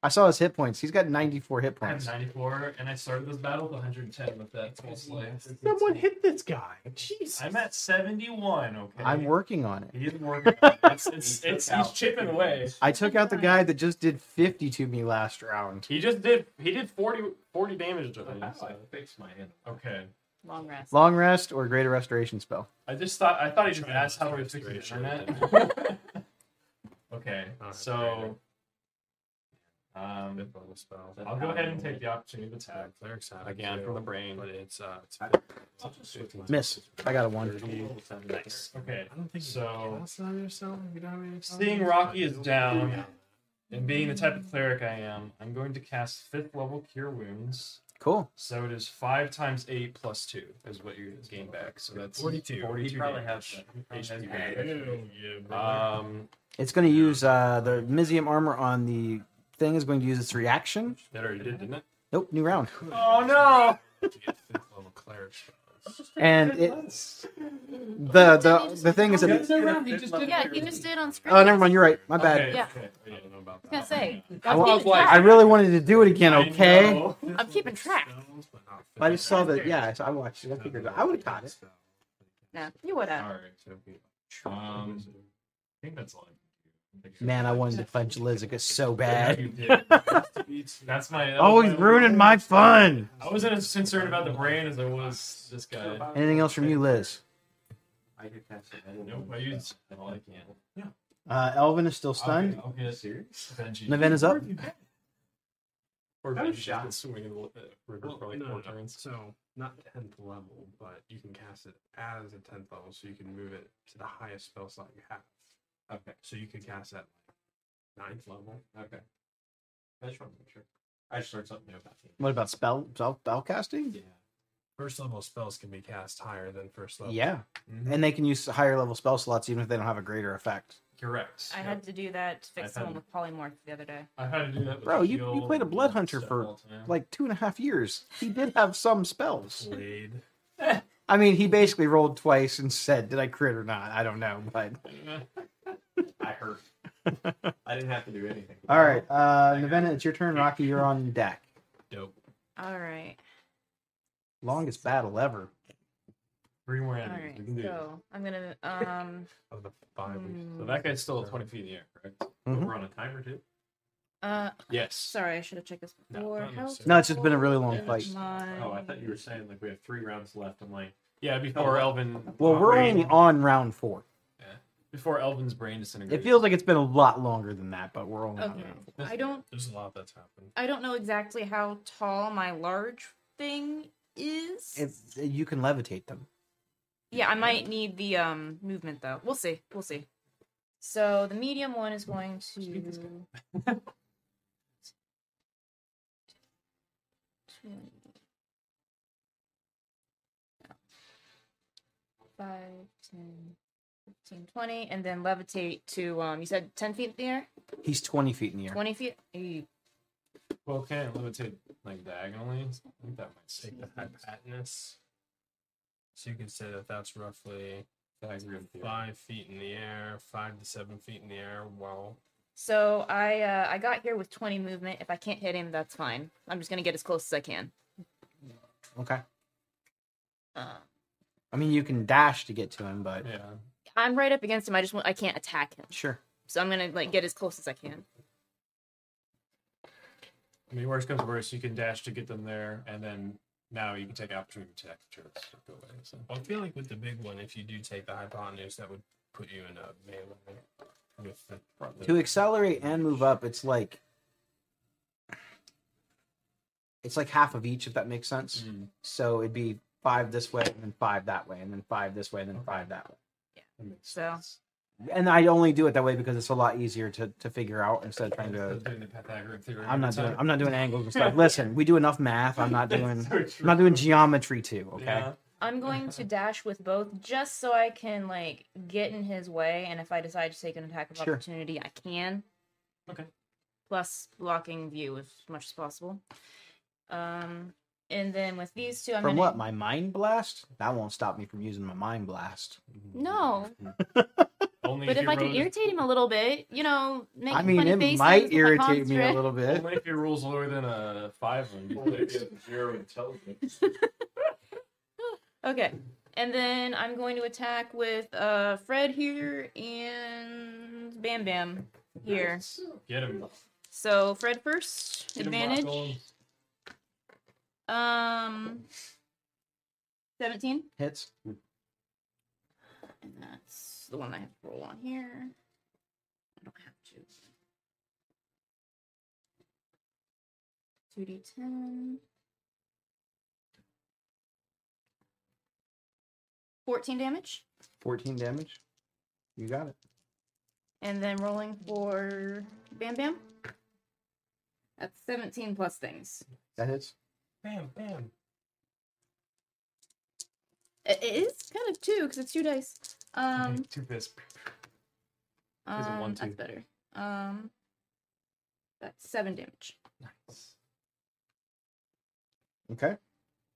I saw his hit points. He's got 94 hit
I have
points.
94, and I started this battle with 110 with that full slice.
Someone hit this guy. Jeez.
I'm at 71. Okay.
I'm working on it.
He's working. on it. It's, it's, it's, he's chipping away.
I took out the guy that just did 50 to me last round.
He just did. He did 40, 40 damage to me. so-
fixed my hand.
Okay.
Long rest.
Long rest or greater restoration spell.
I just thought. I thought he just
Trying to
asked how we
fix
fixing
the
the internet.
ratio.
okay.
All right,
So. Um,
Bonus spell.
I'll go ahead and take the opportunity to attack
Cleric's have it
again
too,
from the brain.
But it's uh, it's
I'll just switch
Miss. I got a one.
Nice. Okay.
I don't think
So-
You can cast it on yourself if you don't have any
Seeing Rocky is down, and being the type of cleric I am, I'm going to cast fifth level Cure Wounds.
Cool.
So it is five times eight plus two is what you gain back. So that's
42.
He probably
damage.
has that. He probably
HP.
has that.
Um,
It's going to use uh, the Mizium armor on the thing is going to use its reaction.
that already did, didn't it?
Nope, new round.
Oh no!
level cleric spells.
And it, the the the thing is
The
that.
other round, he just did
Yeah, he just did on screen.
Oh, never mind. You're right. My bad.
Okay,
Yeah.
okay. I don't know about
I
that.
was gonna say.
I
I'm,
was
keeping
like-
track.
I really wanted to do it again. Okay.
I know.
I'm keeping track.
Spells, but not
But I just saw that.
physical.
Yeah, so I watched it. I figured it- I would have caught it.
No, you would have.
Alright, so we- Um, I think that's all. I can do.
Man, I wanted to punch Lizica so
Yeah,
bad.
you did. That's my. that was
Always
my-
ruining my fun.
I wasn't as concerned about the brain as I was this guy.
Anything else from you, Liz?
I could cast it.
Nope, I used all I can.
Uh, Elvin is still stunned.
I'll get serious. Benji.
Neven is up.
Or
That was
Benji's
shot.
been swimming in the li- uh, river
Well,
for like
no,
four
no, no.
turns.
So not tenth level, but you can cast it as a tenth level, so you can move it to the highest spell slot you have.
Okay.
So you could cast that ninth level.
Okay. I just want to make sure. I just learned something new about you.
What about spell spell, spell casting?
Yeah.
First level spells can be cast higher than first level.
Yeah,
Mhm.
and they can use higher level spell slots even if they don't have a greater effect.
Correct.
I had to do that to fix
I had-
someone with polymorph the other day.
I had to do that. With
Bro, you- you
shield
played a blood
and
hunter
stuff
for,
all the time.
Like two and a half years, he did have some spells.
Blade.
I mean, he basically rolled twice and said, "Did I crit or not?" I don't know, but
I hurt. I didn't have to do anything.
all right, uh, Nevenna, it's your turn. Rocky, you're on deck.
Dope.
All right.
Longest battle ever.
Three more
All
enemies.
right.
We can do this.
So I'm gonna um
Of the five. we-
hmm,
So that guy's still at 20 feet in the air, correct?
Mhm.
We're on a timer too.
uh
Yes.
sorry I should have checked this
No,
before.
not
How
necessarily.
No, it's just been a really long
Yeah,
fight.
it's-
my-
Oh, I thought you were saying like we have three rounds left. I'm like,
Yeah, before Elvin.
Oh,
uh,
Well, we're
brain-
only on round four.
before Elvin's brain disintegrates.
It feels like it's been a lot longer than that, but we're only on
Okay.
round four.
I don't
There's a lot that's happened.
I don't know exactly how tall my large thing is.
It's, you can levitate them.
Yeah, I might need the um movement though. We'll see. We'll see. So the medium one is going to. Five, 10, 15, 20, and then levitate to um. You said ten feet in the air,
He's 20 feet in the air.
twenty feet. Eh,
Well, can it levitate like diagonally? I think that might
Take
take
the hypatnus. So you could say that that's roughly
I agree with you.
five feet in the air, five to seven feet in the air. Well,
So I uh, I got here with twenty movement. If I can't hit him, that's fine. I'm just gonna get as close as I can.
Okay.
Uh,
I mean, you can dash to get to him, but
Yeah.
I'm right up against him. I just want I can't attack him.
sure.
So I'm gonna like get as close as I can.
I mean, worst comes to worst, you can dash to get them there, and then now you can take opportunity attack to try to go away. So.
I feel like with the big one, if you do take the hypotenuse, that would put you in a melee with the
To accelerate and move up, it's like it's like half of each, if that makes sense.
Mm,
So it'd be five this way, and then five that way, and then five this way, and then five that way.
that makes
So-
sense.
And I only do it that way because it's a lot easier to, to figure out instead of trying
Instead
to.
of doing the Pythagorean theory.
I'm not
every
doing.
time.
I'm not doing angles and stuff. Listen, we do enough math. I'm not doing.
So
I'm
true.
not doing geometry too. Okay.
Yeah.
I'm going to dash with both just so I can like get in his way, and if I decide to take an attack of
Sure.
opportunity, I can.
Okay.
Plus blocking view as much as possible. Um, and then with these two, I'm
From
gonna
what? My mind blast? That won't stop me from using my mind blast.
no.
Only
But if
your
I can
road is-
irritate him a little bit, you know, make
I mean,
funny
it
faces
might
with my
irritate me a
conscript.
little bit.
Only if your rule's lower than a five when you
Only if
fix.
you have zero intelligence.
Okay. And then I'm going to attack with uh, Fred here and Bam Bam here.
Get him.
So Fred first,
Get him
advantage.
Rocco.
Um, seventeen,
Hits.
and that's the one I have to roll on here. I don't have to. Two d ten. Fourteen damage.
14 damage. You got it.
And then rolling for Bam Bam. That's 17 plus things.
That hits.
Bam, bam.
It it is kind of two because it's two dice. Um,
Two fists. Is it
um
Mhm. one,
that's
two?
better. Um, that's seven damage.
Nice.
Okay.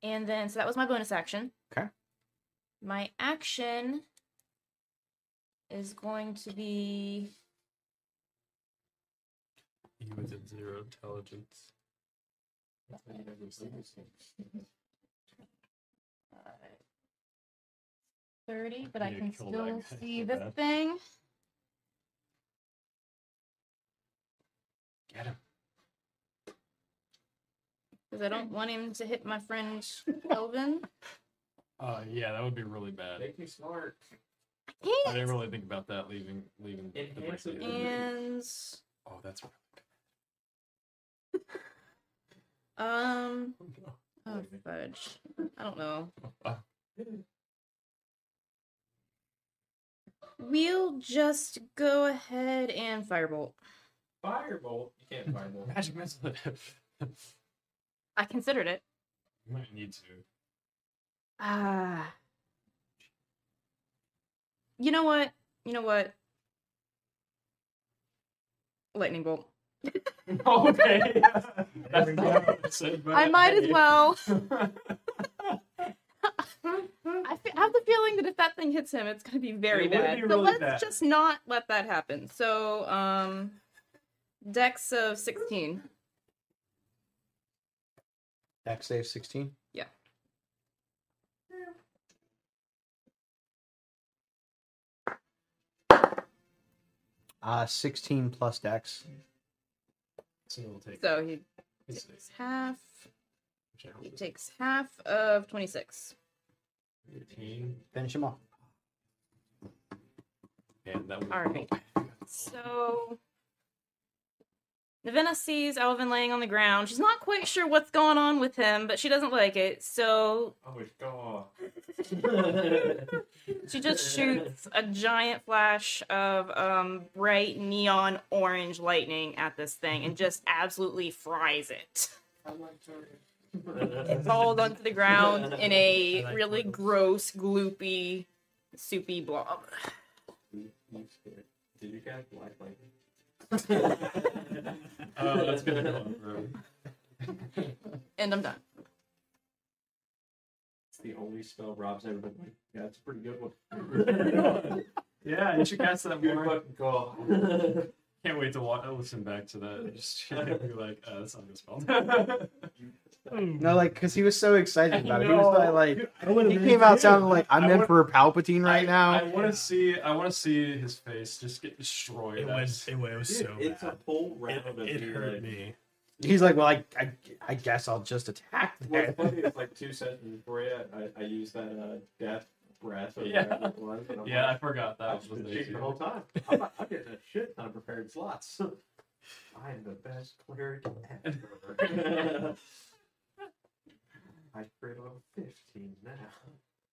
And then so that was my bonus action.
Okay.
My action is going to be
You was at zero intelligence.
thirty, but I
Yeah,
can
kill
still
that guy
see
so
this
bad.
thing.
Get him.
Because I don't want him to hit my friend Elvin.
Uh, yeah, that would be really bad.
Make me smart.
I didn't really think about that leaving leaving the
Enhance
bracelet.
it.
And
Oh, that's
um oh fudge. I don't know.
Uh.
We'll just go ahead and firebolt.
Firebolt. You can't firebolt.
magic missile. you
I considered it.
might need to.
Ah. You know what? You know what? Lightning bolt.
okay. That's not what I said, but
I might as
hey.
well. I fe- have the feeling that if that thing hits him, it's going to be very
It would
bad.
be
so
really
let's
bad.
just not let that happen. So, um, dex of 16.
Deck save 16. Uh, 16 plus dex.
So it'll take.
So he
it's-
takes half.
it's-
He takes half of 26.
Finish him off.
And that would
All right. So Navenna sees Alvin laying on the ground. She's not quite sure what's going on with him, but she doesn't like it. So
Oh, it's gone.
she just shoots a giant flash of um, bright neon orange lightning at this thing and just absolutely fries it. It falls onto the ground in a really gross, gloopy, soupy blob.
Did you guys like like?
Oh, that's gonna go on forever.
And I'm done.
It's the only spell Rob's ever been like, yeah, it's a pretty good one.
Yeah, you should cast that
Good
more.
fucking call.
Can't wait to watch, listen back to that. Just be like, uh, that's not good spell.
Uh,
Hmm.
No, like, because he was so excited about it. He was
know.
like,
I would
he came out sounding like, I'm
I want-
Emperor Palpatine right
I-
now.
I want to see. I want to see his face just get destroyed.
It was, it was
Dude,
so
it's
bad.
a whole round
It,
of
it
being
hurt
like-
me.
He's like, well, I, I, I guess I'll just attack
What's
that.
funny is like two sentences before it, I, I used that uh, death breath or
Yeah.
whatever it was. And I'm
Yeah, I
like,
forgot that
I've
was
been
the
cheating the
issue.
whole time. I'm, not, I'm getting a shit ton of prepared slots. I am the best cleric ever. I crit on 15 now.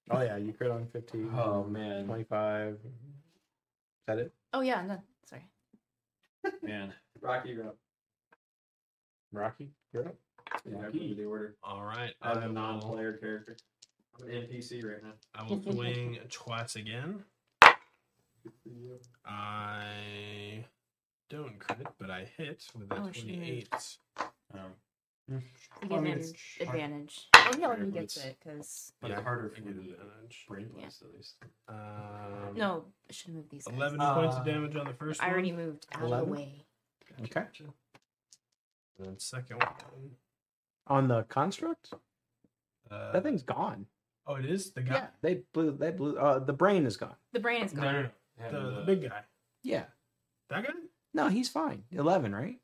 Oh, yeah, you crit on 15.
Oh man,
25. Is that it?
Oh, yeah, I'm done. Sorry.
man.
Rocky, you're up.
Rocky? You're up.
Yeah, I remember the order.
All right. I
I'm a non
will,
player character. I'm an NPC right now.
I will swing twice again.
Good for you.
I don't crit, but I hit with that
Oh, shoot.
28.
Um,
To
Well,
give
I mean,
him
it's hard-
advantage. Oh yeah, when he gets
Favorites.
it, because
But it's harder for you to
damage.
brain blast at least.
Um,
no, I should move these. Guys. Oh,
11
Uh,
points of damage on the first
I
one.
already moved out of
11?
the way.
Okay.
And then second one.
On the construct,
Uh,
that thing's gone.
Oh, it is the guy.
Yeah.
They blew. They blew. Uh, the brain is gone.
The brain is
No,
gone.
no, no.
Having
The, the
the-
big guy.
Yeah.
That guy?
No, he's fine. Eleven, right?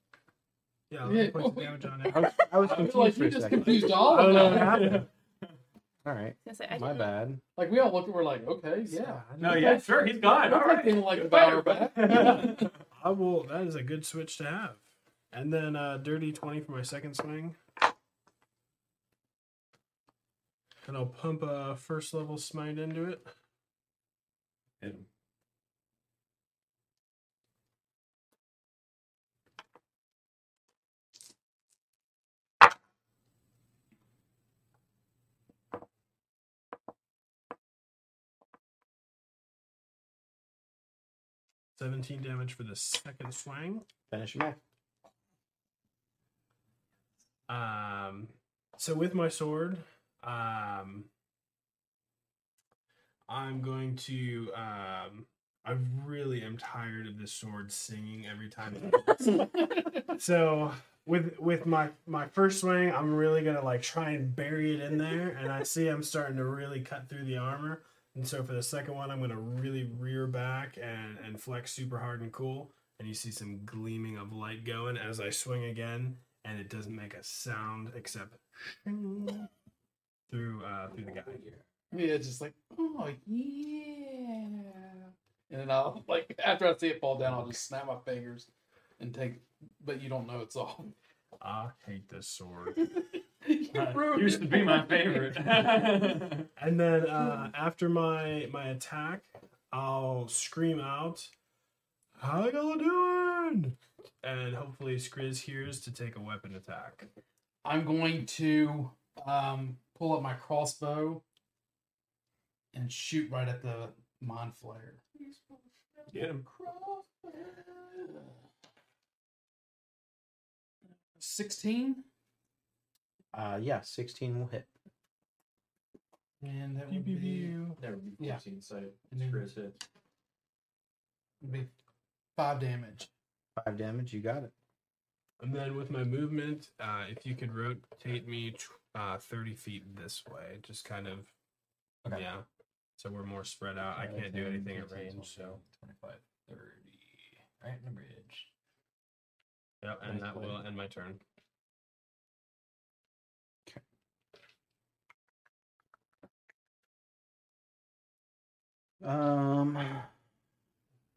Yeah, 11
Yeah.
points of damage on
I
it.
was, I was
I feel
confused
like
for
you
a
just
second.
confused all
I
of
don't know
them.
what happened.
All right.
I was gonna say, I
My
didn't-
bad.
Like we all looked and we're like, okay, yeah.
No, yeah, sure, he's gone. All
Looks like
right.
they didn't like the
Fire
battle back.
I will. That is a good switch to have. And then uh, dirty twenty for my second swing. And I'll pump a first level smite into it.
Hit him.
Seventeen damage for the second swing.
Finish him off.
Um, so with my sword, um, I'm going to. Um, I really am tired of this sword singing every time. it hits. so with with my my first swing, I'm really gonna like try and bury it in there, and I see I'm starting to really cut through the armor. And so for the second one, I'm gonna really rear back and and flex super hard and cool. And you see some gleaming of light going as I swing again and it doesn't make a sound except shing through uh, through the guy.
Yeah, just like, oh yeah. And then I'll like after I see it fall down, I'll just snap my fingers and take but you don't know it's all.
I hate this sword.
you ruined
Used to
it.
be my favorite.
and then uh, after my my attack, I'll scream out, "How y'all doing?" And hopefully Skriz hears to take a weapon attack.
I'm going to um pull up my crossbow and shoot right at the mon flare.
Get him.
Sixteen,
Uh, yeah, sixteen will hit.
and that
Pew,
would
pew,
be,
pew.
Never before
Yeah.
seen sight.
And then-
Chris hit.
would be five damage.
Five damage. You got it.
And then with my movement, uh, if you could rotate me tw- uh, 30 feet this way, just kind of,
Okay.
yeah. So we're more spread out. I can't do anything at range. So,
25, 30. Right in the bridge.
yep, and
Nice
that
play.
will end my turn.
Um,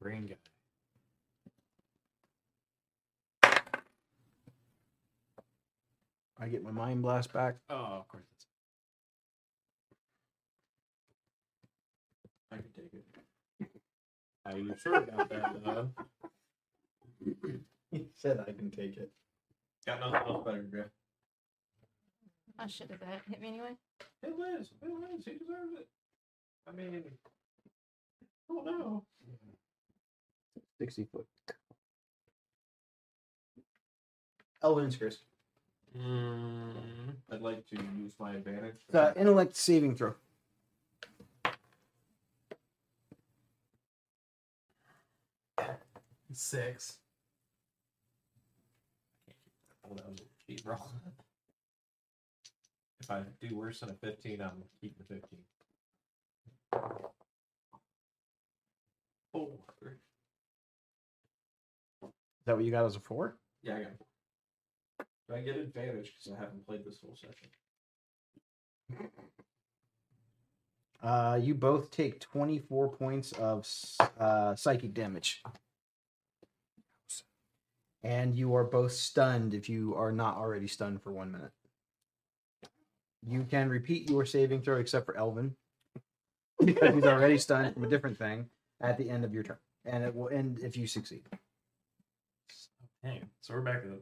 Brain guy.
I get my mind blast back.
Oh, of course. That's... I could take it. Are you sure about that, though? he said I can take it. Got nothing else better to do.
Oh shit, did that hit me anyway?
It lives. It lives. He deserves it. I mean, I don't know.
Sixty foot. Eldrin's curse.
I'd like to use my advantage. for
Uh,
that.
intellect saving throw.
Six.
Oh, that was a cheap roll. If I do worse than a 15, I'm keeping the 15.
Four.
Is that what you got as a four?
Yeah, I got. four. Do I get advantage because I haven't played this whole session?
Uh, you both take twenty four points of s- uh, psychic damage, and you are both stunned if you are not already stunned for one minute. You can repeat your saving throw except for Elvin, because he's already stunned from a different thing at the end of your turn, and it will end if you succeed.
Hey, so we're back to the.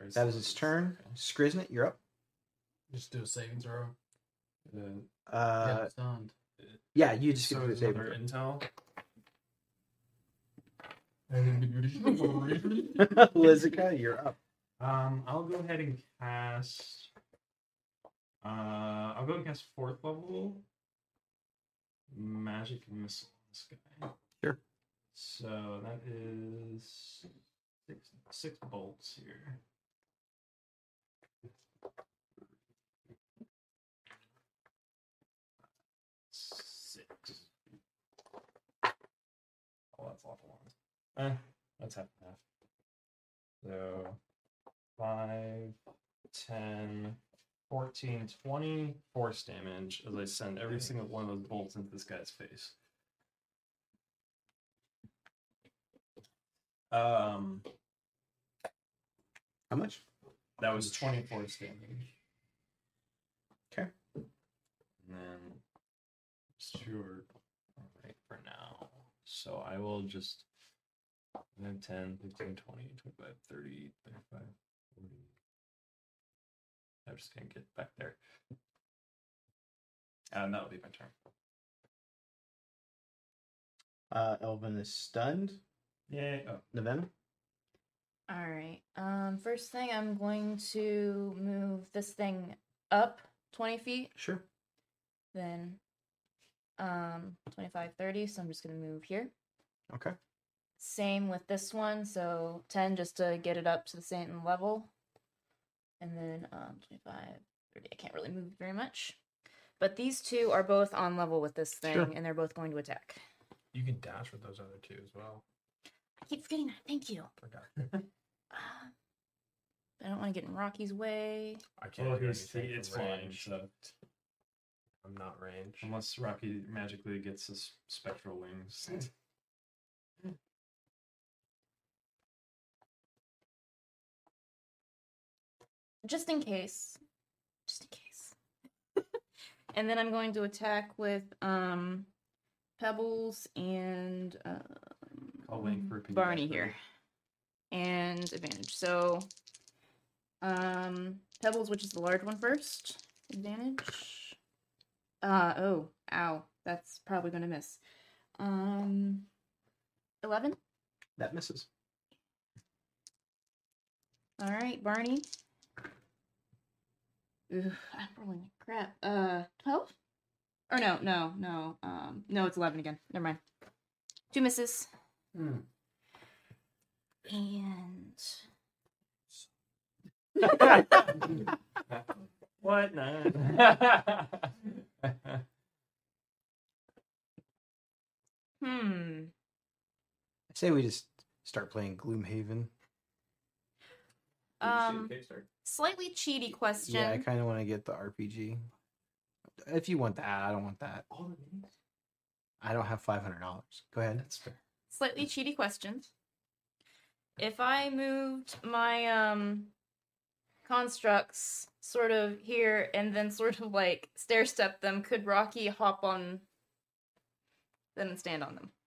Or
That is its turn. Skriznit, you're up.
Just do a saving throw.
Then-
Uh,
yeah, stunned.
yeah, you just
so
get to
it's
save.
another intel.
Lizica, you're up.
Um, I'll go ahead and cast. Uh, I'll go and cast fourth level magic missile on this guy.
Sure.
So that is six, six bolts here. Six. Oh, that's awful one. Eh, that's half and half. So. 5, 10, 14, 20 force damage as I send every single one of those bolts into this guy's face. Um,
How much?
that was 20 force damage.
Okay.
And then, sure, all right for now. So I will just and then 10, 15, 20, 25, 30, 35, 40. I'm just going to get back there. And that'll be my turn.
Uh, Elvin is stunned.
Yeah. Oh,
Nevena?
All right. Um, first thing, I'm going to move this thing up 20 feet,
Sure.
then um, 25, 30. So I'm just going to move here.
Okay.
Same with this one. So 10 just to get it up to the same level. And then um, 25, 30. I can't really move very much. But these two are both on level with this thing,
Sure.
and they're both going to attack.
You can dash with those other two as well.
I keep forgetting that. Thank you.
Forgot.
Ah, I don't want to get in Rocky's way.
I can't
well,
do
he's, he,
anything from
Oh, it's flying.
range.
So
I'm not range.
unless Rocky magically gets his spectral wings,
just in case. Just in case. and then I'm going to attack with um pebbles and
I'll
um,
wing for a
Barney
piggyback
here. And advantage. So um pebbles, which is the large one first. Advantage. Uh oh, ow. That's probably gonna miss. Um eleven?
That misses.
All right, Barney. Ugh, I'm rolling like crap. Uh, twelve? Or no, no, no. Um, no, it's eleven again. Never mind. Two misses.
Hmm.
And
What? No.
hmm.
I say we just start playing Gloomhaven.
Um, slightly cheaty question.
Yeah, I kind of want to get the RPG. If you want that, I don't want that.
All the names?
I don't have $500. Go ahead.
That's fair.
slightly cheaty questions. If I moved my um constructs sort of here and then sort of like stair step them, could Rocky hop on them and stand on them?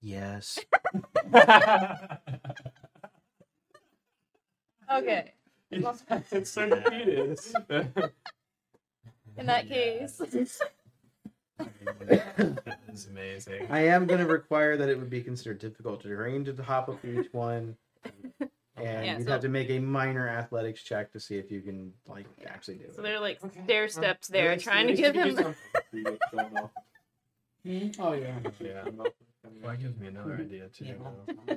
Yes.
Okay.
it's so defeated.
In that case.
that is amazing.
I am going to require that it would be considered difficult terrain to hop up each one. And
Yeah,
you'd
so-
have to make a minor athletics check to see if you can, like, actually do
So
it.
they're like
Okay.
stair steps there, trying to give him the
Oh yeah.
Yeah. Well, that gives me another idea too. though.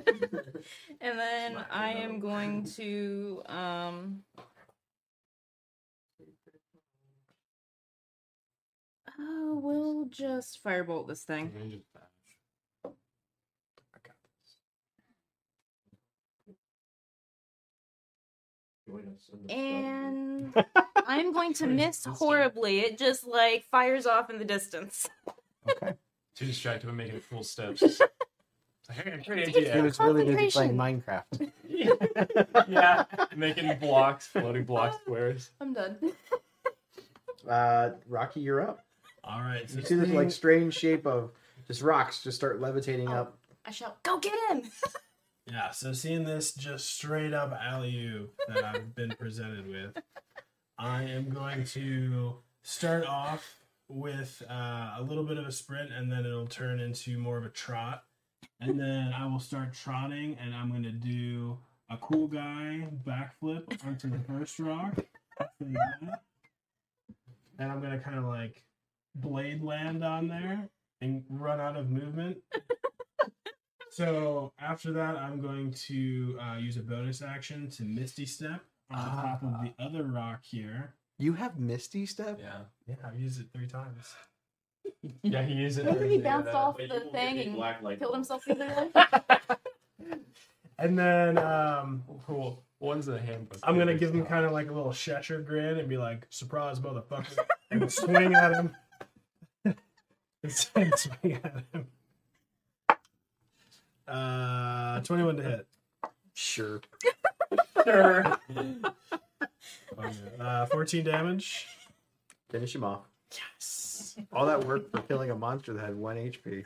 and then
Smack
I
him
am
up.
going to um Oh, we'll just firebolt this thing. And I'm going to miss horribly. It just like fires off in the distance.
Okay.
Too distracted by making full steps. It's like, I got a great
He
idea.
was really busy playing Minecraft.
yeah, making blocks, floating block squares.
I'm done.
Uh, Rocky, you're up.
All right. So
You see this
thing-
like strange shape of just rocks just start levitating
Oh.
up.
I shout, "Go get him!"
Yeah, so seeing this just straight up alley oop that I've been presented with, I am going to start off with uh, a little bit of a sprint and then it'll turn into more of a trot.
and then I will start trotting, and I'm gonna do a cool guy backflip onto the first rock, like that. and I'm gonna kind of like blade land on there and run out of movement. so after that, I'm going to uh, use a bonus action to Misty Step on top of the other rock here.
You have Misty Step?
Yeah.
Yeah, I've used it three times.
Yeah, he used it.
Remember he
earlier,
bounced
that-
off
But you
the
won't get
thing
any
and
black light
killed
bulbs.
himself the other way?
And then um,
Cool. One's in the handbook.
I'm gonna give him kind of like a little Cheshire grin and be like, "Surprise, motherfucker!" and swing at him. and swing at him. Uh, 21 to hit.
Sure.
Sure.
Uh, 14 damage.
Finish him off. Yes. All that work for killing a monster that had one HP.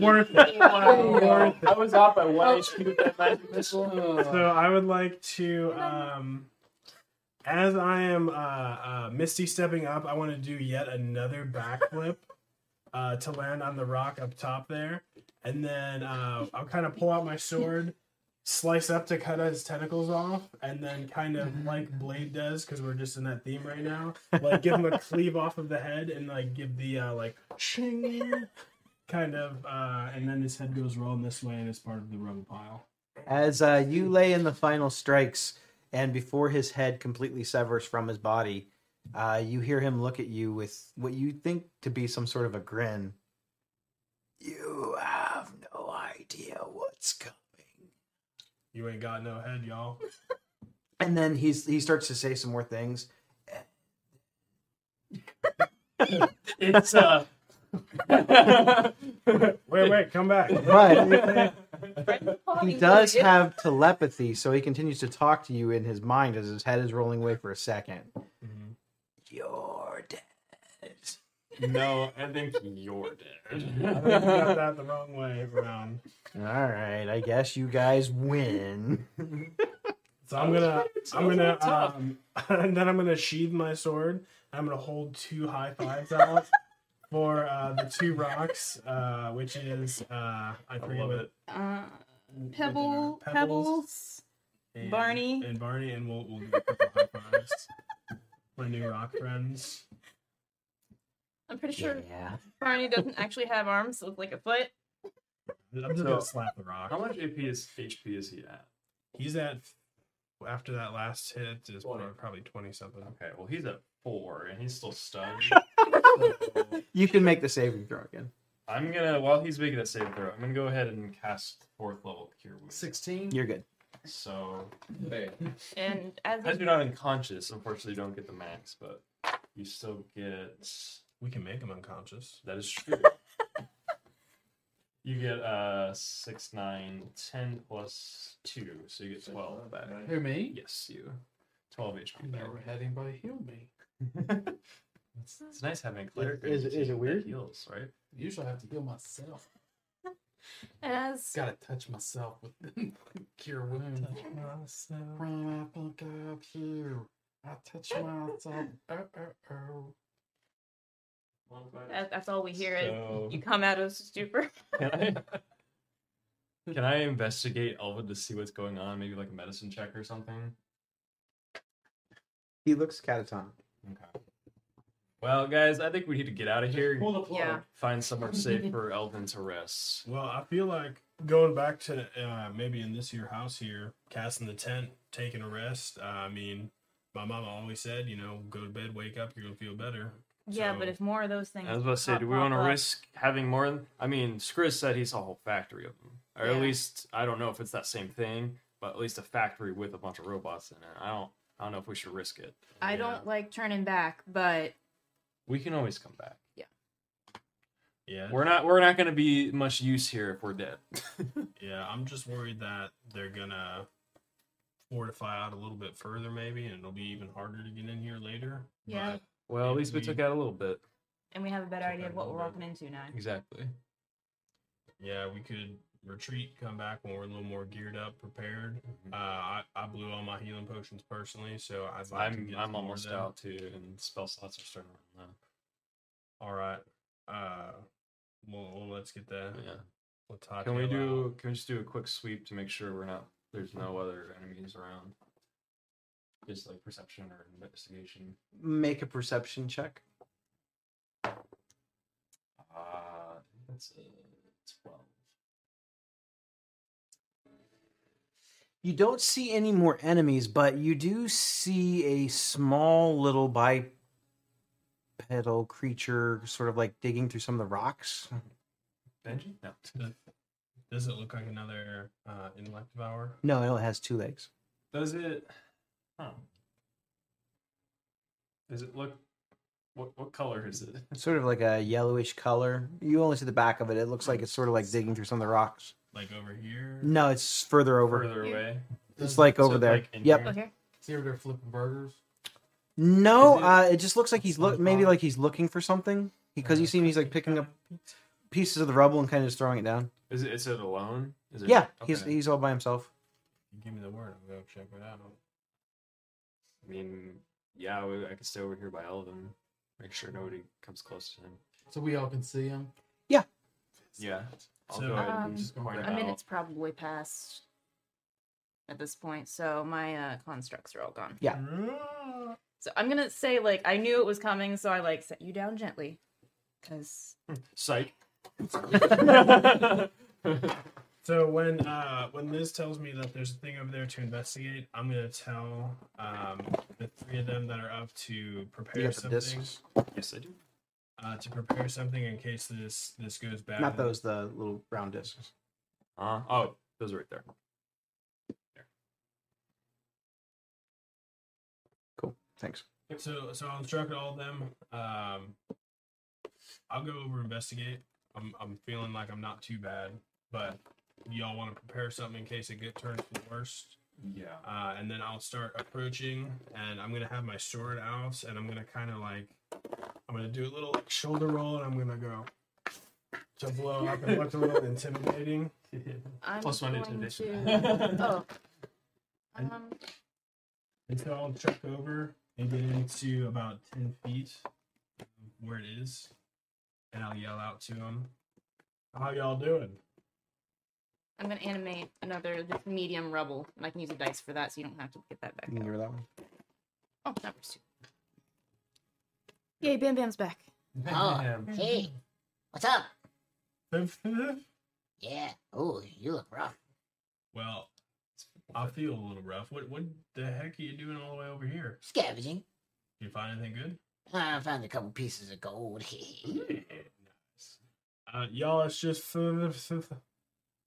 Worth it.
Wow. I was off by one HP with that magic missile.
So I would like to, um, as I am uh, uh, Misty stepping up, I want to do yet another backflip uh, to land on the rock up top there, and then uh, I'll kind of pull out my sword, slice up to cut his tentacles off, and then kind of like Blade does because we're just in that theme right now, like give him a cleave off of the head and like give the uh, like shing. Kind of, uh, and then his head goes rolling this way and it's part of the rubble pile.
As uh, you lay in the final strikes, and before his head completely severs from his body, uh, you hear him look at you with what you think to be some sort of a grin. You have no idea what's coming.
You ain't got no head, y'all.
And then he's he starts to say some more things.
It's uh.
Wait, wait, come back.
But he
Probably
does
good.
have telepathy, so he continues to talk to you in his mind as his head is rolling away for a 2nd You're dead.
No, I think you're dead.
I think you got that the wrong way around.
All right, I guess you guys win.
So I'm gonna, I'm gonna,
tough.
um, and then I'm gonna sheathe my sword. and I'm gonna hold two high fives out for uh, the two rocks, uh, which is uh, I, forget
love
what
it.
Uh,
what they are.
pebble, pebbles,
and,
Barney.
and Barney, and we'll we'll do a couple high fives. My new rock friends.
I'm pretty sure
Yeah.
Barney doesn't actually have arms with like a foot.
I'm just
So-
gonna slap the
How
rock.
much AP is HP is he at?
He's at after that last hit is
Twenty.
probably twenty something.
Okay, well he's at four and he's still stunned. So,
You can make the saving throw again.
I'm gonna while he's making that save throw, I'm gonna go ahead and cast fourth level cure wounds.
16?
You're good.
So
And as
as
a,
you're not unconscious, unfortunately you don't get the max, but you still get
We can make him unconscious.
that is true. you get uh six, nine, ten plus two, so you get twelve back.
Who, me?
Yes, you. Twelve HP
I
back.
never had anybody heal me.
It's, it's nice having a cleric.
is-
who
is it
that
weird?
Heals, right?
Usually I have to heal myself.
as
Gotta touch myself with cure wound. When I think of you, I touch myself. Oh, oh, oh.
that, that's all we hear it.
So-
You come out of stupor.
Can I, can I investigate Elvin to see what's going on? Maybe like a medicine check or something?
He looks catatonic.
Okay. Well, guys, I think we need to get out of here.
Pull the plug.
Yeah.
Find somewhere safe for Elvin to rest.
Well, I feel like going back to uh, maybe in this here house here, casting the tent, taking a rest. Uh, I mean, my mama always said, you know, go to bed, wake up, you're gonna feel better.
Yeah, but
So-
if more of those things.
I was about to say,
pop-
do we
pop
want to
up-
risk having more? I mean, Skris said he saw a whole factory of them, or
Yeah.
at least I don't know if it's that same thing, but at least a factory with a bunch of robots in it. I don't, I don't know if we should risk it.
I
Yeah.
don't like turning back, but
We can always come back.
Yeah,
We're not, we're not going to be much use here if we're dead.
yeah. I'm just worried that they're gonna fortify out a little bit further, maybe, and it'll be even harder to get in here later.
Yeah.
But
Well, at least we
We-
took out a little bit.
and we have a better
Check
idea of
out
what
a
we're
little
walking into now.
Exactly.
yeah, we could retreat, come back when we're a little more geared up, prepared. Uh, I, I blew all my healing potions personally, so I'd like to
I'm
get some
I'm
more of
almost
them.
out too, and spell slots are starting to run low.
All right. Uh, Well, let's get that.
Yeah.
Latake
Can we
out.
do? Can we just do a quick sweep to make sure we're not? There's no other enemies around. Just like perception or investigation.
Make a perception check.
Uh, that's a twelve.
You don't see any more enemies, but you do see a small little bipedal creature sort of like digging through some of the rocks.
Benji? No.
Does it look like another uh, intellect devour?
No, no, it has two legs.
Does it? Huh. Does it look? What what color is it?
It's sort of like a yellowish color. You only see the back of it. It looks like it's sort of like digging through some of the rocks.
Like over here?
No, it's further over.
Further away.
It's like over
So,
there.
like, in
yep.
here?
Oh, here.
See over there flipping burgers.
No,
Is it-
uh, it just looks like he's
Some
look
Oh,
maybe
farm?
like he's looking for something because you see him. He's like picking up pieces of the rubble and kind of just throwing it down.
Is it? Is it alone? Is it,
Yeah, he's
okay.
he's all by himself.
Give me the word. I'll go check it out.
I mean, yeah, I would- I could stay over here by Elvin, make sure nobody comes close to him.
So we all can see them.
Yeah.
Yeah. I'll
So-
go ahead and
Um,
just point it
I mean,
out.
it's probably past at this point, so my uh, constructs are all gone.
Yeah.
So I'm gonna say like I knew it was coming, so I like set you down gently, because
Psych.
So when uh, when Liz tells me that there's a thing over there to investigate, I'm gonna tell um, the three of them that are up to
You
prepare
got the
something
discs,
yes, I do.
uh, to prepare something in case this this goes bad.
Uh-huh.
not those the little round discs.
Uh, oh, those are right there.
Thanks.
So so I'll instruct all of them. Um, I'll go over investigate. I'm I'm feeling like I'm not too bad, but y'all want to prepare something in case it get turns to the worst.
Yeah.
Uh, and then I'll start approaching, and I'm gonna have my sword out, and I'm gonna kind of like, I'm gonna do a little like, shoulder roll, and I'm gonna go to blow up and look a little intimidating.
I'm
Plus one
going
intimidation.
to- oh, um,
And so I'll check over and get into about 10 feet of where it is. And I'll yell out to him, How y'all doing?
I'm gonna animate another just medium rubble, and I can use a dice for that, so you don't have to get that back.
You can give her that one.
Oh, that was two. Yay! Bam Bam's back.
Oh, hey. What's up?
well,
Yeah. Oh, you look rough.
I feel a little rough. What what the heck are you doing all the way over here?
Scavenging.
Did you find anything good?
I found a couple pieces of gold.
Nice. Uh, y'all, it's just.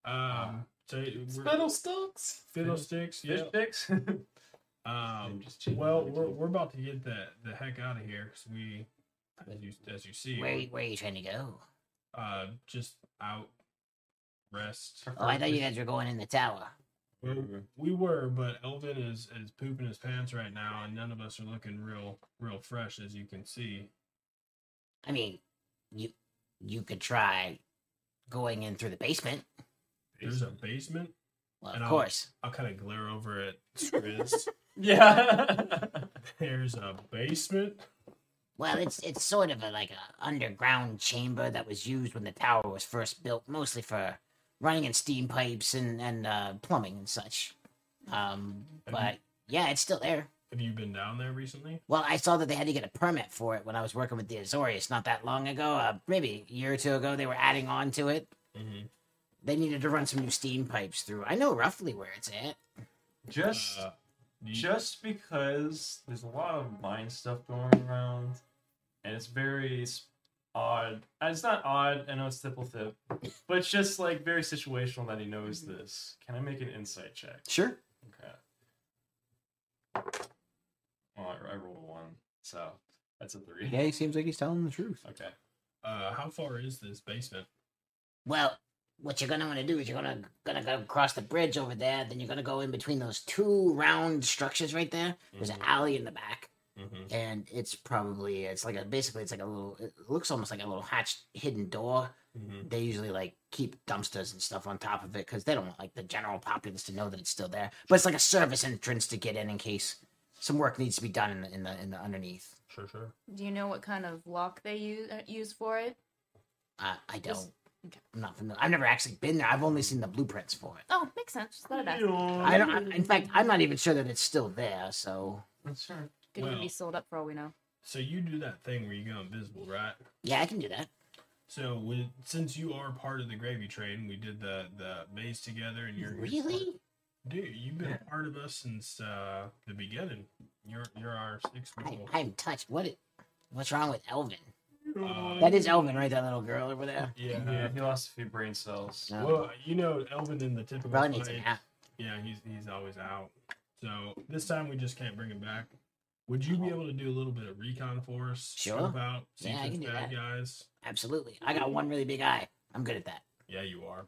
Um, so we're,
Fiddlesticks.
fiddlesticks.
Fish
Yeah.
picks?
Um,
just cheating
well,
on the
we're,
table.
we're about to get that the heck out of here because we, as you, as you see,
Where, where are you trying to go?
uh, just out rest.
Oh, I thought you guys were going in the tower.
Mm-hmm.
We're- we were, but Elvin is is pooping his pants right now, and none of us are looking real real fresh, as you can see.
I mean, you you could try going in through the basement.
There's a basement.
Well,
And
of
I'll-
course.
I'll kind of glare over at Skriz.
yeah.
There's a basement.
Well, it's it's sort of a, like a underground chamber that was used when the tower was first built, mostly for running and steam pipes and and uh, plumbing and such. Um,
Have you-
but yeah, it's still there.
Have you been down there recently?
Well, I saw that they had to get a permit for it when I was working with the Azorius not that long ago. Uh, maybe a year or two ago, they were adding on to it.
Mhm.
They needed to run some new steam pipes through. I know roughly where it's at.
Just
Uh, do you-
just because there's a lot of mind stuff going around, and it's very s- odd. uh, It's not odd. I know it's Thipplethip, but it's just like very situational that he knows this. Can I make an insight check?
Sure.
Okay. Well, I, I rolled a one, so that's a three.
Yeah, he seems like he's telling the truth.
Okay.
uh, how far is this basement?
Well, what you're gonna want to do is you're gonna gonna go across the bridge over there. Then you're gonna go in between those two round structures right there. There's an alley in the back,
Mm-hmm.
and it's probably it's like a basically it's like a little. It looks almost like a little hatched hidden door.
Mm-hmm.
They usually like keep dumpsters and stuff on top of it because they don't want like the general populace to know that it's still there. But it's like a service entrance to get in in case some work needs to be done in the in the, in the underneath.
Sure, sure.
Do you know what kind of lock they use uh, use for it?
Uh, I don't.
Just- okay.
I'm not familiar. I've never actually been there. I've only seen the blueprints for it.
Oh, makes sense. Just thought I'd ask.
Oh,
I don't. I, in fact, I'm not even sure that it's still there. So
Could even
Well.
be sold up for all we know.
So you do that thing where you go invisible, right?
yeah, I can do that.
So with, since you are part of the gravy train, we did the the maze together, and you're you're
Really?
part- dude. You've been a part of us since uh, the beginning. You're you're our sixth
I,
wheel.
I'm touched. What? i- What's wrong with Elvin?
Uh,
That is Elvin, right? That little girl over there.
yeah.
Yeah, he lost a few brain cells.
No.
Well, you know, Elvin in the typical
Probably needs
fight-
an app.
Yeah, he's he's always out. So this time we just can't bring him back. Would you be able to do a little bit of recon for us?
Oh. Sure.
Help out. See
Yeah, I
if
can
it's
do
bad
that.
guys.
Absolutely. I got one really big eye. I'm good at that.
Yeah, you are.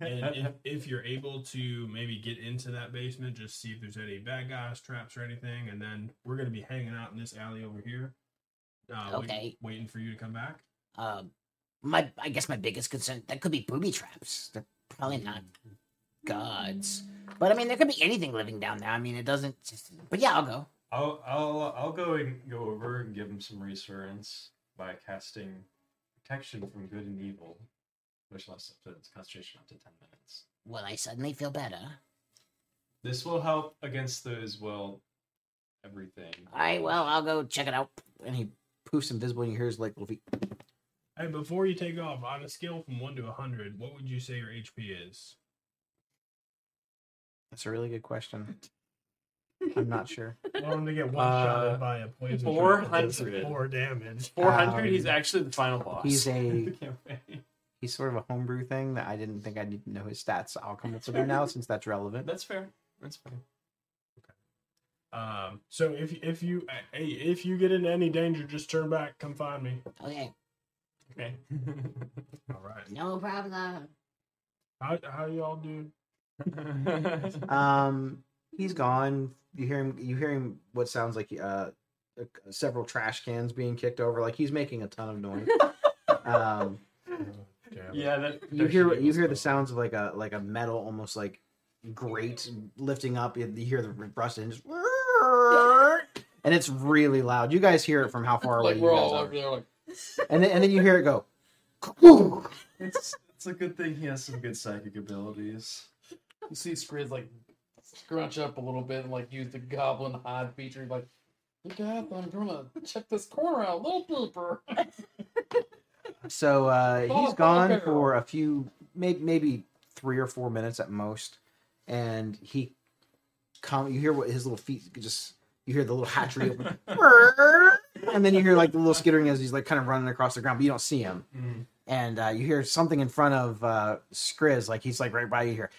And if, if you're able to maybe get into that basement, just see if there's any bad guys, traps, or anything, and then we're gonna be hanging out in this alley over here. Uh, wait-
Okay.
waiting for you to come back.
Um, my I guess my biggest concern that could be booby traps. They're probably not gods, but I mean there could be anything living down there. I mean it doesn't. But yeah, I'll go.
I'll I'll I'll go and go over and give him some reassurance by casting protection from good and evil, which lasts up to its concentration up to ten minutes.
Well, I suddenly feel better.
This will help against those well everything.
All right, well I'll go check it out. And he poofs invisible, and you hear his like little feet.
Hey, before you take off, on a scale from one to hundred, what would you say your HP is?
That's a really good question. I'm not sure.
Well, to get one
Uh,
shot by a poison. shot that does
400.
Four damage.
Four hundred. he's
Um,
actually the final boss.
He's a
campaign.
he's sort of a homebrew thing that I didn't think I need to know his stats. I'll come up with them now since that's relevant.
That's fair. That's fair.
Um. So if if you uh, hey if you get into any danger, just turn back. Come find me.
Okay,
Okay.
All right.
no problem.
How how y'all do?
Um, he's gone. You hear him. You hear him. What sounds like uh, several trash cans being kicked over. Like he's making a ton of noise. um,
yeah, that
you hear you hear the
sound.
sounds of like a like a metal almost like grate lifting up. You hear the rust and just. And it's really loud. You guys hear it from how far away
Like
you
we're
guys
all
are.
over there, like
And then, and then you hear it go. "Kaboom!"
It's it's a good thing he has some good psychic abilities.
you see Squid like scrunch up a little bit and like use the goblin hide feature. He's Like, look up, I'm gonna check this corner out a little deeper.
So uh, he's
Motherfucker.
gone for a few, maybe maybe three or four minutes at most, and he come. You hear what his little feet just. You hear the little hatchery open, and then you hear like the little skittering as he's like kind of running across the ground, but you don't see him.
Mm.
And uh, you hear something in front of uh, Skriz, like he's like right by you here.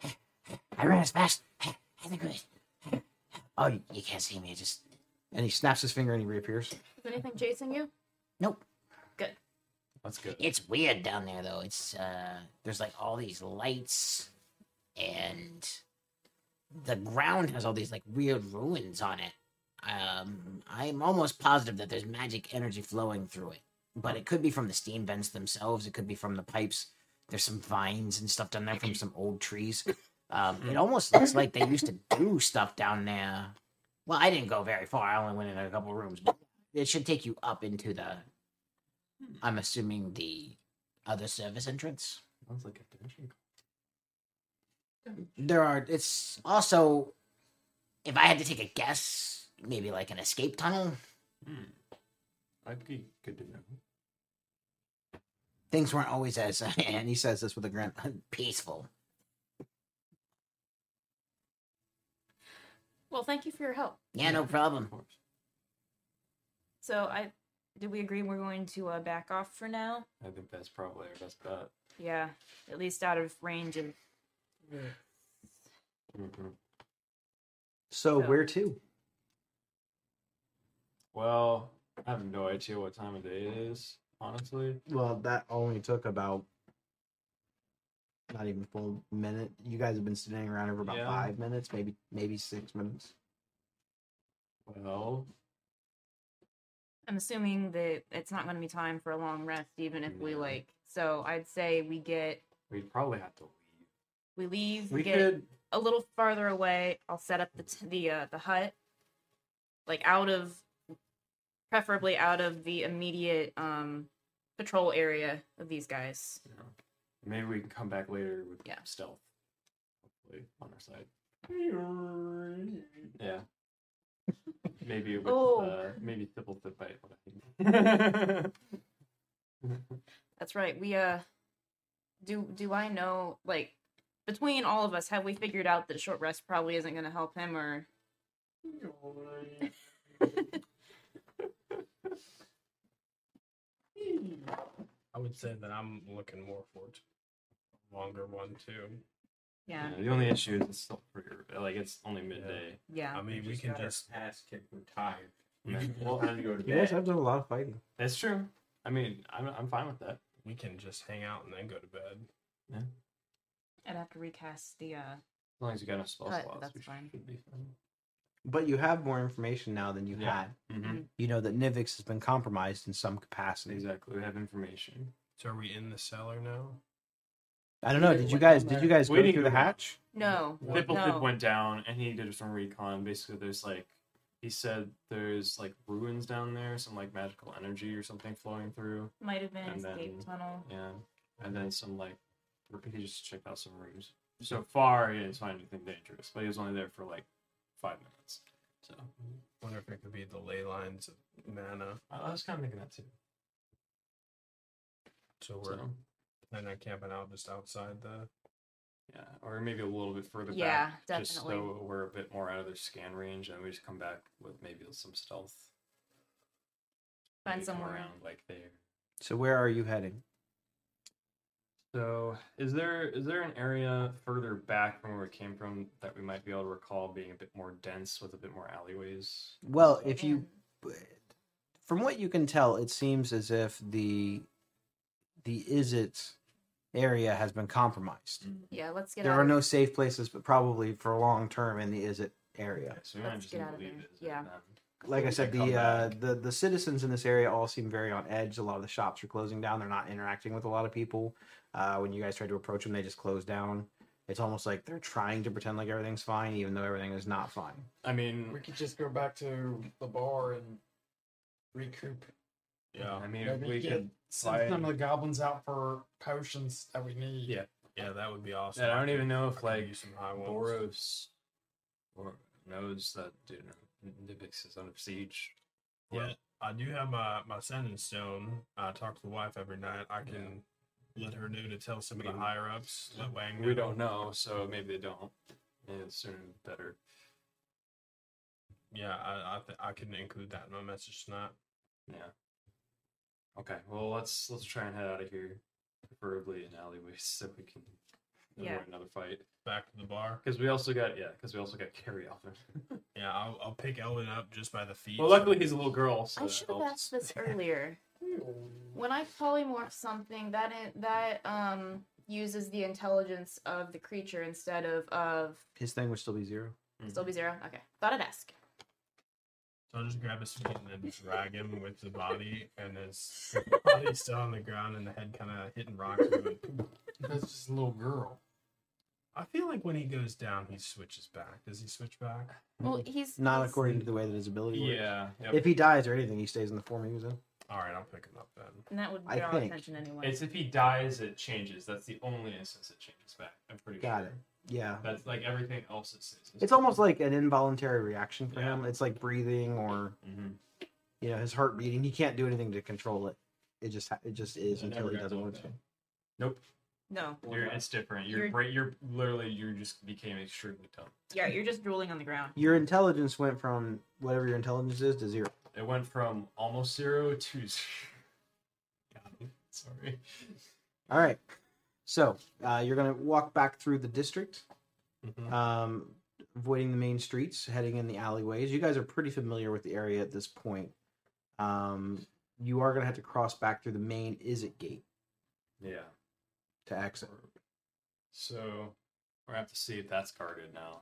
I ran as fast. I think we. Oh, you, you can't see me. I just
And he snaps his finger and he reappears.
Is anything chasing you?
nope.
That's good.
It's weird down there though. It's uh, there's like all these lights, and the ground has all these like weird ruins on it. Um, I'm almost positive that there's magic energy flowing through it, but it could be from the steam vents themselves. It could be from the pipes. There's some vines and stuff down there from some old trees. Um, it almost looks like they used to do stuff down there. Well, I didn't go very far. I only went in a couple rooms, but it should take you up into the I'm assuming the other service entrance.
Sounds like a dungeon.
There are. It's also, if I had to take a guess, maybe like an escape tunnel.
I'd be good to know.
Things weren't always as, and he says this with a grin, peaceful.
Well, thank you for your help.
Yeah, no problem.
So I did we agree we're going to uh, back off for now?
I think that's probably our best bet.
Yeah, at least out of range of
So
So-
where to?
Well, I have no idea what time of day it is, honestly.
Well, that only took about not even a full minute. You guys have been sitting around here for about
Yeah.
five minutes, maybe maybe six minutes.
Well,
I'm assuming that it's not going to be time for a long rest, even if we
No.
like. So I'd say we get
we'd probably have to leave.
we leave,
We
get
could.
a little farther away. I'll set up the t- the uh, the hut, like out of, preferably out of the immediate um
patrol area of these guys.
Maybe we can come back later with
Yeah.
stealth. Hopefully, on our side. Yeah. maybe with
Oh.
uh, maybe Thibble the bite. what
That's right. We uh do do I know like between all of us have we figured out that short rest probably isn't going to help him or
I think.
I would say that I'm looking more forward to a longer one too.
yeah.
Yeah, the only issue is it's still pretty early. like it's only midday.
Yeah.
I mean, we can just
ass kicked. We're tired.
Yeah.
Well, time to go to
You guys
bed.
have done a lot of fighting.
That's true. I mean, I'm I'm fine with that.
we can just hang out and then go to bed.
I'd have to recast the uh
As long as you got enough spell
Cut,
slots,
that's
we should-
fine.
should be fine.
But you have more information now than you
Yeah.
had.
hmm
You know that Nivix has been compromised in some capacity.
Exactly. We have information.
So are we in the cellar now?
I don't know. Did you guys? Did you guys
We
go
didn't
through
go
the
down.
hatch?
no.
Pipple
no.
went down and he did some recon. Basically, there's like, he said there's like ruins down there, some like magical energy or something flowing through.
Might have been an
and then-
escape tunnel.
Yeah. And then some like, he just checked out some rooms. So far, he didn't find anything dangerous, but he was only there for like five minutes. So uh,
Wonder if it could be the ley lines of mana.
I was kind of thinking that too.
So we're
So,
planning on camping out just outside the.
yeah. Or maybe a little bit further
Yeah,
back. Just
definitely.
so we're a bit more out of their scan range and we just come back with maybe some stealth.
Find
Maybe come
somewhere.
around like there.
So where are you heading?
So, is there is there an area further back from where we came from that we might be able to recall being a bit more dense with a bit more alleyways?
Well, if you, from what you can tell, it seems as if the, the Izzet area has been compromised.
Yeah, let's get
There
out.
are
of-
no safe places, but probably for long term in the Izzet area.
Okay, so we might
Let's
just
get
need
out
to
of
leave
there.
it. as
Yeah.
it then.
Like I
We
said,
can come
the uh,
back.
the the citizens in this area all seem very on edge. A lot of the shops are closing down. They're not interacting with a lot of people. Uh, when you guys try to approach them, they just close down. It's almost like they're trying to pretend like everything's fine, even though everything is not fine.
I mean,
We could just go back to the bar and recoup.
Yeah.
I mean,
Maybe
we
get
could
Send
slide.
some of the goblins out for potions that we need.
Yeah.
Yeah, that would be awesome.
And I don't even know if
I could
like
use some high ones.
Boros or knows that you know, Nivix is under siege.
Yeah. I do have my my sending stone. I talk to the wife every night. I can let her know to tell some of the
We-
higher ups. Let Wang.
We don't know, so maybe they don't. Maybe it's sooner the better.
Yeah, I I, th- I can include that in my message tonight.
Yeah. Okay. Well, let's let's try and head out of here, preferably in alleyways, so we can
Yeah.
avoid another fight.
Back to the bar.
Because we also got yeah, because we also got Carrie out there.
Yeah, I'll, I'll pick Elvin up just by the feet.
well, luckily he's a little girl, so
I
that
should have
helps.
asked this earlier. when I polymorph something, that in, that um uses the intelligence of the creature instead of of
His thing would still be zero.
still be zero. Okay, thought I'd ask.
So I'll just grab his feet and then drag him with the body, and his the body's still on the ground, and the head kind of hitting rocks. with it.
That's just a little girl.
I feel like when he goes down, he switches back. Does he switch back?
Well, he's
Mm-hmm. Not
he's-
according to the way that his ability works.
Yeah. Yep.
If he dies or anything, he stays in the form he was in.
All right, I'll pick him up then.
And that would
I
draw
think.
attention anyway.
It's if he dies, it changes. That's the only instance it changes back. I'm pretty
Got
sure.
it. Yeah.
That's like everything else it stays.
It's almost like an involuntary reaction for
Yeah.
him. It's like breathing or
hmm
you know his heart beating. He can't do anything to control it. It just ha- it just is
I
until
never
he
got
doesn't
to
want
that.
to.
no,
You're, it's different. You're,
You're-
bra- you're literally you just became extremely dumb.
yeah, you're just drooling on the ground.
Your intelligence went from whatever your intelligence is to zero.
It went from almost zero to zero. Sorry.
All right. So uh, you're gonna walk back through the district,
Mm-hmm.
Mhm.
um, avoiding the main streets, heading in the alleyways. You guys are pretty familiar with the area at this point. Um, you are gonna have to cross back through the main Izzet gate
Yeah.
to exit.
So we're gonna have to see if that's guarded now.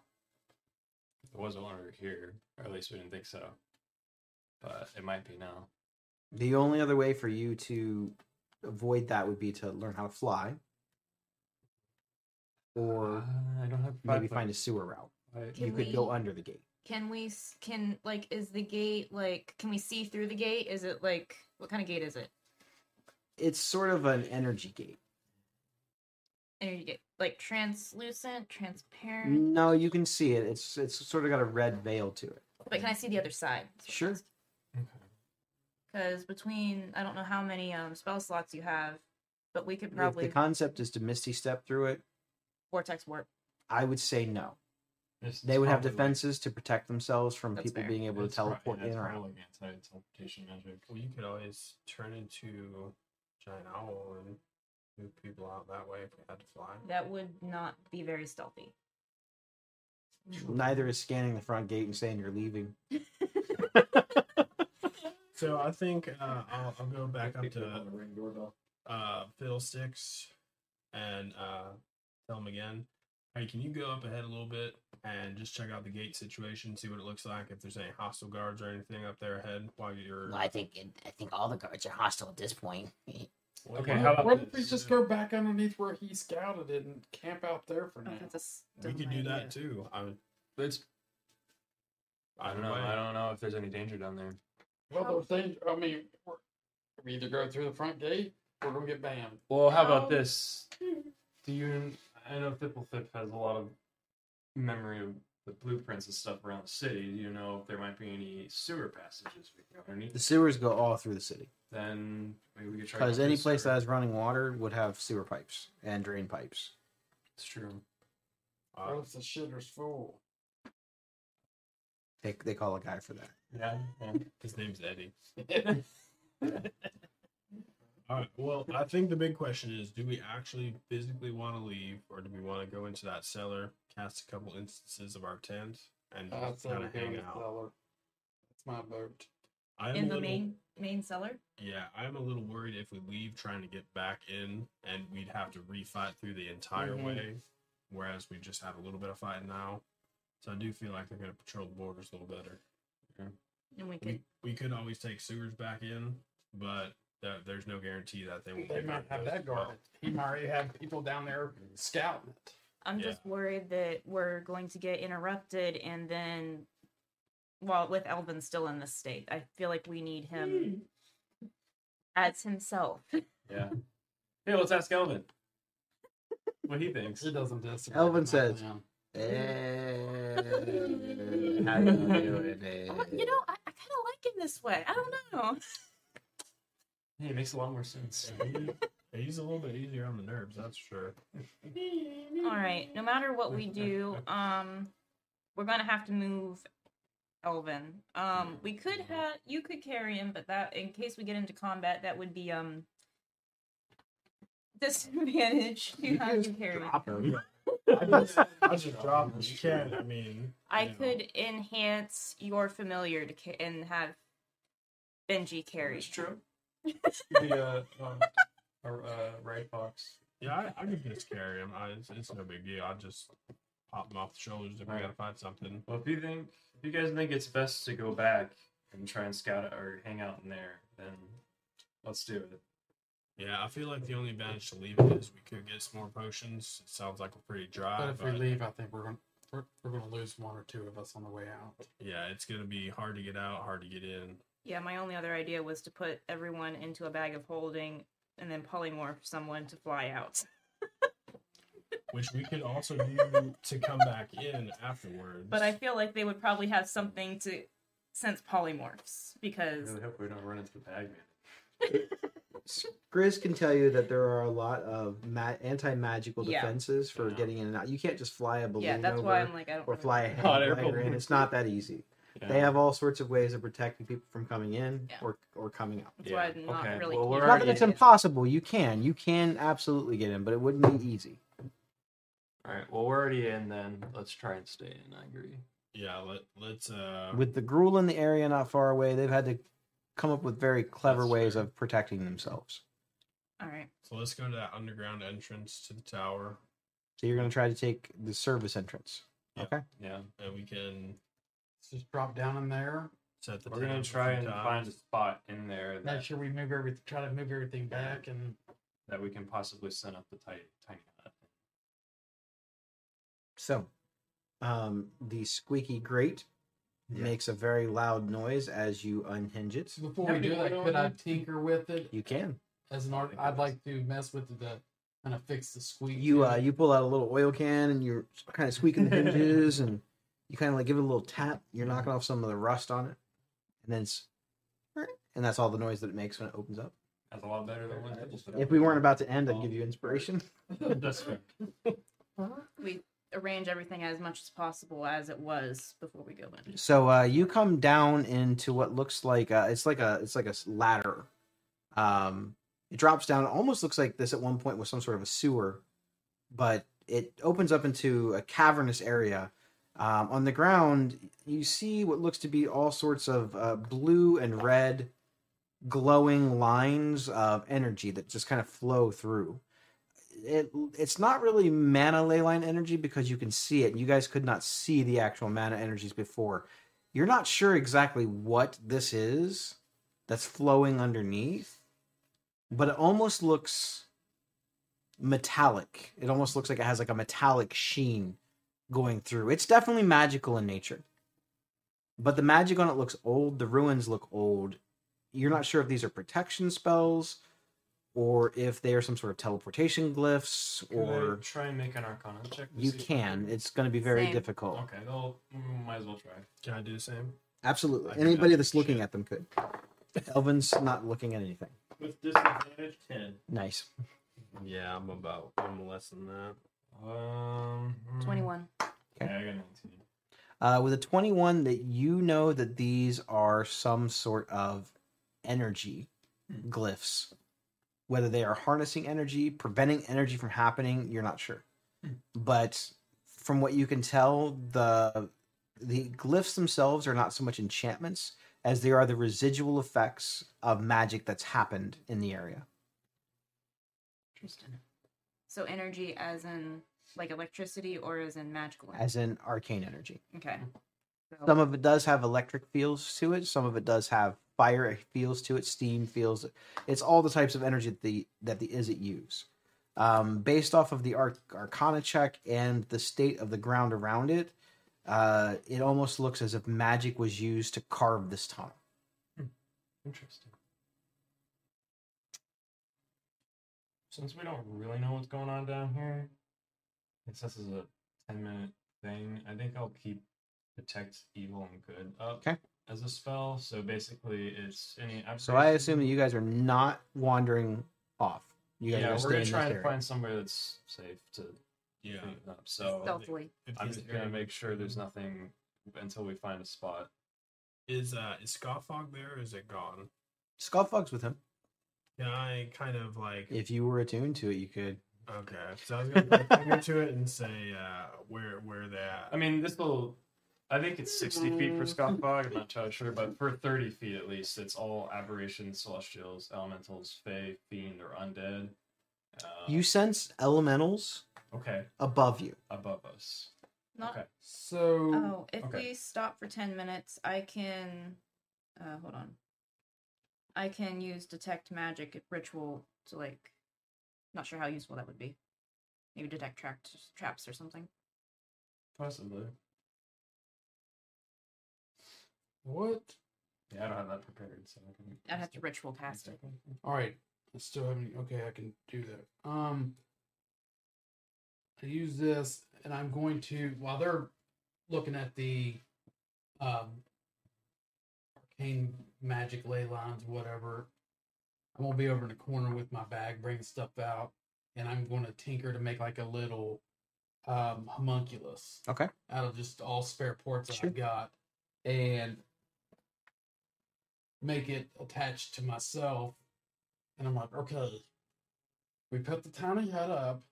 It wasn't when we were here, or at least we didn't think so. But it might be now.
The only other way for you to avoid that would be to learn how to fly, or
Uh, I don't have
maybe find a sewer route.
a.
You
Can
could go
we-
under the gate.
Can we? s- Can like? Is the gate like? Can we see through the gate? Is it like? What kind of gate is it?
it's sort of an energy gate.
Energy gate. Like translucent, transparent.
No, you can see it. It's it's sort of got a red veil to it.
But can I see the other side?
Sure.
Because between I don't know how many um spell slots you have, but we could
If
probably
the concept is to misty step through it,
vortex warp.
I would say no.
This is
They would have
probably like-
defenses to protect themselves from
That's
people
fair.
being able to
that's probably-
teleport
that's
in or
probably
out.
like anti-teleportation magic.
Well, you could always turn into giant owl and move people out that way if we had to fly.
That would not be very stealthy.
Neither is scanning the front gate and saying you're leaving.
So I think uh, I'll, I'll go back up
Picked it
to
on the ring doorbell.
uh, Fiddlesticks and uh, tell him again, hey, can you go up ahead a little bit and just check out the gate situation, see what it looks like, if there's any hostile guards or anything up there ahead while you're.
Well, I think it, I think all the guards are hostile at this point.
Okay, how
What
about
if we
this?
just go back underneath where he scouted it and camp out there for
I don't
now?
know if that's a
we
dumb
could do
idea.
that too. I would.
It's, I don't know.
way.
I don't know if there's any danger down there.
Well, there's danger. I mean, we're, we either go through the front gate or we're gonna get banned.
Well, how
Um,
about this? Do you? I know Thipplethip has a lot of memory of the blueprints and stuff around the city. Do you know if there might be any sewer passages we can go underneath?
The sewers go all through the city
Then maybe we could try.
because any place that has running water would have sewer pipes and drain pipes.
that's true.
Uh,
Or else the shitter's full.
They they call a guy for that.
Yeah. yeah.
his name's Eddie. All right. Well, I think the big question is: Do we actually physically want to leave, or do we want to go into that cellar, cast a couple instances of our tent, and
I'd
just
say
kind
we
of
go
hang
in the
out?
cellar. That's my vote.
I am
in
a
the
little-
main main cellar.
Yeah, I'm a little worried if we leave trying to get back in, and we'd have to refight through the entire
Mhm.
way, whereas we just had a little bit of fighting now. So I do feel like they're going to patrol the borders a little better.
And we could
We, we could always take sewers back in, but there, there's no guarantee that they won't.
They
pick
might
up
have
those
that
as well.
guarded. He might already have people down there scouting it.
I'm
Yeah.
just worried that we're going to get interrupted and then well with Elvin still in this state. I feel like we need him
Hmm.
as himself.
Yeah. Hey, let's ask Elvin what he thinks.
He doesn't disagree.
Elvin
with my
says-
plan.
Eh, how you doing, eh?
I want- you know, I, I kinda like him this way. I don't know.
Hey, it makes a lot more sense.
He- He's a little bit easier on the nerves, that's for sure.
All right. No matter what we do, um, we're gonna have to move Elvin. Um, we could have you could carry him, but that in case we get into combat, that would be um disadvantage to have you carry.
I just, I just dropped this can. I mean,
I
you know,
could enhance your familiar to ca- and have Benji carry.
It's true. The uh, um, a, uh, right box.
Yeah, I, I could just carry him. I, it's, it's no big deal. I just pop him off the shoulders if we gotta find something.
Well, if you think, if you guys think it's best to go back and try and scout it or hang out in there, then let's do it.
Yeah, I feel like the only advantage to leaving is we could get some more potions. It sounds like we're pretty dry,
But
but,
if we leave, I think we're gonna we're, we're gonna lose one or two of us on the way out.
yeah, it's gonna be hard to get out, hard to get in.
Yeah, my only other idea was to put everyone into a bag of holding and then polymorph someone to fly out.
Which we could also do to come back in afterwards.
But I feel like they would probably have something to sense polymorphs
I
because
really hope we don't run into the bag man.
Grizz can tell you that there are a lot of ma- anti-magical
Yeah.
defenses for
Yeah.
getting in and out. You can't just fly a balloon
yeah, that's
over
why I'm like I don't.
or
really-
fly a hand
Hot air
glider in.
balloon.
It's not that easy. They have all sorts of ways of protecting people from coming in
Yeah.
or or coming out.
That's why
Yeah,
I'm not
okay.
really.
Well,
keen
we're
on
Not that
already-
it's
it.
impossible. You can. You can absolutely get in, but it wouldn't be easy.
All right. Well, we're already in. Then let's try and stay in. I agree.
yeah, let let's uh
With the gruel in the area not far away, they've had to come up with very clever
That's
ways
fair.
of protecting themselves.
All right.
so let's go to that underground entrance to the tower.
So you're going to try to take the service entrance.
Yeah.
Okay.
Yeah.
and we can
Let's just drop down in there.
set the.
We're gonna
tent a
try
few
and find
times.
a spot in there
Make
that,
sure we move everything. Try to move everything back and
that we can possibly send up the tiny tiny hut.
So, um, the squeaky grate makes a very loud noise as you unhinge it.
before we do that, could I tinker with it
You can.
As an art, I'd like to mess with the kind of fix the squeak.
You
to
uh,
it.
you pull out a little oil can and you're kind of squeaking the hinges and you kind of like give it a little tap. You're knocking off some of the rust on it, and then it's and that's all the noise that it makes when it opens up.
That's a lot better than one.
If we weren't about to end, I'd give you inspiration.
That's fair.
We arrange everything as much as possible as it was before we go in.
So uh, you come down into what looks like uh it's like a it's like a s- ladder. Um, it drops down. It almost looks like this at one point was some sort of a sewer, but it opens up into a cavernous area. Um, on the ground, you see what looks to be all sorts of uh, blue and red glowing lines of energy that just kind of flow through. It it's not really mana ley line energy because you can see it. You guys could not see the actual mana energies before. You're not sure exactly what this is that's flowing underneath, but it almost looks metallic. It almost looks like it has like a metallic sheen going through. It's definitely magical in nature. But the magic on it looks old, the ruins look old. You're not sure if these are protection spells or if they are some sort of teleportation glyphs
Can I
or
try and make an Arcana check. to
you
see if I
can. It's going to be very
Same.
difficult.
Okay, well, mm, might as well try.
Can I do the same?
Absolutely.
I can
Anybody
help.
that's looking at them could. Elvin's not looking at anything.
With disadvantage, 10.
Nice.
Yeah, I'm about I'm less than that.
Um, mm,
21.
Yeah, I got 19.
Uh, with a 21, that you know that these are some sort of energy glyphs. Whether they are harnessing energy, preventing energy from happening, you're not sure. But from what you can tell, the the glyphs themselves are not so much enchantments as they are the residual effects of magic that's happened in the area.
Interesting. So energy as in like electricity or as in magical energy?
as in arcane energy.
Okay. So-
Some of it does have electric feels to it. Some of it does have fire feels to it. Steam feels. It's all the types of energy that the that the Izzet use. Um, based off of the Arc- Arcana check and the state of the ground around it, uh, it almost looks as if magic was used to carve this tunnel.
Interesting. Since we don't really know what's going on down here, since this is a 10 minute thing, I think I'll keep Protect Evil and Good up
Okay.
as a spell. So basically, it's any.
So I
aberration-
assume that you guys are not wandering off. You guys
yeah,
are
we're
staying
gonna
in
try
this
and
area.
find somewhere that's safe to
Yeah.
clean it up. So
Stealthily.
If
I'm
these
just gonna
areas-
make sure there's nothing until we find a spot.
Is uh is Scoffog there or is it gone?
Scufflug's with him.
Can I kind of like
If you were attuned to it, you could.
Okay. So I was gonna put a finger to it and say uh where where they
I mean, this will. I think it's 60 feet for
Mm.
Scott Bog. I'm not totally sure, but for 30 feet at least, it's all aberrations, celestials, elementals, fae, fiend, or undead. Uh,
You sense elementals
okay
above you.
above us?
Not
Okay.
So
Oh, if
Okay.
we stop for 10 minutes, I can. Uh, hold on. I can use detect magic at ritual to, like. Not sure how useful that would be. Maybe detect track traps or something.
Possibly.
what?
Yeah, I don't have that prepared, so I can.
I'd have to ritual cast it.
All right, I still haven't. Okay, I can do that. Um, I use this, and I'm going to while they're looking at the um arcane magic ley lines, whatever. I'm gonna be over in the corner with my bag, bringing stuff out, and I'm going to tinker to make like a little um homunculus.
Okay.
Out of just all spare parts that
Sure.
I've got, and make it attached to myself. And I'm like, okay, we put the tiny head up.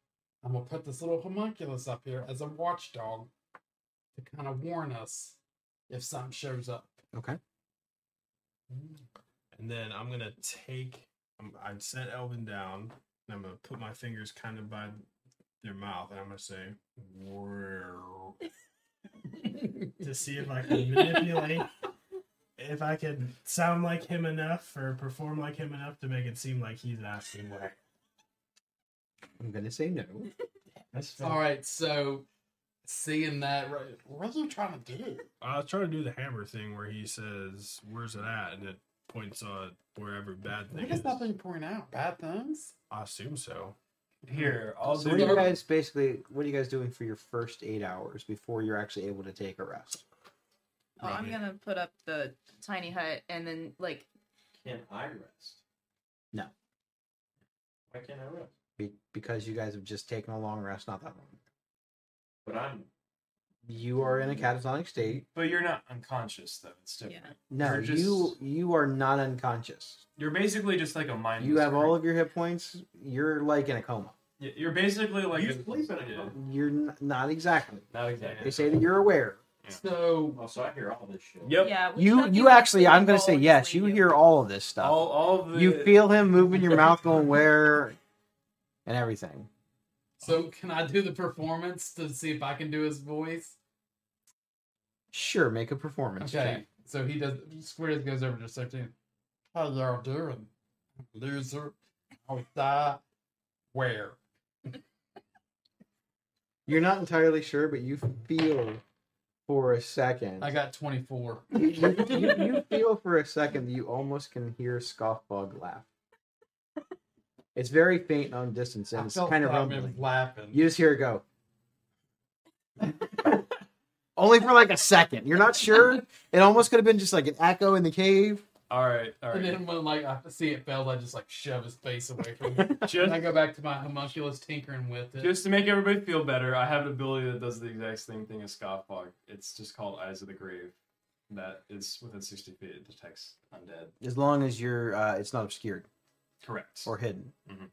I'm gonna put this little homunculus up here as a watchdog to kind of warn us if something shows up.
Okay.
And then I'm gonna take. I'm, I sent Elvin down, and I'm gonna put my fingers kind of by their mouth, and I'm gonna say "Wow," to see if I can manipulate, if I can sound like him enough or perform like him enough to make it seem like he's asking why.
I'm gonna say no.
That's
All right, so seeing that, right? What are you trying to do?
I was trying to do the hammer thing where he says, "Where's it at?" and it points on wherever bad
I
thing
guess
is.
not been pouring out bad things.
I assume so.
Here, I'll
So
do.
what are you guys basically? What are you guys doing for your first eight hours before you're actually able to take a rest?
Oh, I'm
Right.
gonna put up the tiny hut and then like
Can I rest?
Why can't I rest?
Be- because you guys have just taken a long rest, not that long.
But I'm.
You are in a catatonic state.
But you're not unconscious though. It's different.
yeah.
No,
You're just-
you you are not unconscious.
You're basically just like a mindless.
You have all
creature.
of your hit points. You're like in a coma.
Y- You're basically like
You
a-
sleep in a
yeah.
coma.
You're n- not exactly.
Not exactly.
They say that you're aware.
So
Oh, so I hear all this shit.
Yep.
Yeah. we
You
thought
you
were
actually.
gonna
I'm gonna say
fall
yes.
asleep.
You hear all of this
All
stuff.
all of the.
You feel him moving your mouth, going where, and everything.
so can I do the performance to see if I can do his voice?
Sure, make a performance.
Okay.
check.
So he does Squares goes over to searching. How y'all doing? Loser. I was die. Where?
You're not entirely sure, but you feel for a second.
I got twenty four.
you, you, you feel for a second that you almost can hear Scoffbug laugh. It's very faint on distance and
I
it's
felt
kind of
something was
rumbling.
laughing.
You just hear it go. Only for like a second. You're not sure. It almost could have been just like an echo in the cave.
All right. All
and
right.
then when like I see it failed, I just like shove his face away from me. and
Just
I go back to my homunculus tinkering with it.
Just to make everybody feel better, I have an ability that does the exact same thing as Scoffbog. It's just called Eyes of the Grave. That is within 60 feet. It detects undead.
As long as you're, uh, it's not obscured
Correct.
or hidden,
Mhm.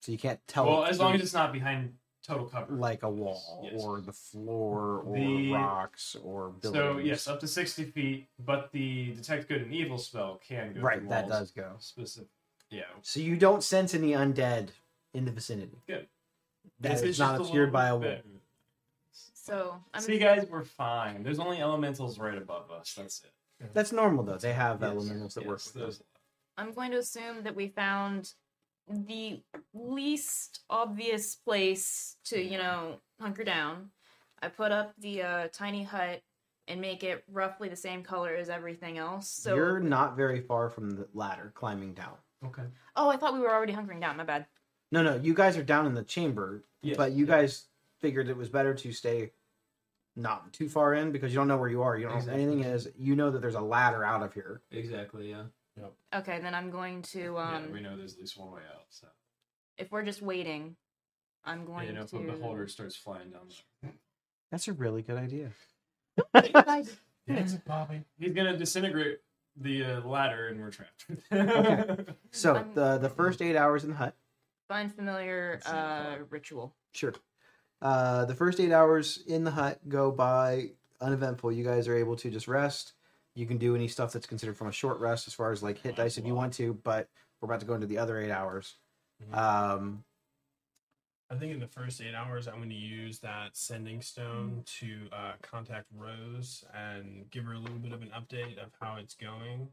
so you can't tell.
well, as long
through-
as it's not behind total cover.
like a wall
Yes.
or the floor or
The-
rocks or buildings.
so, yes, up to 60 feet, but the Detect Good and Evil spell can go
right,
through
that
walls.
does go.
Specific. Yeah.
So you don't sense any undead in the vicinity.
Good.
That
It's
is
just
not
a
obscured
little
by a wall.
bit.
So I'm
See, guys, we're fine. There's only elementals right above us. That's it.
That's normal though. They have
Yes,
elementals that work
yes,
with those.
those-
I'm going to assume that we found the least obvious place to, you know, hunker down. I put up the uh, tiny hut and make it roughly the same color as everything else. So,
You're not very far from the ladder climbing down.
Okay.
oh, I thought we were already hunkering down. My bad.
No, no, you guys are down in the chamber,
Yes,
but you
yes.
guys figured it was better to stay not too far in because you don't know where you are. You don't
Exactly.
know where anything is. You know that there's a ladder out of here.
Exactly, yeah.
Okay, then I'm going to. Um,
yeah, we know there's at least one way out. So.
If we're just waiting, I'm
Yeah,
going
uh,
you know, if
to.
a beholder starts flying down there.
That's a really good idea.
Thanks, Bobby.
He's gonna disintegrate the uh, ladder, and we're trapped.
So
I'm-
the the first eight hours in the hut.
Find familiar
Let's see.
uh, ritual.
Sure. Uh, the first eight hours in the hut go by uneventful. You guys are able to just rest. You can do any stuff that's considered from a short rest, as far as like hit dice if you want to. But we're about to go into the other eight hours. Um,
I think in the first eight hours, I'm going to use that sending stone to uh, contact Rose and give her a little bit of an update of how it's going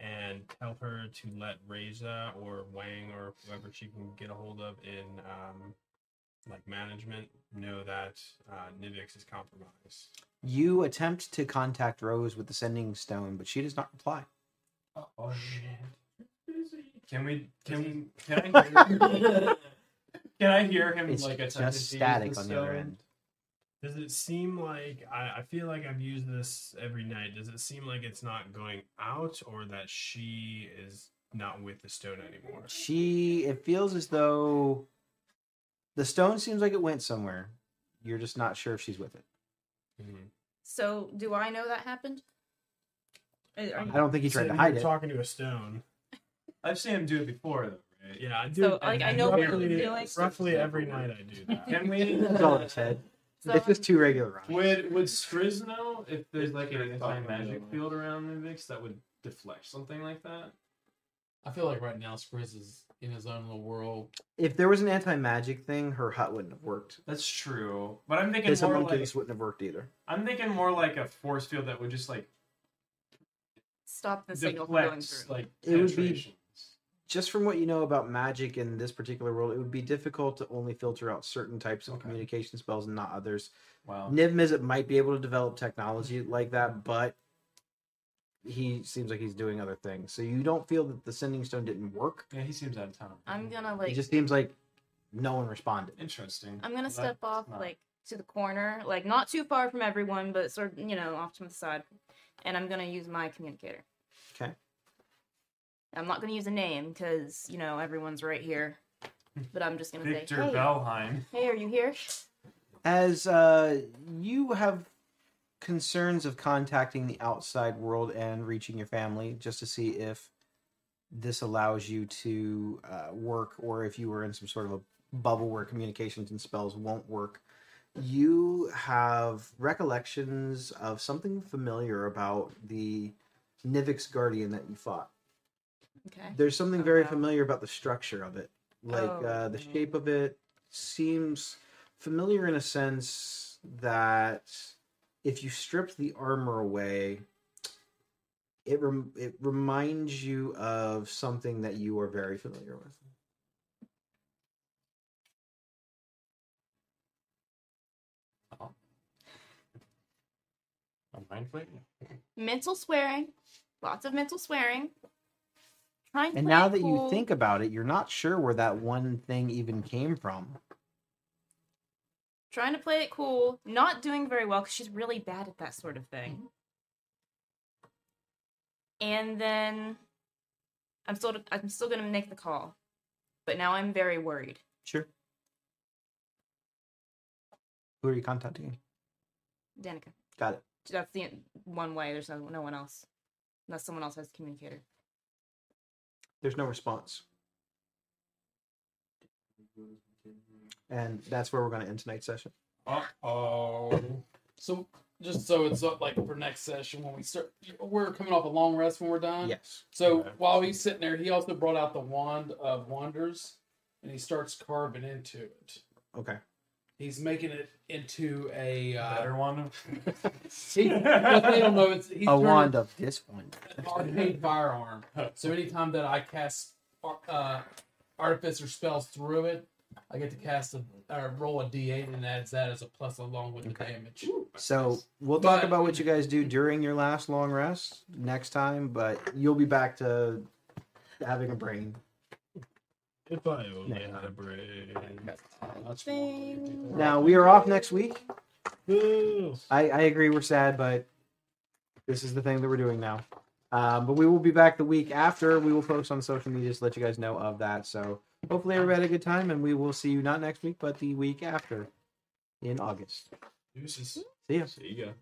and tell her to let Reza or Wang or whoever she can get a hold of in um, like management know that uh, Nivix is compromised.
you attempt to contact Rose with the sending stone, but she does not reply.
oh shit! Can we? Can can I? Hear, can I hear him
It's
like a
just static on the other end.
Does it seem like I, I feel like I've used this every night? Does it seem like it's not going out or that she is not with the stone anymore?
She. It feels as though the stone seems like it went somewhere. You're just not sure if she's with it.
Mhm.
So, do I know that happened? Uh, are you-
I don't think he tried
Sitting
to
here
hide it.
Talking to a stone.
I've seen him do it before, though. Right?
Yeah, I do.
So, like, I know what
roughly,
you're doing.
Roughly every night I do that.
Can we?
It's all in his head.
So
it's just two regular rocks.
Would Would Striz know if there's like an
Yeah,
anti
yeah,
magic
yeah.
field around Nivix that would deflect something like that?
I feel like right now Squares is in his own little world.
if there was an anti magic thing, her hut wouldn't have worked.
That's true, but I'm thinking
This
more like
homunculus wouldn't have worked either.
I'm thinking more like a force field that would just like
stop the signal from going
deflect
through.
like
It would be-
penetrations.
Just from what you know about magic in this particular world, it would be difficult to only filter out certain types of
Okay.
communication spells and not others.
Wow.
Niv Mizzet might be able to develop technology like that, but he seems like he's doing other things. So you don't feel that the sending stone didn't work.
Yeah, he seems out of town.
I'm gonna
it
like
just seems like no one responded.
Interesting.
I'm gonna
That-
step off
not-
like to the corner, like not too far from everyone, but sort of you know off to the side, and I'm gonna use my communicator.
'Kay.
I'm not gonna use a name because you know everyone's right here, but I'm just gonna
Victor
say, hey,
Belheim.
hey, are you here?
As uh, you have concerns of contacting the outside world and reaching your family just to see if this allows you to uh, work or if you were in some sort of a bubble where communications and spells won't work, you have recollections of something familiar about the Nivix guardian that you fought.
Okay.
There's something very
Okay.
familiar about the structure of it. Like
Oh.
uh, the shape of it seems familiar in a sense that if you strip the armor away, it rem- it reminds you of something that you are very familiar with.
A mind flaying?
Mental swearing, lots of mental swearing. Trying to
And
play
now
it
that you
cool.
think about it, you're not sure where that one thing even came from.
trying to play it cool, not doing very well because she's really bad at that sort of thing. And then I'm still I'm still gonna make the call, but now I'm very worried.
Sure. Who are you contacting?
Danica,
Got it.
that's the en- one way. There's no, no one else, unless someone else has a communicator.
There's no response. And that's where we're going to end tonight's session.
Oh,
So just so it's up like for next session when we start, we're coming off a long rest when we're done.
Yes.
So while he's sitting there, he also brought out the wand of wonders, and he starts carving into it.
Okay.
He's making it into a. Uh,
Better one?
he, but they don't know it's he's
A
turning
wand of this one.
it into an arcane firearm. So anytime that I cast ar- uh, artifice or spells through it, I get to cast a uh, roll a d8 and adds that as a plus along with the
Okay.
damage.
So we'll talk
But-
about what you guys do during your last long rest next time, but you'll be back to having a brain.
If I only
Yeah.
had a brain.
Much more than you do.
Now we are off next week.
Woo.
I, I agree we're sad, but this is the thing that we're doing now. Um, but we will be back the week after. We will post on social media to let you guys know of that. So hopefully everybody had a good time, and we will see you not next week, but the week after in August.
Deuces.
See ya.
See ya.